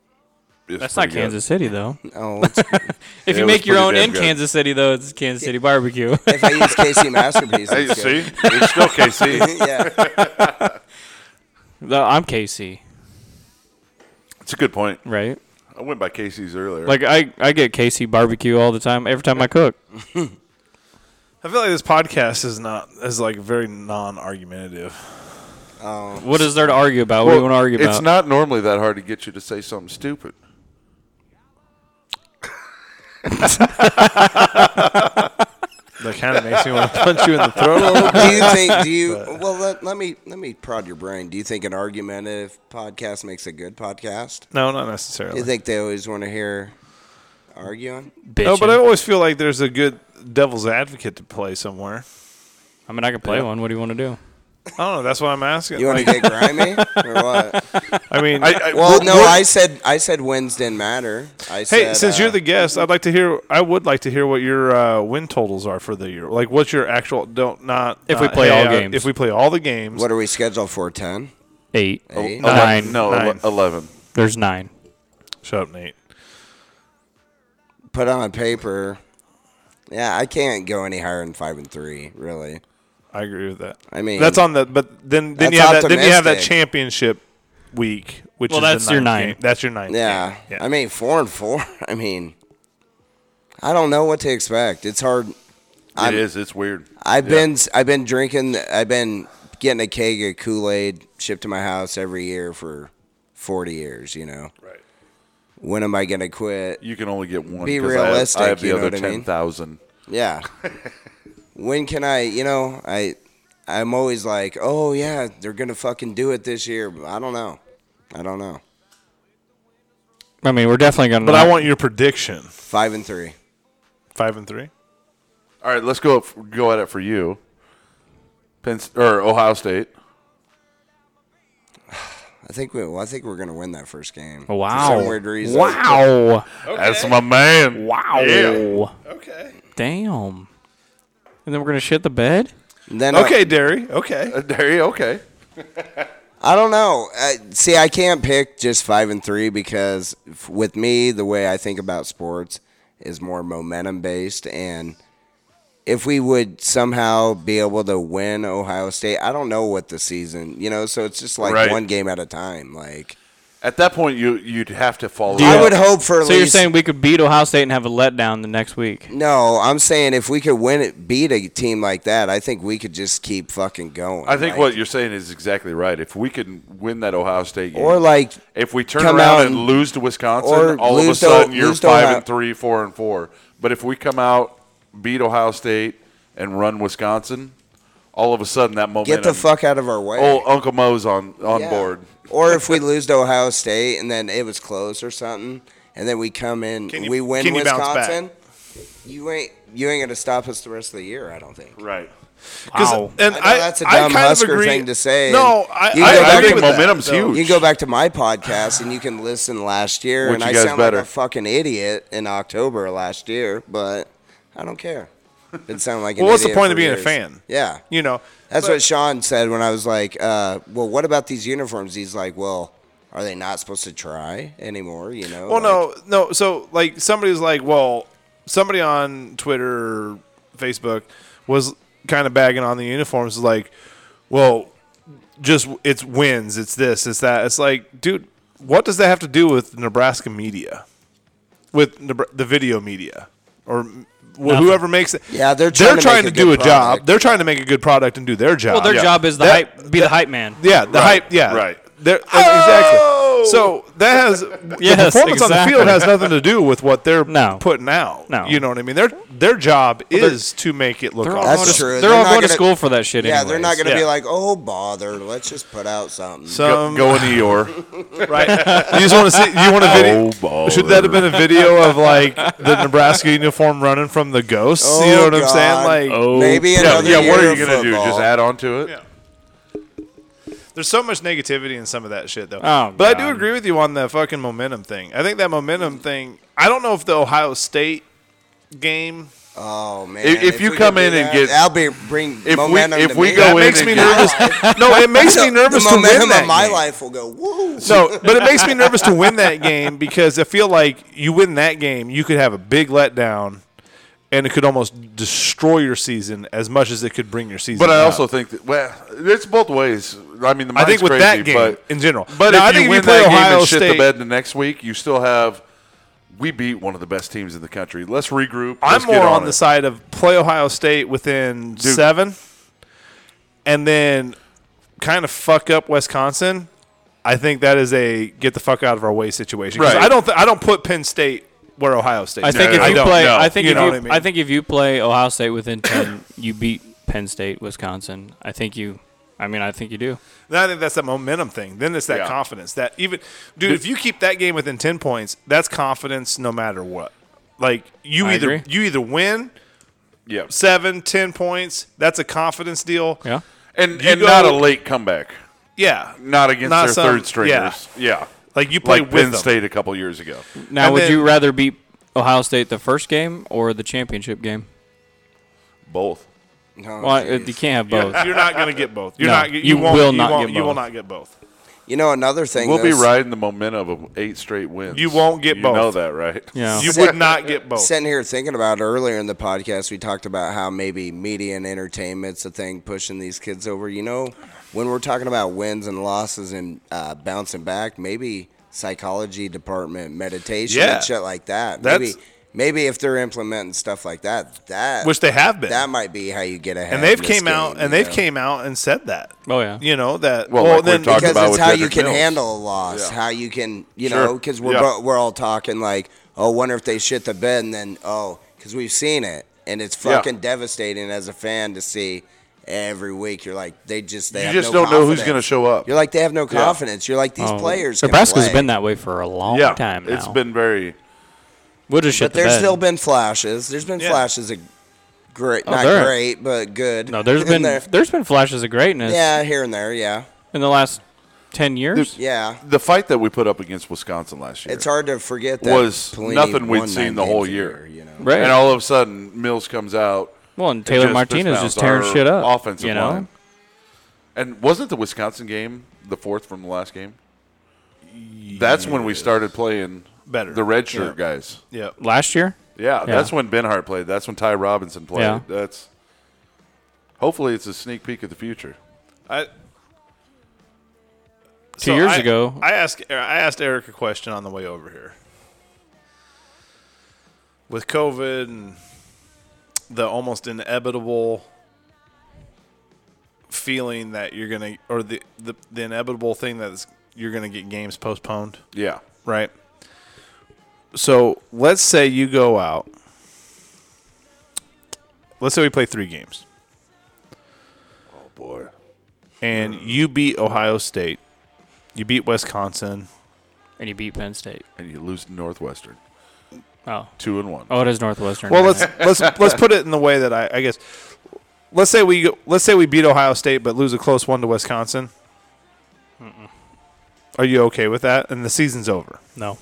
is
That's not
pretty good.
Kansas City though.
Oh, it's,
If
It
you
was
make your
pretty
own
damn
in
good.
Kansas City though, it's Kansas City barbecue.
if I use KC masterpiece,
Hey,
it's
see,
good.
it's still KC.
yeah,
No, I'm KC,
It's a good point.
right?
I went by KC's earlier.
Like I, I get KC barbecue all the time. Every time I cook,
I feel like this podcast is not is like very non-argumentative.
what is there to argue about? What do you want to argue
it's
about?
not normally that hard to get you to say something stupid.
That kind of makes me want to punch you in the throat.
do you think? Do you? Well, let, let me let me prod your brain. Do you think an argumentative podcast makes a good podcast?
No, not
You
necessarily.
think they always want to hear arguing?
Bitchin'.
No, but I always feel like there's a good devil's advocate to play somewhere.
I mean, I can play one. What do you want to do?
I don't know. That's what I'm asking.
You want to
Like,
get grimy or what?
I mean,
I, I,
Well,
we're-
no,
we're-
I said I said wins didn't matter. I
hey,
said,
since
uh,
you're the guest, I'd like to hear. I would like to hear what your uh, win totals are for the year. Like, what's your actual? Don't not
If we
not-
play all
uh,
games.
If we play all the games,
what are we scheduled for? Ten.
Eight.
Oh,
Eight?
Nine.
no,
Nine.
eleven.
There's nine.
shut up, Nate.
Put on paper. Yeah, I can't go any higher than five and three. Really,
I agree with that.
I mean-
that's on the. But then then
That's
you have that, then you have that
optimistic.
championship week, which
Well,
is the
that's your
ninth
nine.
game. That's your nine.
yeah. I mean, four and four. I mean, I don't know what to expect. It's hard. I'm-
It is. It's weird.
I've
Yeah.
been I've been drinking I've been getting a keg of Kool Aid shipped to my house every year for forty years. You know. Right. When am I gonna quit?
You can only get one.
Be
'cause I have-
realistic,
I have, the
you know
other
what I mean?
ten thousand.
Yeah. when can I? You know I. I'm always like, oh yeah, they're gonna fucking do it this year. But I don't know. I don't know.
I mean, we're definitely gonna.
but
uh,
I want your prediction.
Five and three.
Five and three.
All right, let's go up, go at it for you. Penn S- or Ohio State.
I think we. Well, I think we're gonna win that first game. For
Oh, Wow.
some weird reason.
Wow.
That's my man.
Wow.
Okay.
Damn. And then we're gonna shit the bed.
And Then I-
Okay, Derry. Okay.
Uh, There you okay.
I don't know. I, see, I can't pick just five and three because f- with me, the way I think about sports is more momentum based. And if we would somehow be able to win Ohio State, I don't know what the season, you know. So it's just like
Right.
one game at a time. Like
At that point, you you'd have to follow.
Do you-
I would hope for. At
So
least,
you're saying we could beat Ohio State and have a letdown the next week?
No, I'm saying if we could win it, beat a team like that, I think we could just keep fucking going.
I think
like-
what you're saying is exactly right. If we can win that Ohio State game,
or like
if we turn
come
around
out
and
and-
lose to Wisconsin,
or
all of a
lose to-
sudden you're
lose to
five
Ohio-
and three, four and four. But if we come out, beat Ohio State, and run Wisconsin, all of a sudden that momentum.
get the fuck out of our way.
Oh, Uncle Mo's on on
Yeah.
board.
or if we lose to Ohio State and then it was close or something, and then we come in,
Can you-
we win
can you bounce back?
Wisconsin. You ain't you ain't gonna stop us the rest of the year. I don't think.
Right.
'Cause-
Wow.
And
I
I,
know that's a
I
dumb
kind
Husker
of agree.
thing to say,
No,
and
I,
you
I,
go back
I agree
to
with
that.
that,
Momentum's
though.
huge.
You can go back to my podcast and you can listen last year,
Which
and
you
I
guys
sound
better.
like a fucking idiot in October last year, but I don't care. It sounded like an
Well, what's the
idiot
point
for
of being a
years.
fan?
Yeah,
You know,
That's
but-
what Sean said when I was like, uh, "Well, what about these uniforms?" He's like, "Well, are they not supposed to try anymore?" You know.
Well,
like-
no, no. So like somebody's like, well, somebody on Twitter, or Facebook was kind of bagging on the uniforms, like, well, just it's wins, it's this, it's that. It's like, dude, what does that have to do with Nebraska media, with Nebra- the video media, or m- wh- whoever makes it?
Yeah, they're trying
they're
to
trying to
make a
do a
good
job.
product.
They're trying to make a good product and do their job.
Well, their
Yeah.
job is the
That-
hype. Be the hype man.
Yeah, the
Right,
hype. Yeah,
right.
There,
Oh!
Exactly. So that has the
Yes,
performance on the
exactly.
field has nothing to do with what they're
No.
putting out.
No.
you know what I mean. Their their job is to make it look.
They're all
awesome.
going, to,
That's true.
They're
They're
all
not
going to
gonna-
school for that shit.
Yeah, they're not
anyways.
going to be
yeah.
like, "Oh, bother, let's just put out something."
Some
go into your
right. You just want to see. You want a video.
Oh,
Should that have been a video of like the Nebraska uniform running from the ghosts?
Oh,
you know what I'm
God.
saying? Like,
Oh.
Maybe
yeah,
another
yeah,
year
what are
of
you gonna do?
football.
Just add on to it?
Yeah. There's so much negativity in some of that shit, though.
Oh,
but I do
God.
agree with you on the fucking momentum thing. I think that momentum thing. I don't know if the Ohio State game
Oh man!
If- if you
we
come
could do
in and
that,
get-
that'll be bring
we-
momentum.
if
to
we
me.
go
That
in
makes
and
me
get-
nervous. no, it makes me nervous
the
to
momentum
win that
of my
game.
life will go woo.
No, but it makes me nervous to win that game because I feel like you win that game, you could have a big letdown, and it could almost destroy your season as much as it could bring your season.
But I
up.
also think that well, it's both ways. I mean, the
I
mind's
think with
crazy,
that game
but
in general.
But
Now,
if
I
you
think if you
win
play
that game
Ohio
and shit the
State-
bed the next week, you still have. We beat one of the best teams in the country. Let's regroup.
I'm
Let's get
more on,
it.
the side of play Ohio State within seven, and then kind of fuck up Wisconsin. I think that is a get the fuck out of our way situation. 'Cause
Right.
I don't. Th- I don't put Penn State where Ohio State.
I think if you
don't.
play,
no.
I think
You
if
know
you,
what I
I,
mean.
think if you play Ohio State within ten, you beat Penn State, Wisconsin. I think you. I mean, I think you do.
Then I think that's that momentum thing. Then it's that
Yeah.
confidence. That even dude, if you keep that game within ten points, that's confidence no matter what. Like you
I
either
agree.
you either win
yeah,
seven, ten points. That's a confidence deal.
Yeah.
and
you
and
go-
not a late comeback,
Yeah.
not against
Not
their
some-
third stringers. Yeah,
Like you play
like
with
Penn
them.
State a couple years ago.
Now,
And
would
then-
you rather beat Ohio State the first game or the championship game?
Both.
No,
Well,
uh,
I-
geez.
you can't have both.
You're not going to get both. You're
No,
not. You,
you
won't,
will
you
not
won't-
get
You will
both.
not get both.
you know another thing.
We'll be
though,
riding the momentum of eight straight wins.
You won't get
you
both.
know that, right?
Yeah.
You would not get both.
Sitting here thinking about earlier in the podcast, we talked about how maybe media and entertainment's a thing pushing these kids over. You know, when we're talking about wins and losses and uh, bouncing back, maybe psychology department, meditation,
Yeah.
and shit like that.
That's-
maybe, maybe if they're implementing stuff like that, that
Which they have been.
that might be how you get ahead.
and they've
in this
came out
game,
and
you
they've
know?
came out and said that.
Oh, yeah.
You know that.
Well, like we're
then
talking
because
about
it's
with
how you
Jedrick
can
Mills.
handle a loss,
Yeah.
how you can, you
Sure.
know, because we're
Yeah.
bo- we're all talking like, oh, wonder if they shit the bed, and then oh, because we've seen it, and it's
Yeah.
fucking devastating as a fan to see every week. You're like, they just they
You
have
just
no
don't know who's
confidence.
gonna show up.
You're like, they have no confidence. You're like, these
Oh,
players. can
Nebraska's
play.
been that way for a long
yeah.
time now.
It's been very.
We'll just shit
but
the
there's
bed.
still been flashes. There's been
Yeah.
flashes of great, not
Oh, there-
great, but good.
no. There's
And
been
there-
there's been flashes of greatness
yeah, here and there, yeah,
in the last ten years.
yeah.
The fight that we put up against Wisconsin last year.
It's hard to forget that
Was
Pelini
nothing we'd
won
seen
nine
the whole
games a
year.
you know.
Right.
And all of a sudden, Mills comes out.
well, and
and
Taylor
just
Martinez
dismounts
just tearing
our
shit up.
Offensive
you know.
line. And wasn't the Wisconsin game the fourth from the last game? That's when we started playing
Better.
the red shirt guys.
Yeah.
Last year.
Yeah,
Yeah.
that's when Ben Hart played. That's when Ty Robinson played.
Yeah.
That's hopefully it's a sneak peek of the future.
I,
Two years
I-
ago.
I asked I asked Eric a question on the way over here. With COVID and the almost inevitable feeling that you're gonna, or the the, the inevitable thing that you're gonna get games postponed,
Yeah,
right? So let's say you go out. Let's say we play three games,
boy.
and you beat Ohio State, you beat Wisconsin,
and you beat Penn State.
And you lose to Northwestern
Oh.
two and one.
Oh, it is Northwestern.
Well,
You're
let's
right.
let's let's put it in the way that I, I guess. Let's say we let's say we beat Ohio State, but lose a close one to Wisconsin. Are you okay with that? And the season's over.
no.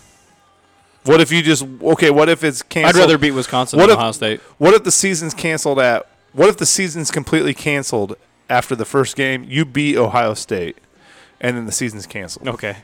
What if you just okay? What if it's
I'd
canceled?
rather beat Wisconsin
What
than
if-
Ohio State.
What if the season's canceled at? What if the season's completely canceled after the first game? You beat Ohio State, and then the season's canceled.
Okay.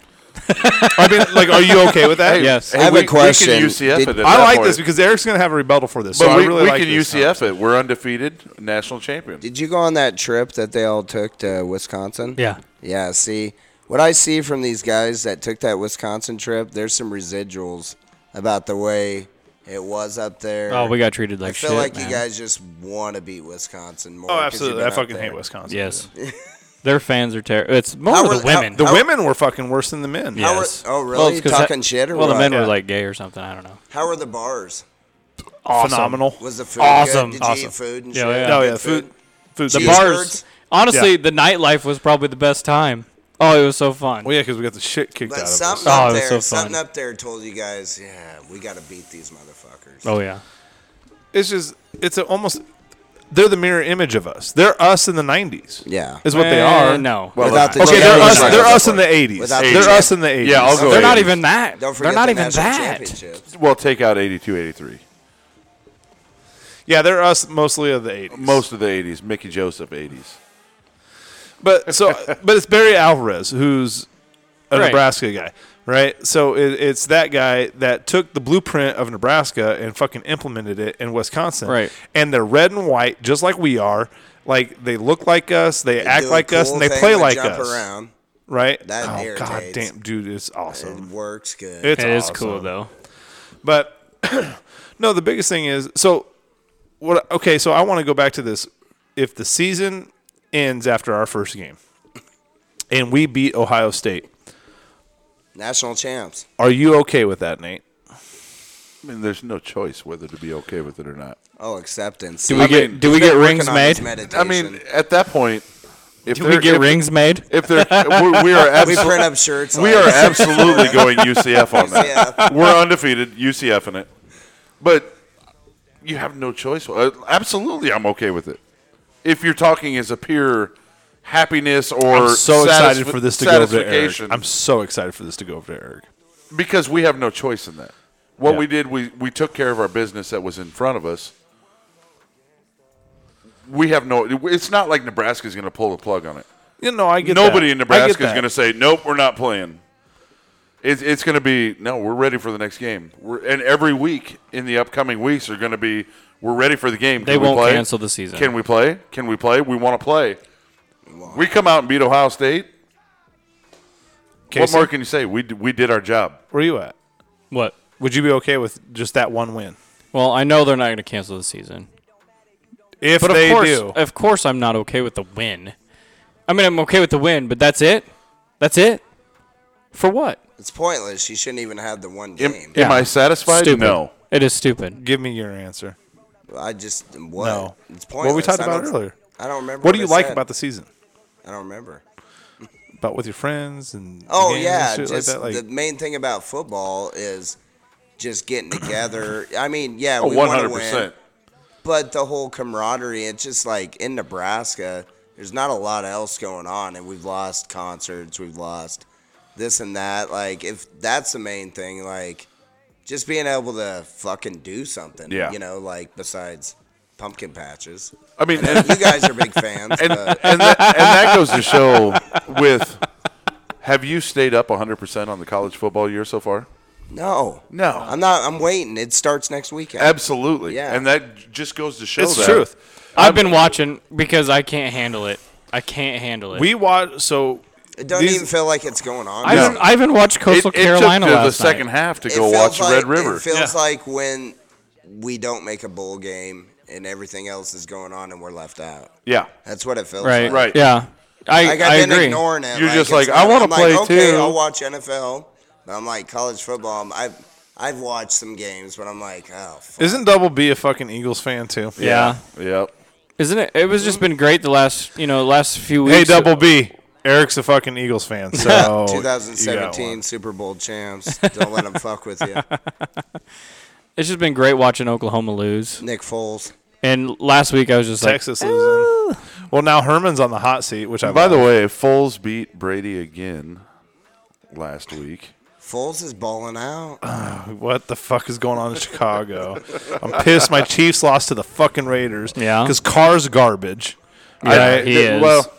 I mean, like, are you okay with that?
Yes.
I have
we,
a question.
We can UCF it
Did-
at that
I like
point.
this because Eric's going to have a rebuttal for this.
but
so
we,
I really
we
like
can
this
UCF it. We're undefeated, national champion.
Did you go on that trip that they all took to Wisconsin?
Yeah.
Yeah, see, what I see from these guys that took that Wisconsin trip, there's some residuals about the way it was up there.
Oh, we got treated like
I feel
shit.
like
man.
you guys just want to beat Wisconsin more.
Oh,
'cause you've
absolutely.
been
I
up
fucking
there.
hate Wisconsin.
Yes. Their fans are terrible. It's more
How
the
were- how-
women.
The
How-
women were fucking worse than the men.
Yeah.
were-
yes.
oh,
Well,
really?
it's 'cause
Talking shit or
Well, the
what?
men were
Yeah.
like gay or something. I don't know.
How are the bars?
Phenomenal.
Was the food
Awesome,
Good? Did you
awesome.
eat food and
Yeah,
shit?
yeah.
No,
Oh,
yeah,
Good
food, food,
The
Cheeseburgers?
bars. Honestly, the nightlife was probably the best time. Oh, it was so fun.
Well, yeah, because we got the shit kicked out
But
of
something
us.
Oh, it
up
was
there,
so
something
fun.
up there told you guys, yeah, we got to beat these motherfuckers.
Oh yeah.
It's just, it's a, almost, they're the mirror image of us. They're us in the '90s.
Yeah.
is what they
Eh,
are.
No.
Well,
they're
without
not.
the-
Okay,
Yeah,
they're
yeah,
us.
yeah.
They're us in the '80s.
Without the
They're
jam.
us in the '80s.
Yeah, I'll go
they're not
80s.
even that.
Don't
They're
forget
not
the
even
national
that.
championships.
Well, take out 82, 83.
Yeah, they're us mostly of the 80s.
Most of the 80s, Mickey Joseph 80s.
But so, but it's Barry Alvarez who's a
Right.
Nebraska guy, right? So it, it's that guy that took the blueprint of Nebraska and fucking implemented it in Wisconsin,
Right.
And they're red and white, just like we are. Like they look like us, they, act
Do a
like us,
cool
and they
thing
play
and
like
jump
us,
around.
right?
That
oh god,
irritates.
damn, dude, it's
It
awesome.
works good.
It's
It is
awesome.
cool though.
But no, the biggest thing is so what okay, so I want to go back to this if the season ends after our first game and we beat Ohio State.
National champs.
Are you okay with that, Nate?
I mean, there's no choice whether to be okay with it or not.
Oh, acceptance.
Do we get do we get rings made?
I mean, at that point, if
Do we
they're-
get
if,
rings made?
if they're we- we are
we
absolutely
print up shirts.
we
like-
are absolutely going UCF on that.
UCF.
We're undefeated, UCF in it, but you have no choice. Uh, Absolutely, I'm okay with it. If you're talking as a pure happiness or
I'm so excited
satisfa-
for this to go over to Eric.
satisfaction,
I'm so excited for this to go over to Eric.
because we have no choice in that. What
Yeah.
we did, we, we took care of our business that was in front of us. We have no. It's not like Nebraska's going to pull the plug on it.
You know, I get
Nobody
that.
in Nebraska
I
is
get
going to
that.
say, "Nope, we're not playing." It's it's going to be no. We're ready for the next game. We're, and every week in the upcoming weeks are going to be we're ready for the game.
They
Can we
won't
play?
cancel the season.
Can we play? Can we play? We want to play. We come out and beat Ohio State. What
Casey?
more can you say? We d- we did our job.
Where you at?
What?
Would you be okay with just that one win?
Well, I know they're not going to cancel the season.
If
But of
they
course,
do.
uh,
of course, I'm not okay with the win. I mean, I'm okay with the win, but that's it. That's it. For what?
It's pointless. She shouldn't even have the one
Am,
game.
am I satisfied?
Stupid.
No.
It is stupid.
Give me your answer.
I just what?
No.
It's
What we
pointless.
talked
I
about
don't-
earlier.
I don't remember.
What do you
I
like
said.
about the season?
I don't remember.
About with your friends and
Oh
games and
yeah,
shit
just
like that? Like,
the main thing about football is just getting together. I mean, yeah,
Oh,
Oh, we
One
want to
hundred
win,
percent.
but the whole camaraderie. It's just like in Nebraska, there's not a lot else going on, and we've lost concerts, we've lost this and that. Like if that's the main thing, like just being able to fucking do something.
Yeah.
you know, like besides pumpkin patches.
I mean, and,
you guys are big fans.
and,
but
and, that, and that goes to show with have you stayed up 100% on the college football year so far?
no,
No.
I'm not. I'm waiting. It starts next weekend.
Absolutely.
Yeah.
And that j- just goes to show
It's
that.
truth.
I've been watching because I can't handle it. I can't handle it.
we watch so
It doesn't
these-
even feel like it's going on.
I, even,
No.
I even watched
It,
Coastal
it
Carolina
took to
last
the second
night.
half to
It
go
feels
watch
like-
Red River.
It feels
Yeah.
like when we don't make a bowl game and everything else is going on and we're left out.
yeah.
That's what it feels
Right.
like.
Right.
Yeah. I,
Like
I
I've been
agree.
ignoring it.
You're just like,
it's
I wanna
I'm
play
like, okay,
too.
I'll watch NFL, but I'm like college football. I'm, I've I've watched some games, but I'm like, oh, fuck.
Isn't Double B a fucking Eagles fan too?
yeah.
Yep.
Isn't it? It was just been great the last you know last few weeks.
Hey, Double B. Eric's a fucking Eagles fan, so
Oh,
2017 Super Bowl champs. Don't let them fuck with you,
It's just been great watching Oklahoma lose.
Nick Foles.
And last week I was just
Texas is in. Well, now Herman's on the hot seat, which I
By the
love.
way, Foles beat Brady again last week.
Foles is balling out.
what the fuck is going on in Chicago? I'm pissed. My Chiefs lost to the fucking Raiders.
Yeah.
because Carr's garbage.
like, yeah,
I-
he
th-
is.
Well,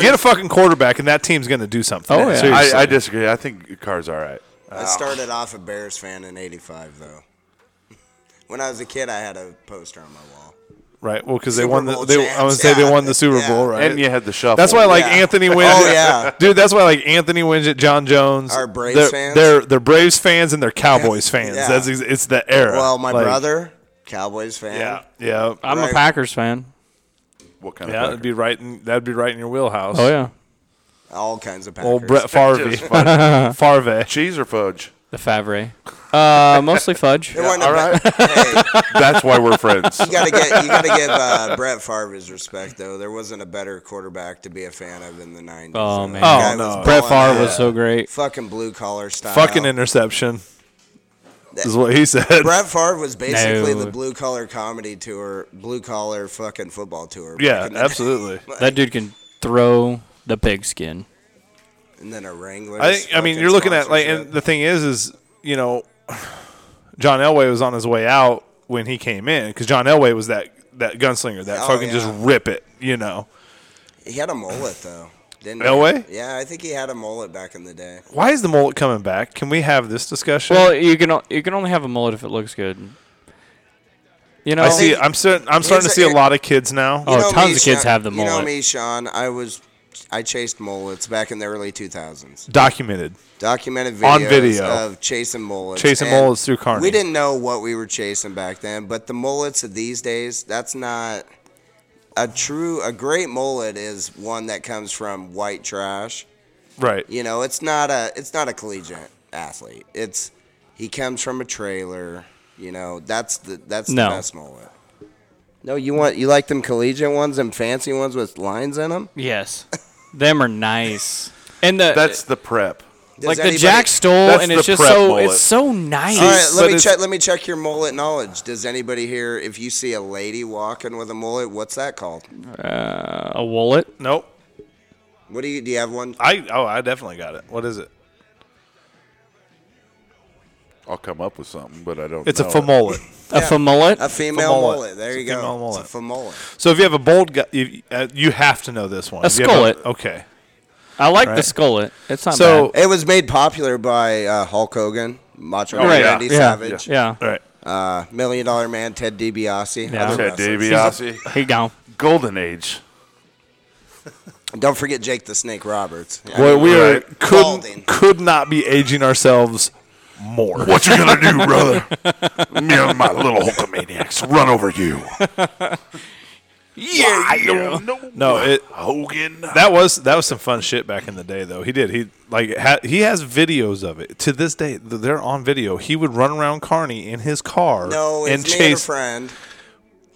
get a fucking quarterback, and that team's going to do something.
Oh, yeah.
Seriously.
I, I disagree. I think Carr's all right.
I started off a Bears fan in '85, though. When I was a kid, I had a poster on my wall.
right? Well, because they
Super
won the.
Bowl
They, I would say they
champs,
won the Super
yeah.
Bowl, right?
And you had the shuffle.
That's why, like
Yeah.
Anthony wins.
Oh,
it.
yeah.
dude. That's why, like Anthony wins it. John Jones.
Our Braves
they're,
fans?
They're they're Braves fans and they're Cowboys fans.
Yeah.
That's ex- it's the era.
Well, my
Like,
brother, Cowboys fan.
Yeah, yeah,
I'm a
Right.
Packers fan.
what kind
yeah.
of
That'd be right. In, that'd be right in your wheelhouse.
Oh yeah,
All kinds of Packers.
Old Brett Favre.
Just fudge.
Favre.
cheese or fudge?
the Favre. Uh, mostly fudge.
It wasn't a
all right.
bad- hey,
That's why we're friends.
you gotta get you gotta give uh, Brett Favre his respect though. There wasn't a better quarterback to be a fan of in the '90s.
Oh,
The
man.
guy
Oh, no.
was
Brett
balling
Favre was
out.
so great.
fucking blue collar style.
Fucking interception. Is what he said.
Brett Favre was basically
No.
the blue collar comedy tour, blue collar fucking football tour. back
yeah,
in the day.
absolutely.
That dude can throw the pigskin.
And then a Wrangler.
I think. I mean, you're looking at like, and the thing is, is you know, John Elway was on his way out when he came in because John Elway was that that gunslinger that
Oh,
fucking just
yeah.
rip it, you know.
He had a mullet though. Didn't
Elway?
He? Yeah, I think he had a mullet back in the day.
Why is the mullet coming back? Can we have this discussion?
Well, you can o- you can only have a mullet if it looks good. You know,
I see. I'm starting. I'm starting to see a lot of kids now.
Oh, tons of kids
Sean-
have the
You know
mullet.
me, Sean. I was, I chased mullets back in the early 2000s.
Documented.
Documented videos
On video.
of chasing mullets.
Chasing
And
mullets through Kearney.
We didn't know what we were chasing back then, but the mullets of these days, that's not a true. A great mullet is one that comes from white trash.
Right.
You know, it's not a it's not a collegiate athlete. It's he comes from a trailer. You know, that's the that's
No.
the best mullet. No, you want you like them collegiate ones, them fancy ones with lines in them.
yes, them are nice. And the
That's the prep.
like the Jack Stoll,
That's
and
the
it's just
prep
so
mullet.
it's so nice.
All right,
but
let me
it's-
check. Let me check your mullet knowledge. Does anybody here, if you see a lady walking with a mullet, what's that called?
Uh, a wallet.
Nope.
What do you do? You have one?
I. Oh, I definitely got it. What is it?
I'll come up with something, but I don't.
It's
know
a
it.
famullet.
A famullet.
A female
Famullet.
mullet. There
It's
you
a
go.
female mullet.
It's a famullet.
So if you have a bold guy, you, uh, you have to know this one.
A
If you have
skullet.
okay.
I like the
Right.
skullet. It's not
So-
bad.
It was made popular by uh, Hulk Hogan, Macho Man
Right.
Randy
Oh, Yeah.
Savage.
Yeah,
All right.
uh, Million Dollar Man, Ted DiBiase.
Yeah.
other
Ted
wrestlers.
DiBiase,
he gone.
golden age.
Don't forget Jake the Snake Roberts. I
Boy,
mean,
we are
Right.
Balding.
could could not be aging ourselves more.
What you gonna do, brother? Me and my little Hulkamaniacs run over you. Yeah, I don't know.
No, it
Hogan.
that was that was some fun shit back in the day though. He did he like ha, he has videos of it to this day. th- They're on video. He would run around Carney in his car
no, it's
and
me and a
chase.
friend.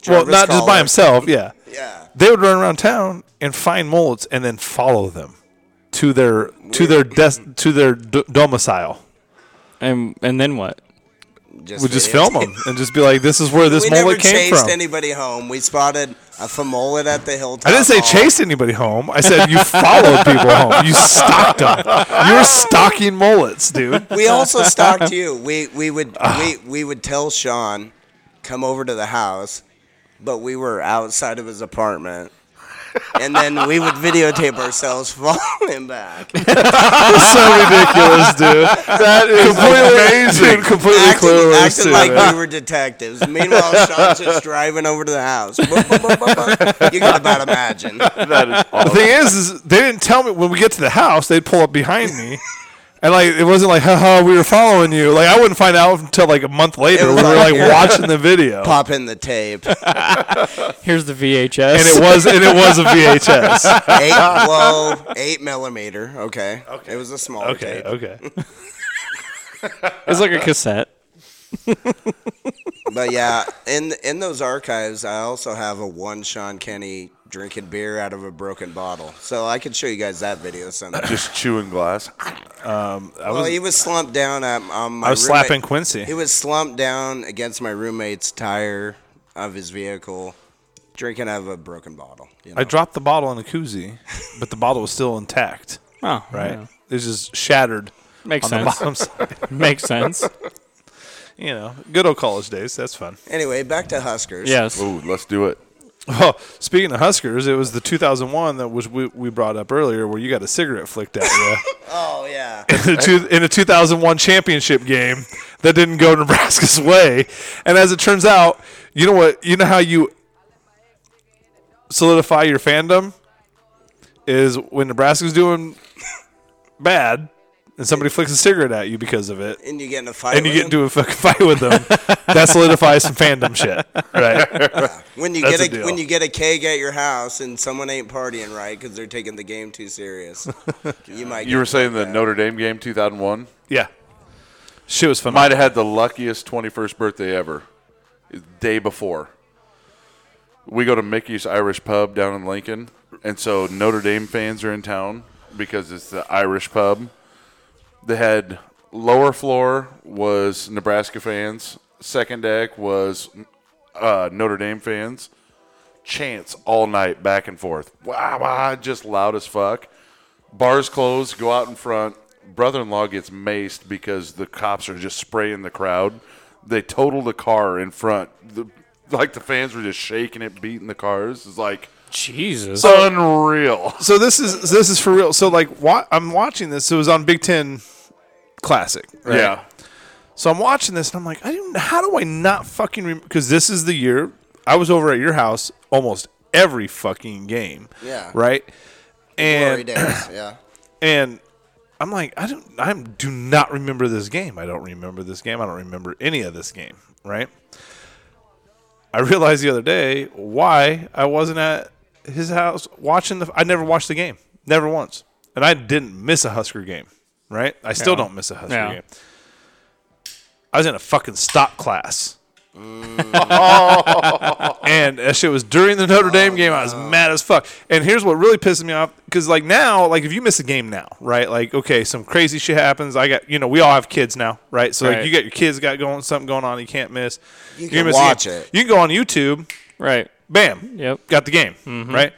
well,
Jarvis
not just
Collar.
by himself. Yeah,
Yeah.
they would run around town and find mullets and then follow them to their to their des- to their d- domicile.
And and then what?
Just
We just
videos.
film them and just be like, "This is where this
We never
mullet came
chased
from."
anybody home. We spotted a famolet at the hilltop.
I didn't say
Mall.
chased anybody home. I said you followed people home. You stalked them. You were stalking mullets, dude.
We also stalked you. We we would we we would tell Sean, come over to the house, but we were outside of his apartment. And then we would videotape ourselves following back.
so ridiculous, dude. That is completely,
amazing.
amazing. Completely
acting,
clueless,
acting
too,
like
man.
we were detectives. Meanwhile, Sean's just driving over to the house. Boom, boom, boom, boom, boom. You can about imagine.
that is
The
awesome.
thing is, is, they didn't tell me when we get to the house. They'd pull up behind me, and like it wasn't like, haha, we were following you. Like I wouldn't find out until like a month later when
was
we were
like,
like
yeah.
watching the video,
Pop in the tape.
Here's the VHS.
and it was and it was a VHS.
Eight, whoa, eight millimeter. Okay. It was a small
Okay,
tape.
okay.
it's like a cassette.
But yeah, in in those archives, I also have a one Sean Kenny drinking beer out of a broken bottle. So I could show you guys that video sometime.
Just chewing glass.
well, he was slumped down at um, my
I was
roommate-
slapping Quincy.
He was slumped down against my roommate's tire of his vehicle, drinking out of a broken bottle. You know?
I dropped the bottle in a koozie, but the bottle was still intact.
Oh,
Right,
yeah.
it's just shattered
Makes
on the
sense.
bottom side.
Makes sense.
You know, good old college days. That's fun.
anyway, back to Huskers.
Yes.
Ooh, let's do it.
Well, speaking of Huskers, it was the 2001 that was we, we brought up earlier, where you got a cigarette flicked at you
Oh yeah.
in, a two, in a 2001 championship game that didn't go Nebraska's way. And as it turns out, you know what? You know how you solidify your fandom is when Nebraska's doing bad, and somebody flicks a cigarette at you because of it.
And you get in a fight.
And you
with
get
him.
into a fucking fight with them. That solidifies some fandom shit, right?
when you
That's
get
a
a,
deal.
when you get a keg at your house and someone ain't partying right because they're taking the game too serious. you might.
You were
get
saying the
like that.
Notre Dame game, 2001.
Yeah, shit was phenomenal.
Might have had the luckiest 21st birthday ever. Day before. We go to Mickey's Irish Pub down in Lincoln. And so Notre Dame fans are in town because it's the Irish pub. They had lower floor was Nebraska fans, second deck was uh, Notre Dame fans. Chants all night back and forth. Wow, wow, just loud as fuck. Bars closed, go out in front. Brother in law gets maced because the cops are just spraying the crowd. They totaled the car in front. The, like the fans were just shaking it, beating the cars. It's like
Jesus.
unreal.
So this is this is for real. So like, wa- I'm watching this. It was on Big Ten Classic. Right?
Yeah.
So I'm watching this and I'm like, I didn't. How do I not fucking remember? Because this is the year I was over at your house almost every fucking game.
Yeah.
Right.
Glory
And
days. Yeah.
and I'm like, I don't, I do not remember this game. I don't remember this game. I don't remember any of this game. Right. I realized the other day why I wasn't at his house watching the. I never watched the game, never once, and I didn't miss a Husker game. Right. I still don't miss a Husker
Yeah.
game. I was in a fucking stock class. and that shit was during the Notre
Oh,
Dame game. I was mad as fuck. And here's what really pisses me off because, like, now, like, if you miss a game now, right? Like, okay, some crazy shit happens. I got, you know, we all have kids now, right? So,
Right.
like, you got your kids got going, something going on, you can't miss. You
can
miss a
watch
game.
it.
You can go on YouTube,
Right.
bam,
Yep. Mm-hmm.
got the game, right?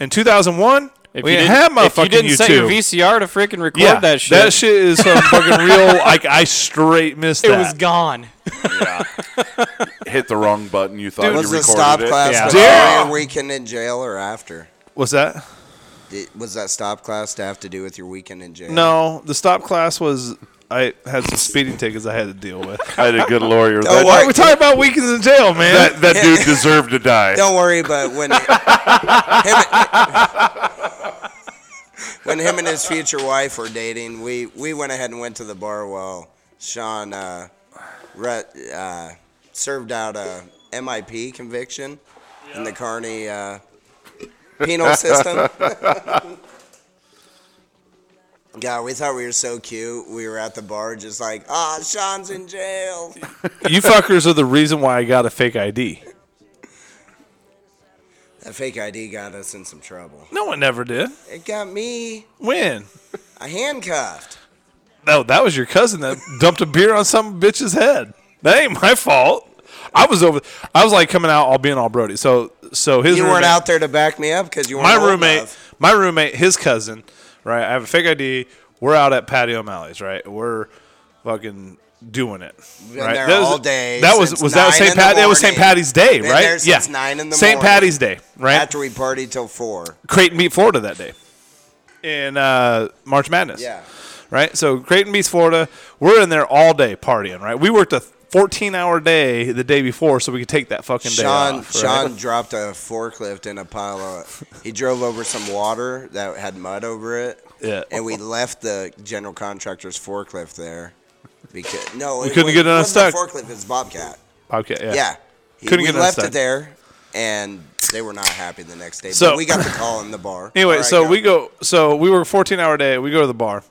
In 2001,
If
we
you
didn't
didn't-
have
if
motherfucking
you didn't
YouTube.
set your VCR to freaking record
yeah,
that shit,
is some fucking real. Like I straight missed
it
that.
was gone.
Hit the wrong button. You thought you
Was the
recorded
stop
it.
class
Yeah.
the
Damn.
prior weekend in jail or after?
What's that?
Did, was that stop class to have to do with your weekend in jail?
No, the stop class was I had some speeding tickets I had to deal with.
I had a good lawyer. That,
what?
Why are we talking about weekends in jail, man?
that, that dude deserved to die.
Don't worry, but when him- when him and his future wife were dating, we we went ahead and went to the bar while Sean uh, re, uh, served out a MIP conviction in the Carney uh, penal system. God, we thought we were so cute. We were at the bar, just like, ah, Sean's in jail.
you fuckers are the reason why I got a fake ID.
That fake ID got us in some trouble.
No one ever did.
It got me
When?
uh, handcuffed.
No, that was your cousin that dumped a beer on some bitch's head. That ain't my fault. I was over. I was like coming out all being all Brody. So so his
You
roommate,
weren't out there to back me up because you weren't
my
old
roommate,
enough.
my roommate, his cousin, right? I have a fake ID. We're out at Patio O'Malley's, right? We're fucking doing it.
Been
right?
there
That was-
all day
That was
since
was that
nine in
St.
the
Pat? That was St.
morning.
Patty's Day,
Been
right?
there since nine in the
St.
morning.
Patty's Day, right?
After we partied till four.
Creighton beat Florida that day in uh, March Madness.
Yeah.
Right. So Creighton beats Florida. We're in there all day partying. Right. We worked a 14-hour day the day before, so we could take that fucking day
Sean
off. right?
Sean dropped a forklift in a pile of. He drove over some water that had mud over it.
Yeah.
And we left the general contractor's forklift there because no, we
couldn't get it unstuck.
Forklift it was Bobcat.
Okay. Yeah.
Yeah. He-
Couldn't
we
get it
left
unstuck.
it there, and they were not happy the next day.
So-
but we got the call in the bar.
Anyway,
All right,
so we go. So we were 14 hour day. We go to the bar,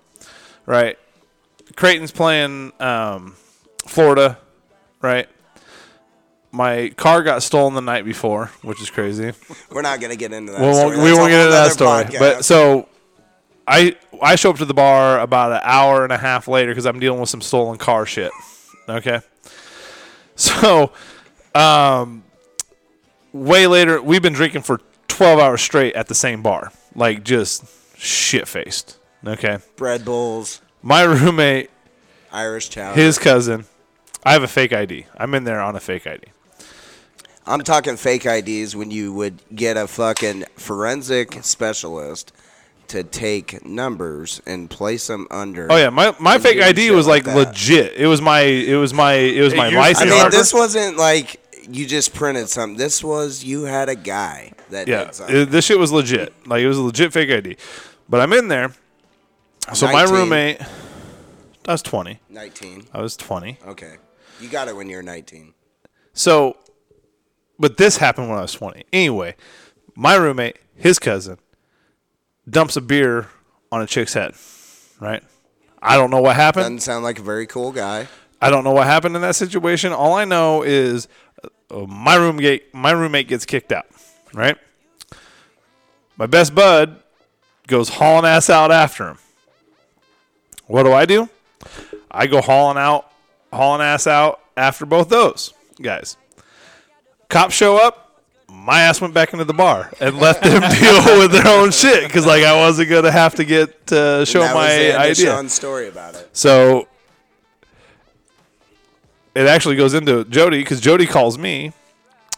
right? Creighton's playing um, Florida, right? My car got stolen the night before, which is crazy.
We're not gonna get into that.
We won't,
story.
we
That's
won't
a
get
whole
into that
other
story.
podcast.
But so I I show up to the bar about an hour and a half later because I'm dealing with some stolen car shit. Okay. So um, way later, we've been drinking for 12 hours straight at the same bar, like just shit faced. Okay.
Bread bowls,
My roommate,
Irish chowder.
his cousin, I have a fake ID. I'm in there on a fake ID.
I'm talking fake IDs when you would get a fucking forensic specialist to take numbers and place them under.
Oh yeah, my, my
And
fake
do
ID
shit
was like
like that.
legit. It was my it was my it was my
used to
license.
I mean,
card.
this wasn't like you just printed something. This was you had a guy that
Yeah,
did something.
it- this shit was legit. Like it was a legit fake ID. But I'm in there. So my
19.
roommate, I was 20.
19.
I was 20.
Okay. You got it when you're 19.
So, but this happened when I was 20. Anyway, my roommate, his cousin, dumps a beer on a chick's head. Right. I don't know what happened.
Doesn't sound like a very cool guy.
I don't know what happened in that situation. All I know is uh, my roommate my roommate gets kicked out, right? My best bud goes hauling ass out after him. What do I do? I go hauling out, hauling ass out after both those guys. Cops show up. My ass went back into the bar and let them deal with their own shit because, like, I wasn't gonna have to get uh, show
that
my
was the end
idea.
Of Sean's story about it.
So it actually goes into Jody because Jody calls me.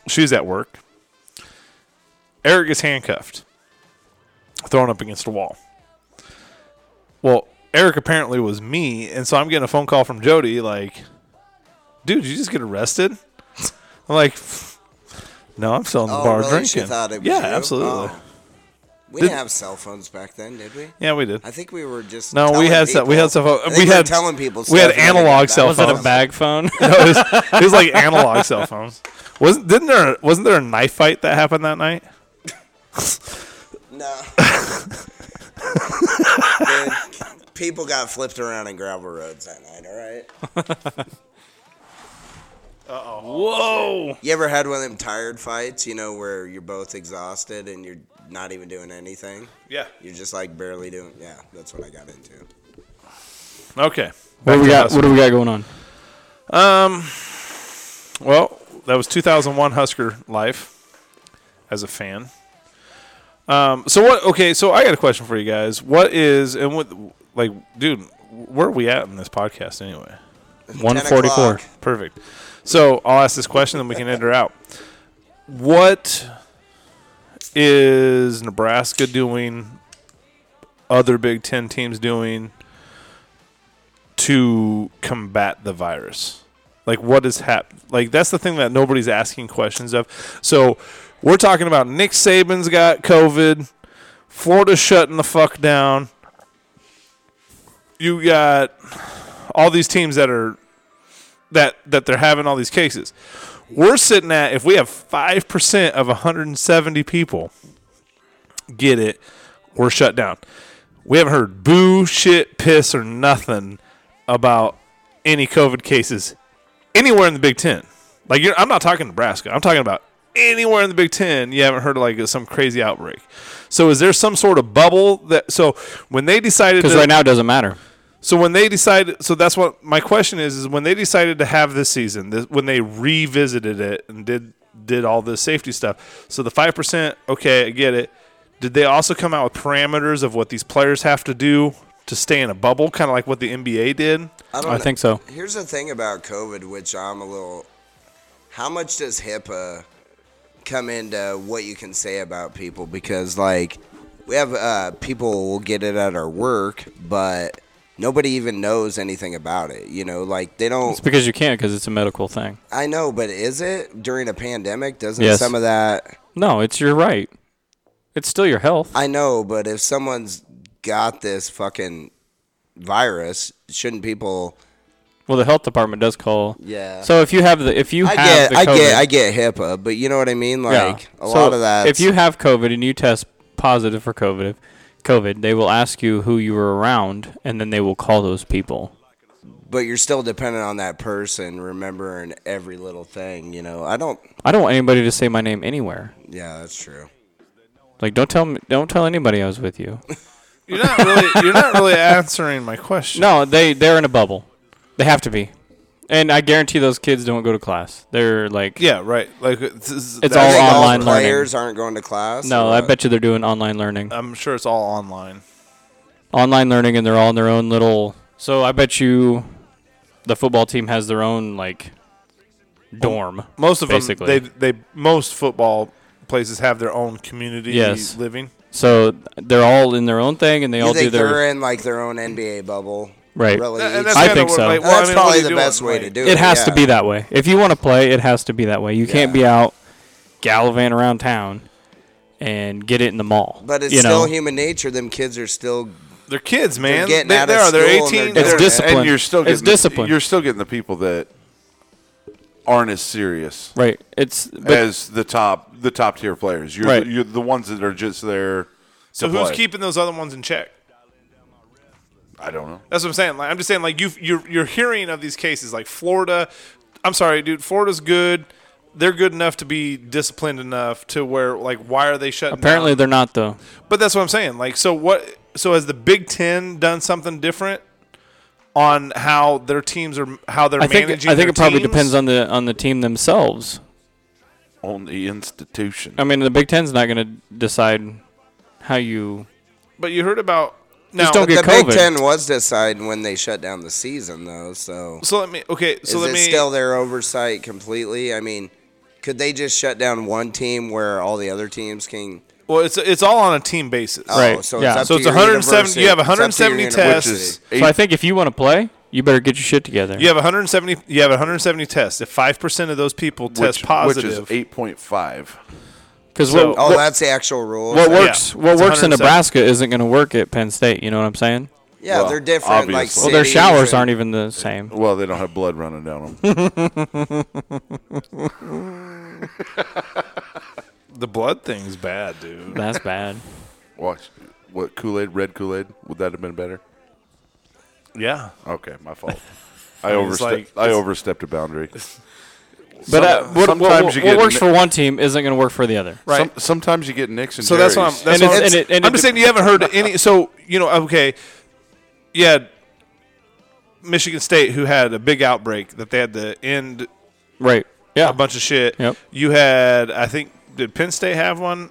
She's at work. Eric gets handcuffed, thrown up against a wall. Well, Eric apparently was me, and so I'm getting a phone call from Jody like, "Dude, did you just get arrested?" I'm like, "No, I'm still in the
Oh,
bar
really? She
drinking."
thought it was
yeah,
you?
absolutely.
Oh. We didn't have cell phones back then, did we?
Yeah, we did.
I think we were just
No, we
telling
had stuff. We
people-
had cell phone.
I think
We
were
had
telling people.
We had
stuff and then
analog
got
cell
Was it a
phones.
bag phone?
No, it, was, it was like analog cell phones. Wasn't didn't there wasn't there a knife fight that happened that night?
No. Dude, people got flipped around in gravel roads that night. All right.
Whoa!
You ever had one of them tired fights? You know where you're both exhausted and you're not even doing anything.
Yeah.
You're just like barely doing. Yeah, that's what I got into.
Okay.
what do
Back
we
to
got?
Husker.
What do we got going on?
Well, that was 2001 Husker life as a fan. Um, so what? Okay, so I got a question for you guys. What is and what? Like, dude, where are we at in this podcast anyway?
144.
Perfect. So I'll ask this question, then we can end her out. What is Nebraska doing? Other Big Ten teams doing to combat the virus? Like what is hap- Like that's the thing that nobody's asking questions of. So we're talking about Nick Saban's got COVID. Florida's shutting the fuck down. You got all these teams that are that that they're having all these cases. We're sitting at if we have five percent of 170 people get it, we're shut down. We haven't heard boo, shit, piss, or nothing about any COVID cases anywhere in the Big Ten. Like you're, I'm not talking Nebraska. I'm talking about anywhere in the Big Ten. You haven't heard of like some crazy outbreak. So is there some sort of bubble that? So when they decided
Because
to-
right now it doesn't matter.
so when they decided, so that's what my question is: is when they decided to have this season, this, when they revisited it and did did all this safety stuff. So the five percent, okay, I get it. Did they also come out with parameters of what these players have to do to stay in a bubble, kind of like what the NBA did?
I don't
I
know.
think so.
Here's the thing about COVID, which I'm a little. How much does HIPAA come into what you can say about people? Because like, we have uh, people will get it at our work, but nobody even knows anything about it. You know, like they don't.
It's because you can't because it's a medical thing.
I know, but is it during a pandemic? Doesn't
Yes.
some of that?
No, it's your right. It's still your health.
I know, but if someone's got this fucking virus, shouldn't people?
Well, the health department does call.
Yeah.
So if you have the if you
I
have
get,
the
I get,
COVID-
I get HIPAA, but you know what I mean. Like a
So
lot of that.
If you have COVID and you test positive for COVID, COVID, they will ask you who you were around, and then they will call those people.
but you're still dependent on that person remembering every little thing. You know, I don't.
I don't want anybody to say my name anywhere.
Yeah, that's true.
Like, don't tell me, don't tell anybody I was with you.
You're not really you're not really answering my question.
No, they they're in a bubble. They have to be. And I guarantee those kids don't go to class. They're like,
Yeah, right. Like this is-
It's
that-
all
You think all
online
the
learning.
players aren't going to class.
no,
or
I
what?
bet you they're doing online learning.
I'm sure it's all online.
online learning and they're all in their own little so i bet you the football team has their own like dorm
Most of
basically
them, they they most football places have their own community
Yes.
living.
so they're all in their own thing and they all
You
do
think
their
they're in like their own NBA bubble?
Right.
Really?
And
each-
that's
I
kinda
think
what-
so.
like, well, I
that's
mean, what are
probably
they
the
doing?
best way
Like,
to do it.
it has to
yeah.
be that way if you want to play it has to be that way you can't be out gallivanting around town and get it in the mall
But it's
you
still
know
human nature. Them kids are still
They're kids, man.
getting
they,
out
they
of
are. They're
school and they're
18.
doing
It's
it.
And-
discipline.
And you're still
It's
getting
discipline.
You're still getting the people that aren't as serious
right it's but
as the top the top tier players. You're
Right.
the, you're the ones that are just there.
so
to
who's
play.
keeping those other ones in check?
I don't know.
That's what I'm saying. Like, I'm just saying, like you you're you're hearing of these cases, like Florida. I'm sorry, dude. Florida's good. They're good enough to be disciplined enough to where, like, why are they shutting?
apparently
down?
they're not though
but that's what I'm saying. Like, so what? So has the Big Ten done something different on how their teams are, how they're
i think
managing?
i think
their
it probably
teams?
depends on the on the team themselves
On the institution.
i mean the big ten's not going to decide how you
But you heard about Now,
don't
But
get
the Big
COVID.
Ten was deciding when they shut down the season, though. So,
so let me. Okay, so
is
let
it
me.
still their oversight completely? I mean, could they just shut down one team where all the other teams can?
well, it's it's all on a team basis.
Oh,
Right,
so
yeah.
it's up
So
to
it's
your
170 you have
university. It's up to your
170
university.
tests.
So I think if you want to play, you better get your shit together.
You have 170. You have 170 tests. If five percent of those people test
which, which
positive,
is 8.5.
Because
So-
what,
Oh,
what,
that's the actual rule.
what
So-
works
Yeah,
what
it's
works in
107.
Nebraska isn't going to work at Penn State. You know what I'm saying?
Yeah,
Well,
they're different. Like
obviously.
Well, their
cities
showers
and-
aren't even the same.
Well, they don't have blood running down them.
the blood thing's bad, dude.
That's bad.
Watch. What, Kool Aid? Red Kool Aid? Would that have been better?
Yeah,
Okay, my fault. I,
It's
overste-
like-
I overstepped a boundary.
But uh, what, what-
sometimes
what-
you
what
get
works
ni-
for one team isn't going to work for the other.
right.
Some, sometimes you get nicks and
so that's what I'm.
Jerry's.
That's
And
what I'm,
it's- and it- and
I'm
it
just saying you haven't heard any. So you know, okay, yeah. Michigan State, who had a big outbreak that they had to end
Right. Yeah.
a bunch of shit.
Yep.
You had, I think, did Penn State have one?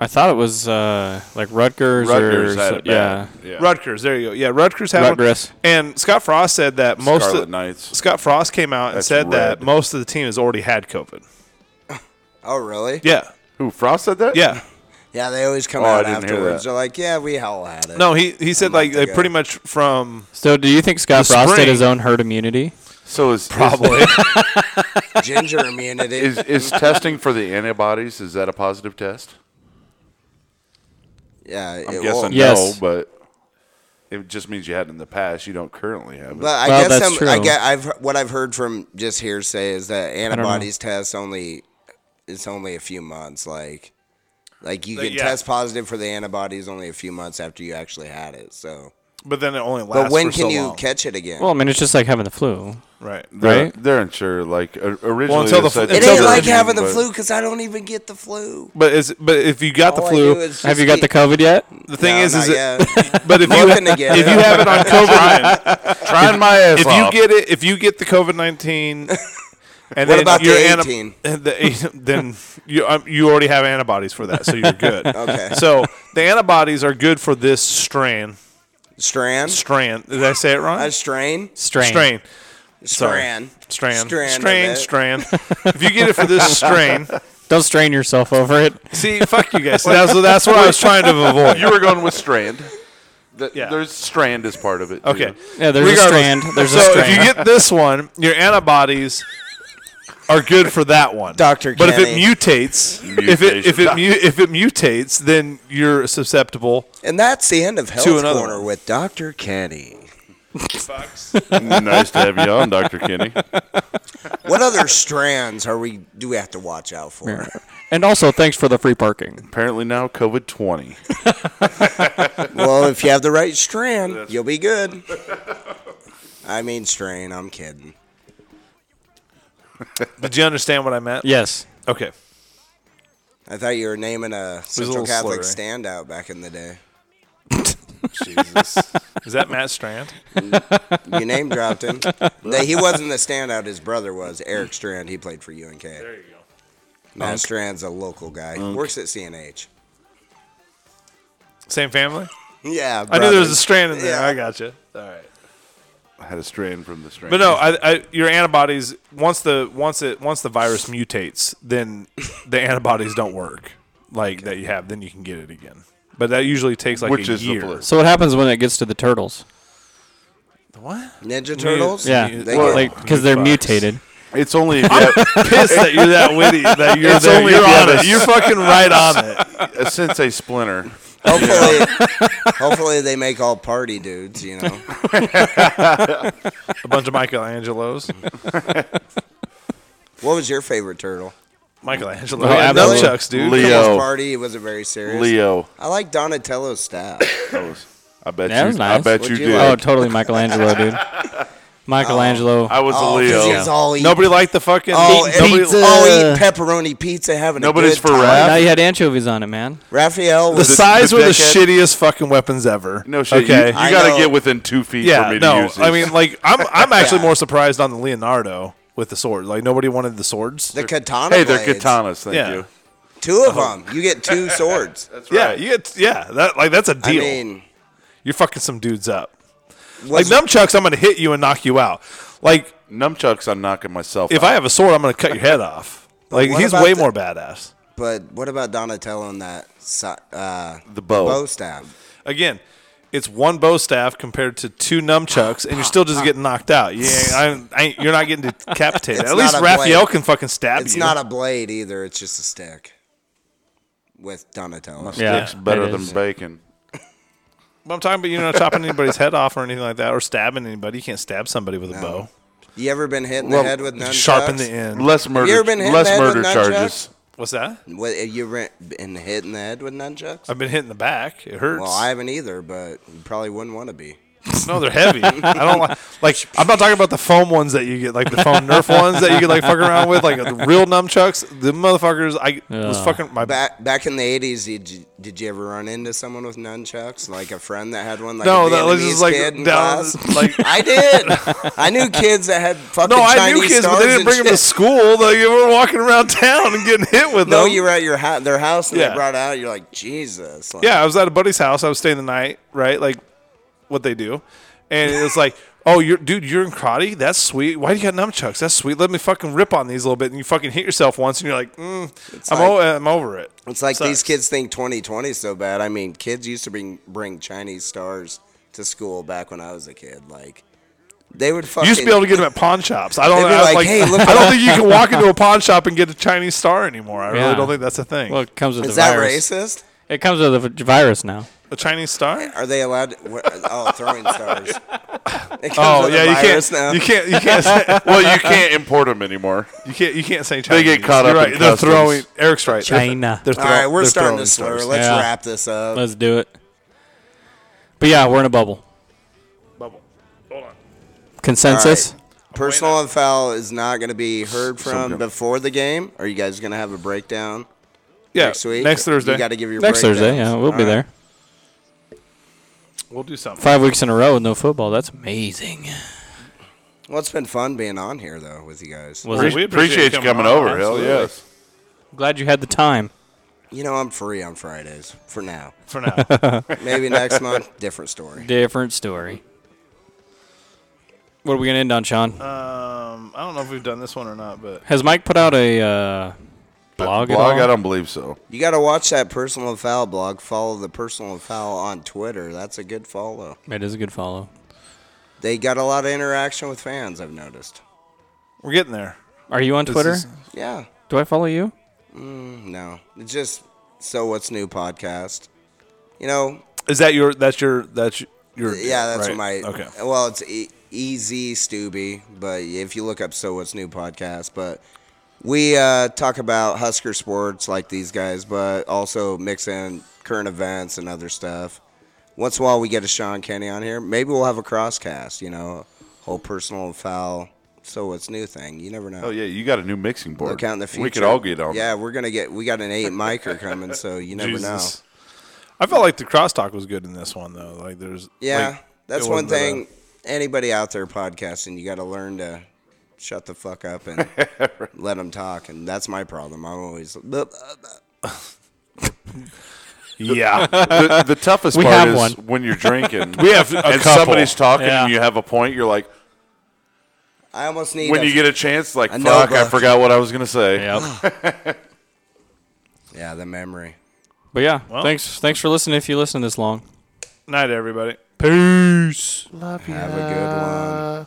I thought it was uh, like Rutgers,
Rutgers
or
had
so-
it
yeah.
bad. yeah.
Rutgers. There you go. Yeah, Rutgers had
Rutgers.
one. And Scott Frost said that most
Scarlet
of
Knights.
Scott Frost came out and
That's
said that
red.
most of the team has already had COVID.
Oh, really?
Yeah.
Who Frost said that?
Yeah.
Yeah, they always come
Oh, I
out
didn't hear
afterwards.
that.
They're like, yeah, we all had it.
No, he he said like
month
they
ago.
pretty much from
So do you think Scott
The
Frost had
spring-
his own herd immunity?
So is
probably
Ginger immunity.
is, is testing for the antibodies? Is that a positive test?
yeah, it
I'm
will.
guessing
Yes.
no, but it just means you had it in the past. You don't currently have it.
But I
Well,
guess
that's
I'm, I
true.
get I've what I've heard from just hearsay is that
know.
antibodies test only it's only a few months. Like like you
Like,
can
yeah.
test positive for the antibodies only a few months after you actually had it. So,
but then it only lasts
but when
for
can
so
you
long.
catch it again?
Well, I mean, it's just like having the flu.
right.
they're,
right?
they're unsure. Like o- originally,
until
they
the-
said
it
until
ain't
the-
like having the
but-
flu because I don't even get the flu.
But is but if you got the
All I do
flu,
is
Have
just
you got
keep-
the COVID yet?
the thing
No,
is is
not
it, but if you
Hoping to get
if
it.
you have it on COVID,
Trying my ass
if you
off.
get it if you get the COVID nineteen. And
What
then
about the
your
18?
the eight- then you um, you already have antibodies for that, so you're good.
Okay.
So the antibodies are good for this strain.
Strand?
Strain. Did I say it wrong?
A strain?
Strain.
strain. Sorry.
Strand.
Strand.
Strand of
Strain.
it.
Strain. if you get it for this strain,
Don't strain yourself over it.
see, fuck you guys. That's, that's what I was trying to avoid.
you were going with strand. Th-
Yeah.
There's strand as part of it. too.
Okay.
Yeah, there's a
Regardless.
strand. There's
so
a strand.
if you get this one, your antibodies are good for that one.
Dr.
But if it
Kenny.
mutates, if it if it
Mutation.
mu- if it mutates, then you're susceptible.
And that's the end of Health
another
Corner
one.
with Dr. Kenny.
nice to have you on, Doctor Kenny.
What other strands are we do we have to watch out for?
and also, thanks for the free parking.
Apparently now COVID twenty.
well, if you have the right strand, you'll be good. I mean strain, I'm kidding.
Did you understand what I meant?
Yes.
Okay.
I thought you were naming a Central
little
Catholic
slurry.
standout back in the day.
Jesus. Is that Matt Strand?
You name dropped him. That he wasn't the standout, his brother was. Eric Strand, he played for UNK. There you go. Matt Strand's a local guy. Works at CNH.
Same family?
Yeah.
I knew there was a
brothers.
strand in there.
Yeah.
I got you. All right.
I had a strand from the strand.
But no, I, I, your antibodies once the once it once the virus mutates, then the antibodies don't work like that you have. Then you can get it again. But that usually takes like
Which
a
is the
year.
flu.
So what happens when it gets to the turtles?
What?
Ninja Turtles?
Yeah,
They
because
get-
Well,
they're
Fucks.
mutated.
it's only if you have-
Pissed that you're that witty. That you're
It's
there.
only
you're
if you
on
have
it.
a-
You're fucking right on it.
a sensei splinter.
hopefully, hopefully they make all party dudes, you know.
A bunch of Michelangelos.
What was your favorite turtle?
Michelangelo.
Well,
Yeah,
absolutely.
nunchucks, dude.
Leo.
Christmas party. It wasn't very serious.
Leo.
I like Donatello's staff.
That was- I bet
That
you.
was nice.
I bet
Would
you,
you
did.
Oh, totally Michelangelo, dude. Michelangelo.
I was a
Oh, 'cause
Leo.
he's all eating,
Nobody liked the fucking.
all,
nobody-
every-
pizza.
all eating pepperoni pizza, having
Nobody's
a good
for
time.
Raph.
now you had anchovies on it, man.
Raphael
the
was
size
the
were the
dickhead.
shittiest fucking weapons ever.
No shit. You,
Okay.
you
I
got
know.
to get within two feet for me to
no,
use these.
I mean, like, I'm I'm actually
Yeah.
more surprised on the Leonardo with the sword. Like, nobody wanted the swords.
the katana.
hey, they're
blades.
katanas. Thank
Yeah.
you.
Oh.
Two of them. You get two swords.
That's
yeah, you get yeah. That like that's a
I
deal.
mean,
you're fucking some dudes up. Like
Was-
nunchucks, I'm going to hit you and knock you out. Like
Nunchucks, I'm knocking myself.
if
out.
I have a sword, I'm going to cut your head off. Like
what
he's
about
way
the-
more badass.
but what about Donatello and that si- uh,
The bow.
bow staff?
Again, it's one bow staff compared to two nunchucks, and you're still just getting knocked out. Yeah, I, I, ain't- you're not getting decapitated.
It's
At least
not a blade.
Raphael can fucking stab
It's
you.
not a blade either. It's just a stick with Donatello.
Yeah,
Sticks better
it
than
is.
bacon.
But I'm talking about you're not chopping anybody's head off or anything like that, or stabbing anybody. You can't stab somebody with a bow.
You ever been hit in
Well,
the head with nunchucks?
Just Sharpen the end.
Less murder.
ever been hit in the
less
head with
murder
nunchucks?
charges.
What's that?
What, have you ever been hit in the head with nunchucks?
I've been hit in the back. It hurts.
Well, I haven't either, but you probably wouldn't want to be.
No, they're heavy. I don't like. Like, I'm not talking about the foam ones that you get, like the foam Nerf ones that you can like fuck around with, like the real nunchucks. The motherfuckers, I was
Ugh.
fucking my back.
Back back in the eighties, did you, did you ever run into someone with nunchucks? Like a friend that had one? Like
No,
a
that was
Vietnamese
just like
kid in
down.
class?
Like,
I did. I knew kids that had fucking
no, I
Chinese
knew kids, but
stars
they didn't
and
bring them to
shit.
school. Like, you were walking around town and getting hit with
No,
them.
you were at your ha- their house and
Yeah.
they brought it out. You're like Jesus. Like,
Yeah, I was at a buddy's house. I was staying the night, right? Like what they do. And it was like, oh, you're dude, you're in karate. That's sweet. Why do you got nunchucks? That's sweet. Let me fucking rip on these a little bit. And you fucking hit yourself once, and you're like, mm, I'm,
like-
o- I'm over it.
It's like
Sucks.
these kids think 2020 is so bad. I mean, kids used to bring bring Chinese stars to school back when I was a kid. Like they would fucking
You used to be able to get them at pawn shops. I don't
They'd
know.
be
I, was
like,
like,
"Hey, look
I don't think you can walk into a pawn shop and get a Chinese star anymore. I really
Yeah.
don't think that's a thing.
Well, it comes with
Is
the
that
virus.
racist?
It comes with the v- virus now.
a Chinese star?
Are they allowed? To, what, oh, throwing stars. It comes
Oh
with a
yeah, you
virus
can't,
now.
you can't. You can't. Say,
Well, you can't import them anymore.
you can't. You can't say
They
Chinese.
get caught up
You're right.
in
They're
customs.
throwing. Eric's right. They're-
China.
They're, throw-
All right, we're
they're
starting
throwing
to slur.
stars.
Let's
Yeah.
wrap this up.
Let's do it. But yeah, we're in a bubble.
Bubble. Hold on.
Consensus.
Personal and foul is not going to be heard from
Some-
before the game. Are you guys going to have a breakdown
Yeah,
next week?
Next Thursday.
You got to give your
Next Thursday, yeah,
breakdowns.
we'll be
All right.
there.
We'll do something.
Five weeks in a row with no football. That's amazing.
Well, it's been fun being on here though with you guys.
Was
Well,
it?
we
Appreciate,
appreciate
you
you coming
coming
on,
over. Hell
absolutely.
yes.
Glad you had the time.
You know, I'm free on Fridays for now.
for now.
Maybe next month, different story.
Different story. What are we gonna end on, Sean?
um, I don't know if we've done this one or not, but
Has Mike put out a uh, blog? at
Blog,
all?
I don't believe so.
You got to watch that personal and foul blog. Follow the personal and foul on Twitter. That's a good follow.
It is a good follow.
They got a lot of interaction with fans. I've noticed.
we're getting there.
Are you on Twitter?
is-
Yeah.
Do I follow you?
No. It's just so what's new podcast. You know.
Is that your? That's your. That's your.
Yeah, that's
right?
what my.
Okay.
Well, it's e- easy Stooby, but if you look up so what's new podcast, but. We uh, talk about Husker sports like these guys, but also mix in current events and other stuff. once in a while we get a Sean Kenny on here. Maybe we'll have a crosscast, you know, whole personal and foul. So what's new thing? You never know.
Oh yeah, you got a new mixing board.
Look out in the future.
We could all get on.
Yeah, we're gonna get. We got an eight micer coming, so you never
Jesus.
know.
I felt like the crosstalk was good in this one though. Like there's.
Yeah,
like,
that's
it
one
wasn't that
thing.
bad.
Anybody out there podcasting, you got to learn to shut the fuck up and let them talk. And that's my problem. I'm always. uh,
Yeah.
The, the toughest
We
part
have
is
one.
when you're drinking.
We have a
and
couple.
somebody's talking
Yeah.
and you have a point. You're like,
I almost need.
when
a-
you get a chance, like,
I know,
fuck, I
but-
forgot what I was gonna say.
Yep.
yeah, the memory.
but yeah,
Well.
thanks. Thanks for listening. If you listen this long,
Night, everybody.
peace.
Have a good one.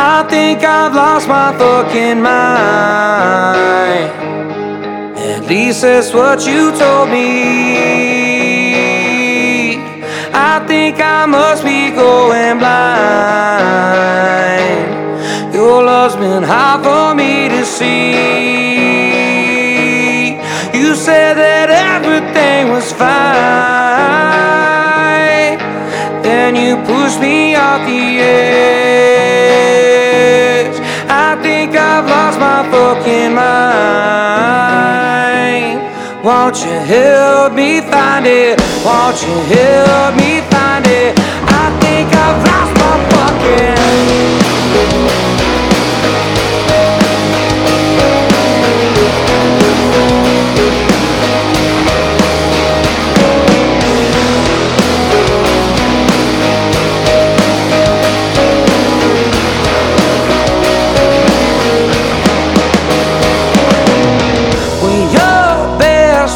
I think I've lost my fucking mind. At least that's what you told me. I think I must be going blind. Your love's been hard for me to see. You said that everything was fine. Then you pushed me off the edge. I think I've lost my fucking mind. Won't you help me find it? Won't you help me find it? I think I've lost my fucking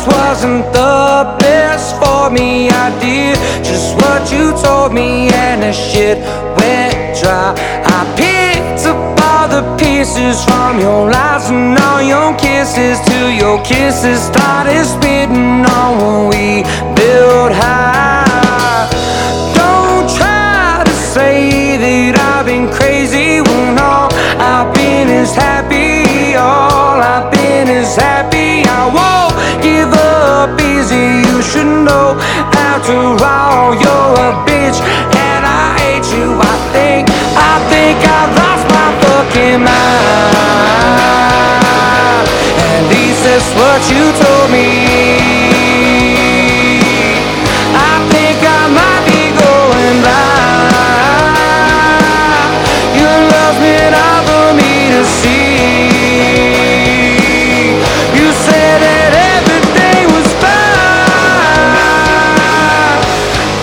wasn't the best for me. I did just what you told me, and the shit went dry. I picked up all the pieces from your lies and all your kisses till your kisses started spitting on what we built high. Don't try to say that I've been crazy when all I've been is happy. All I've been is happy. I won't give up easy. You should know. After all, you're a bitch and I hate you. I think, I think I lost my fucking mind. At least that's what you told me. I think I might be going blind. Your love's been out for me to see. You said that everything was fine.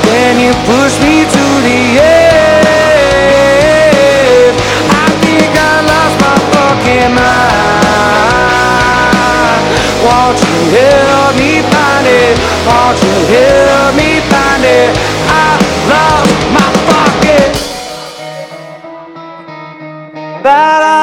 Then you pushed me to the edge. I think I lost my fucking mind. Won't you help me find it? Won't you help me find it? I lost my fucking. That I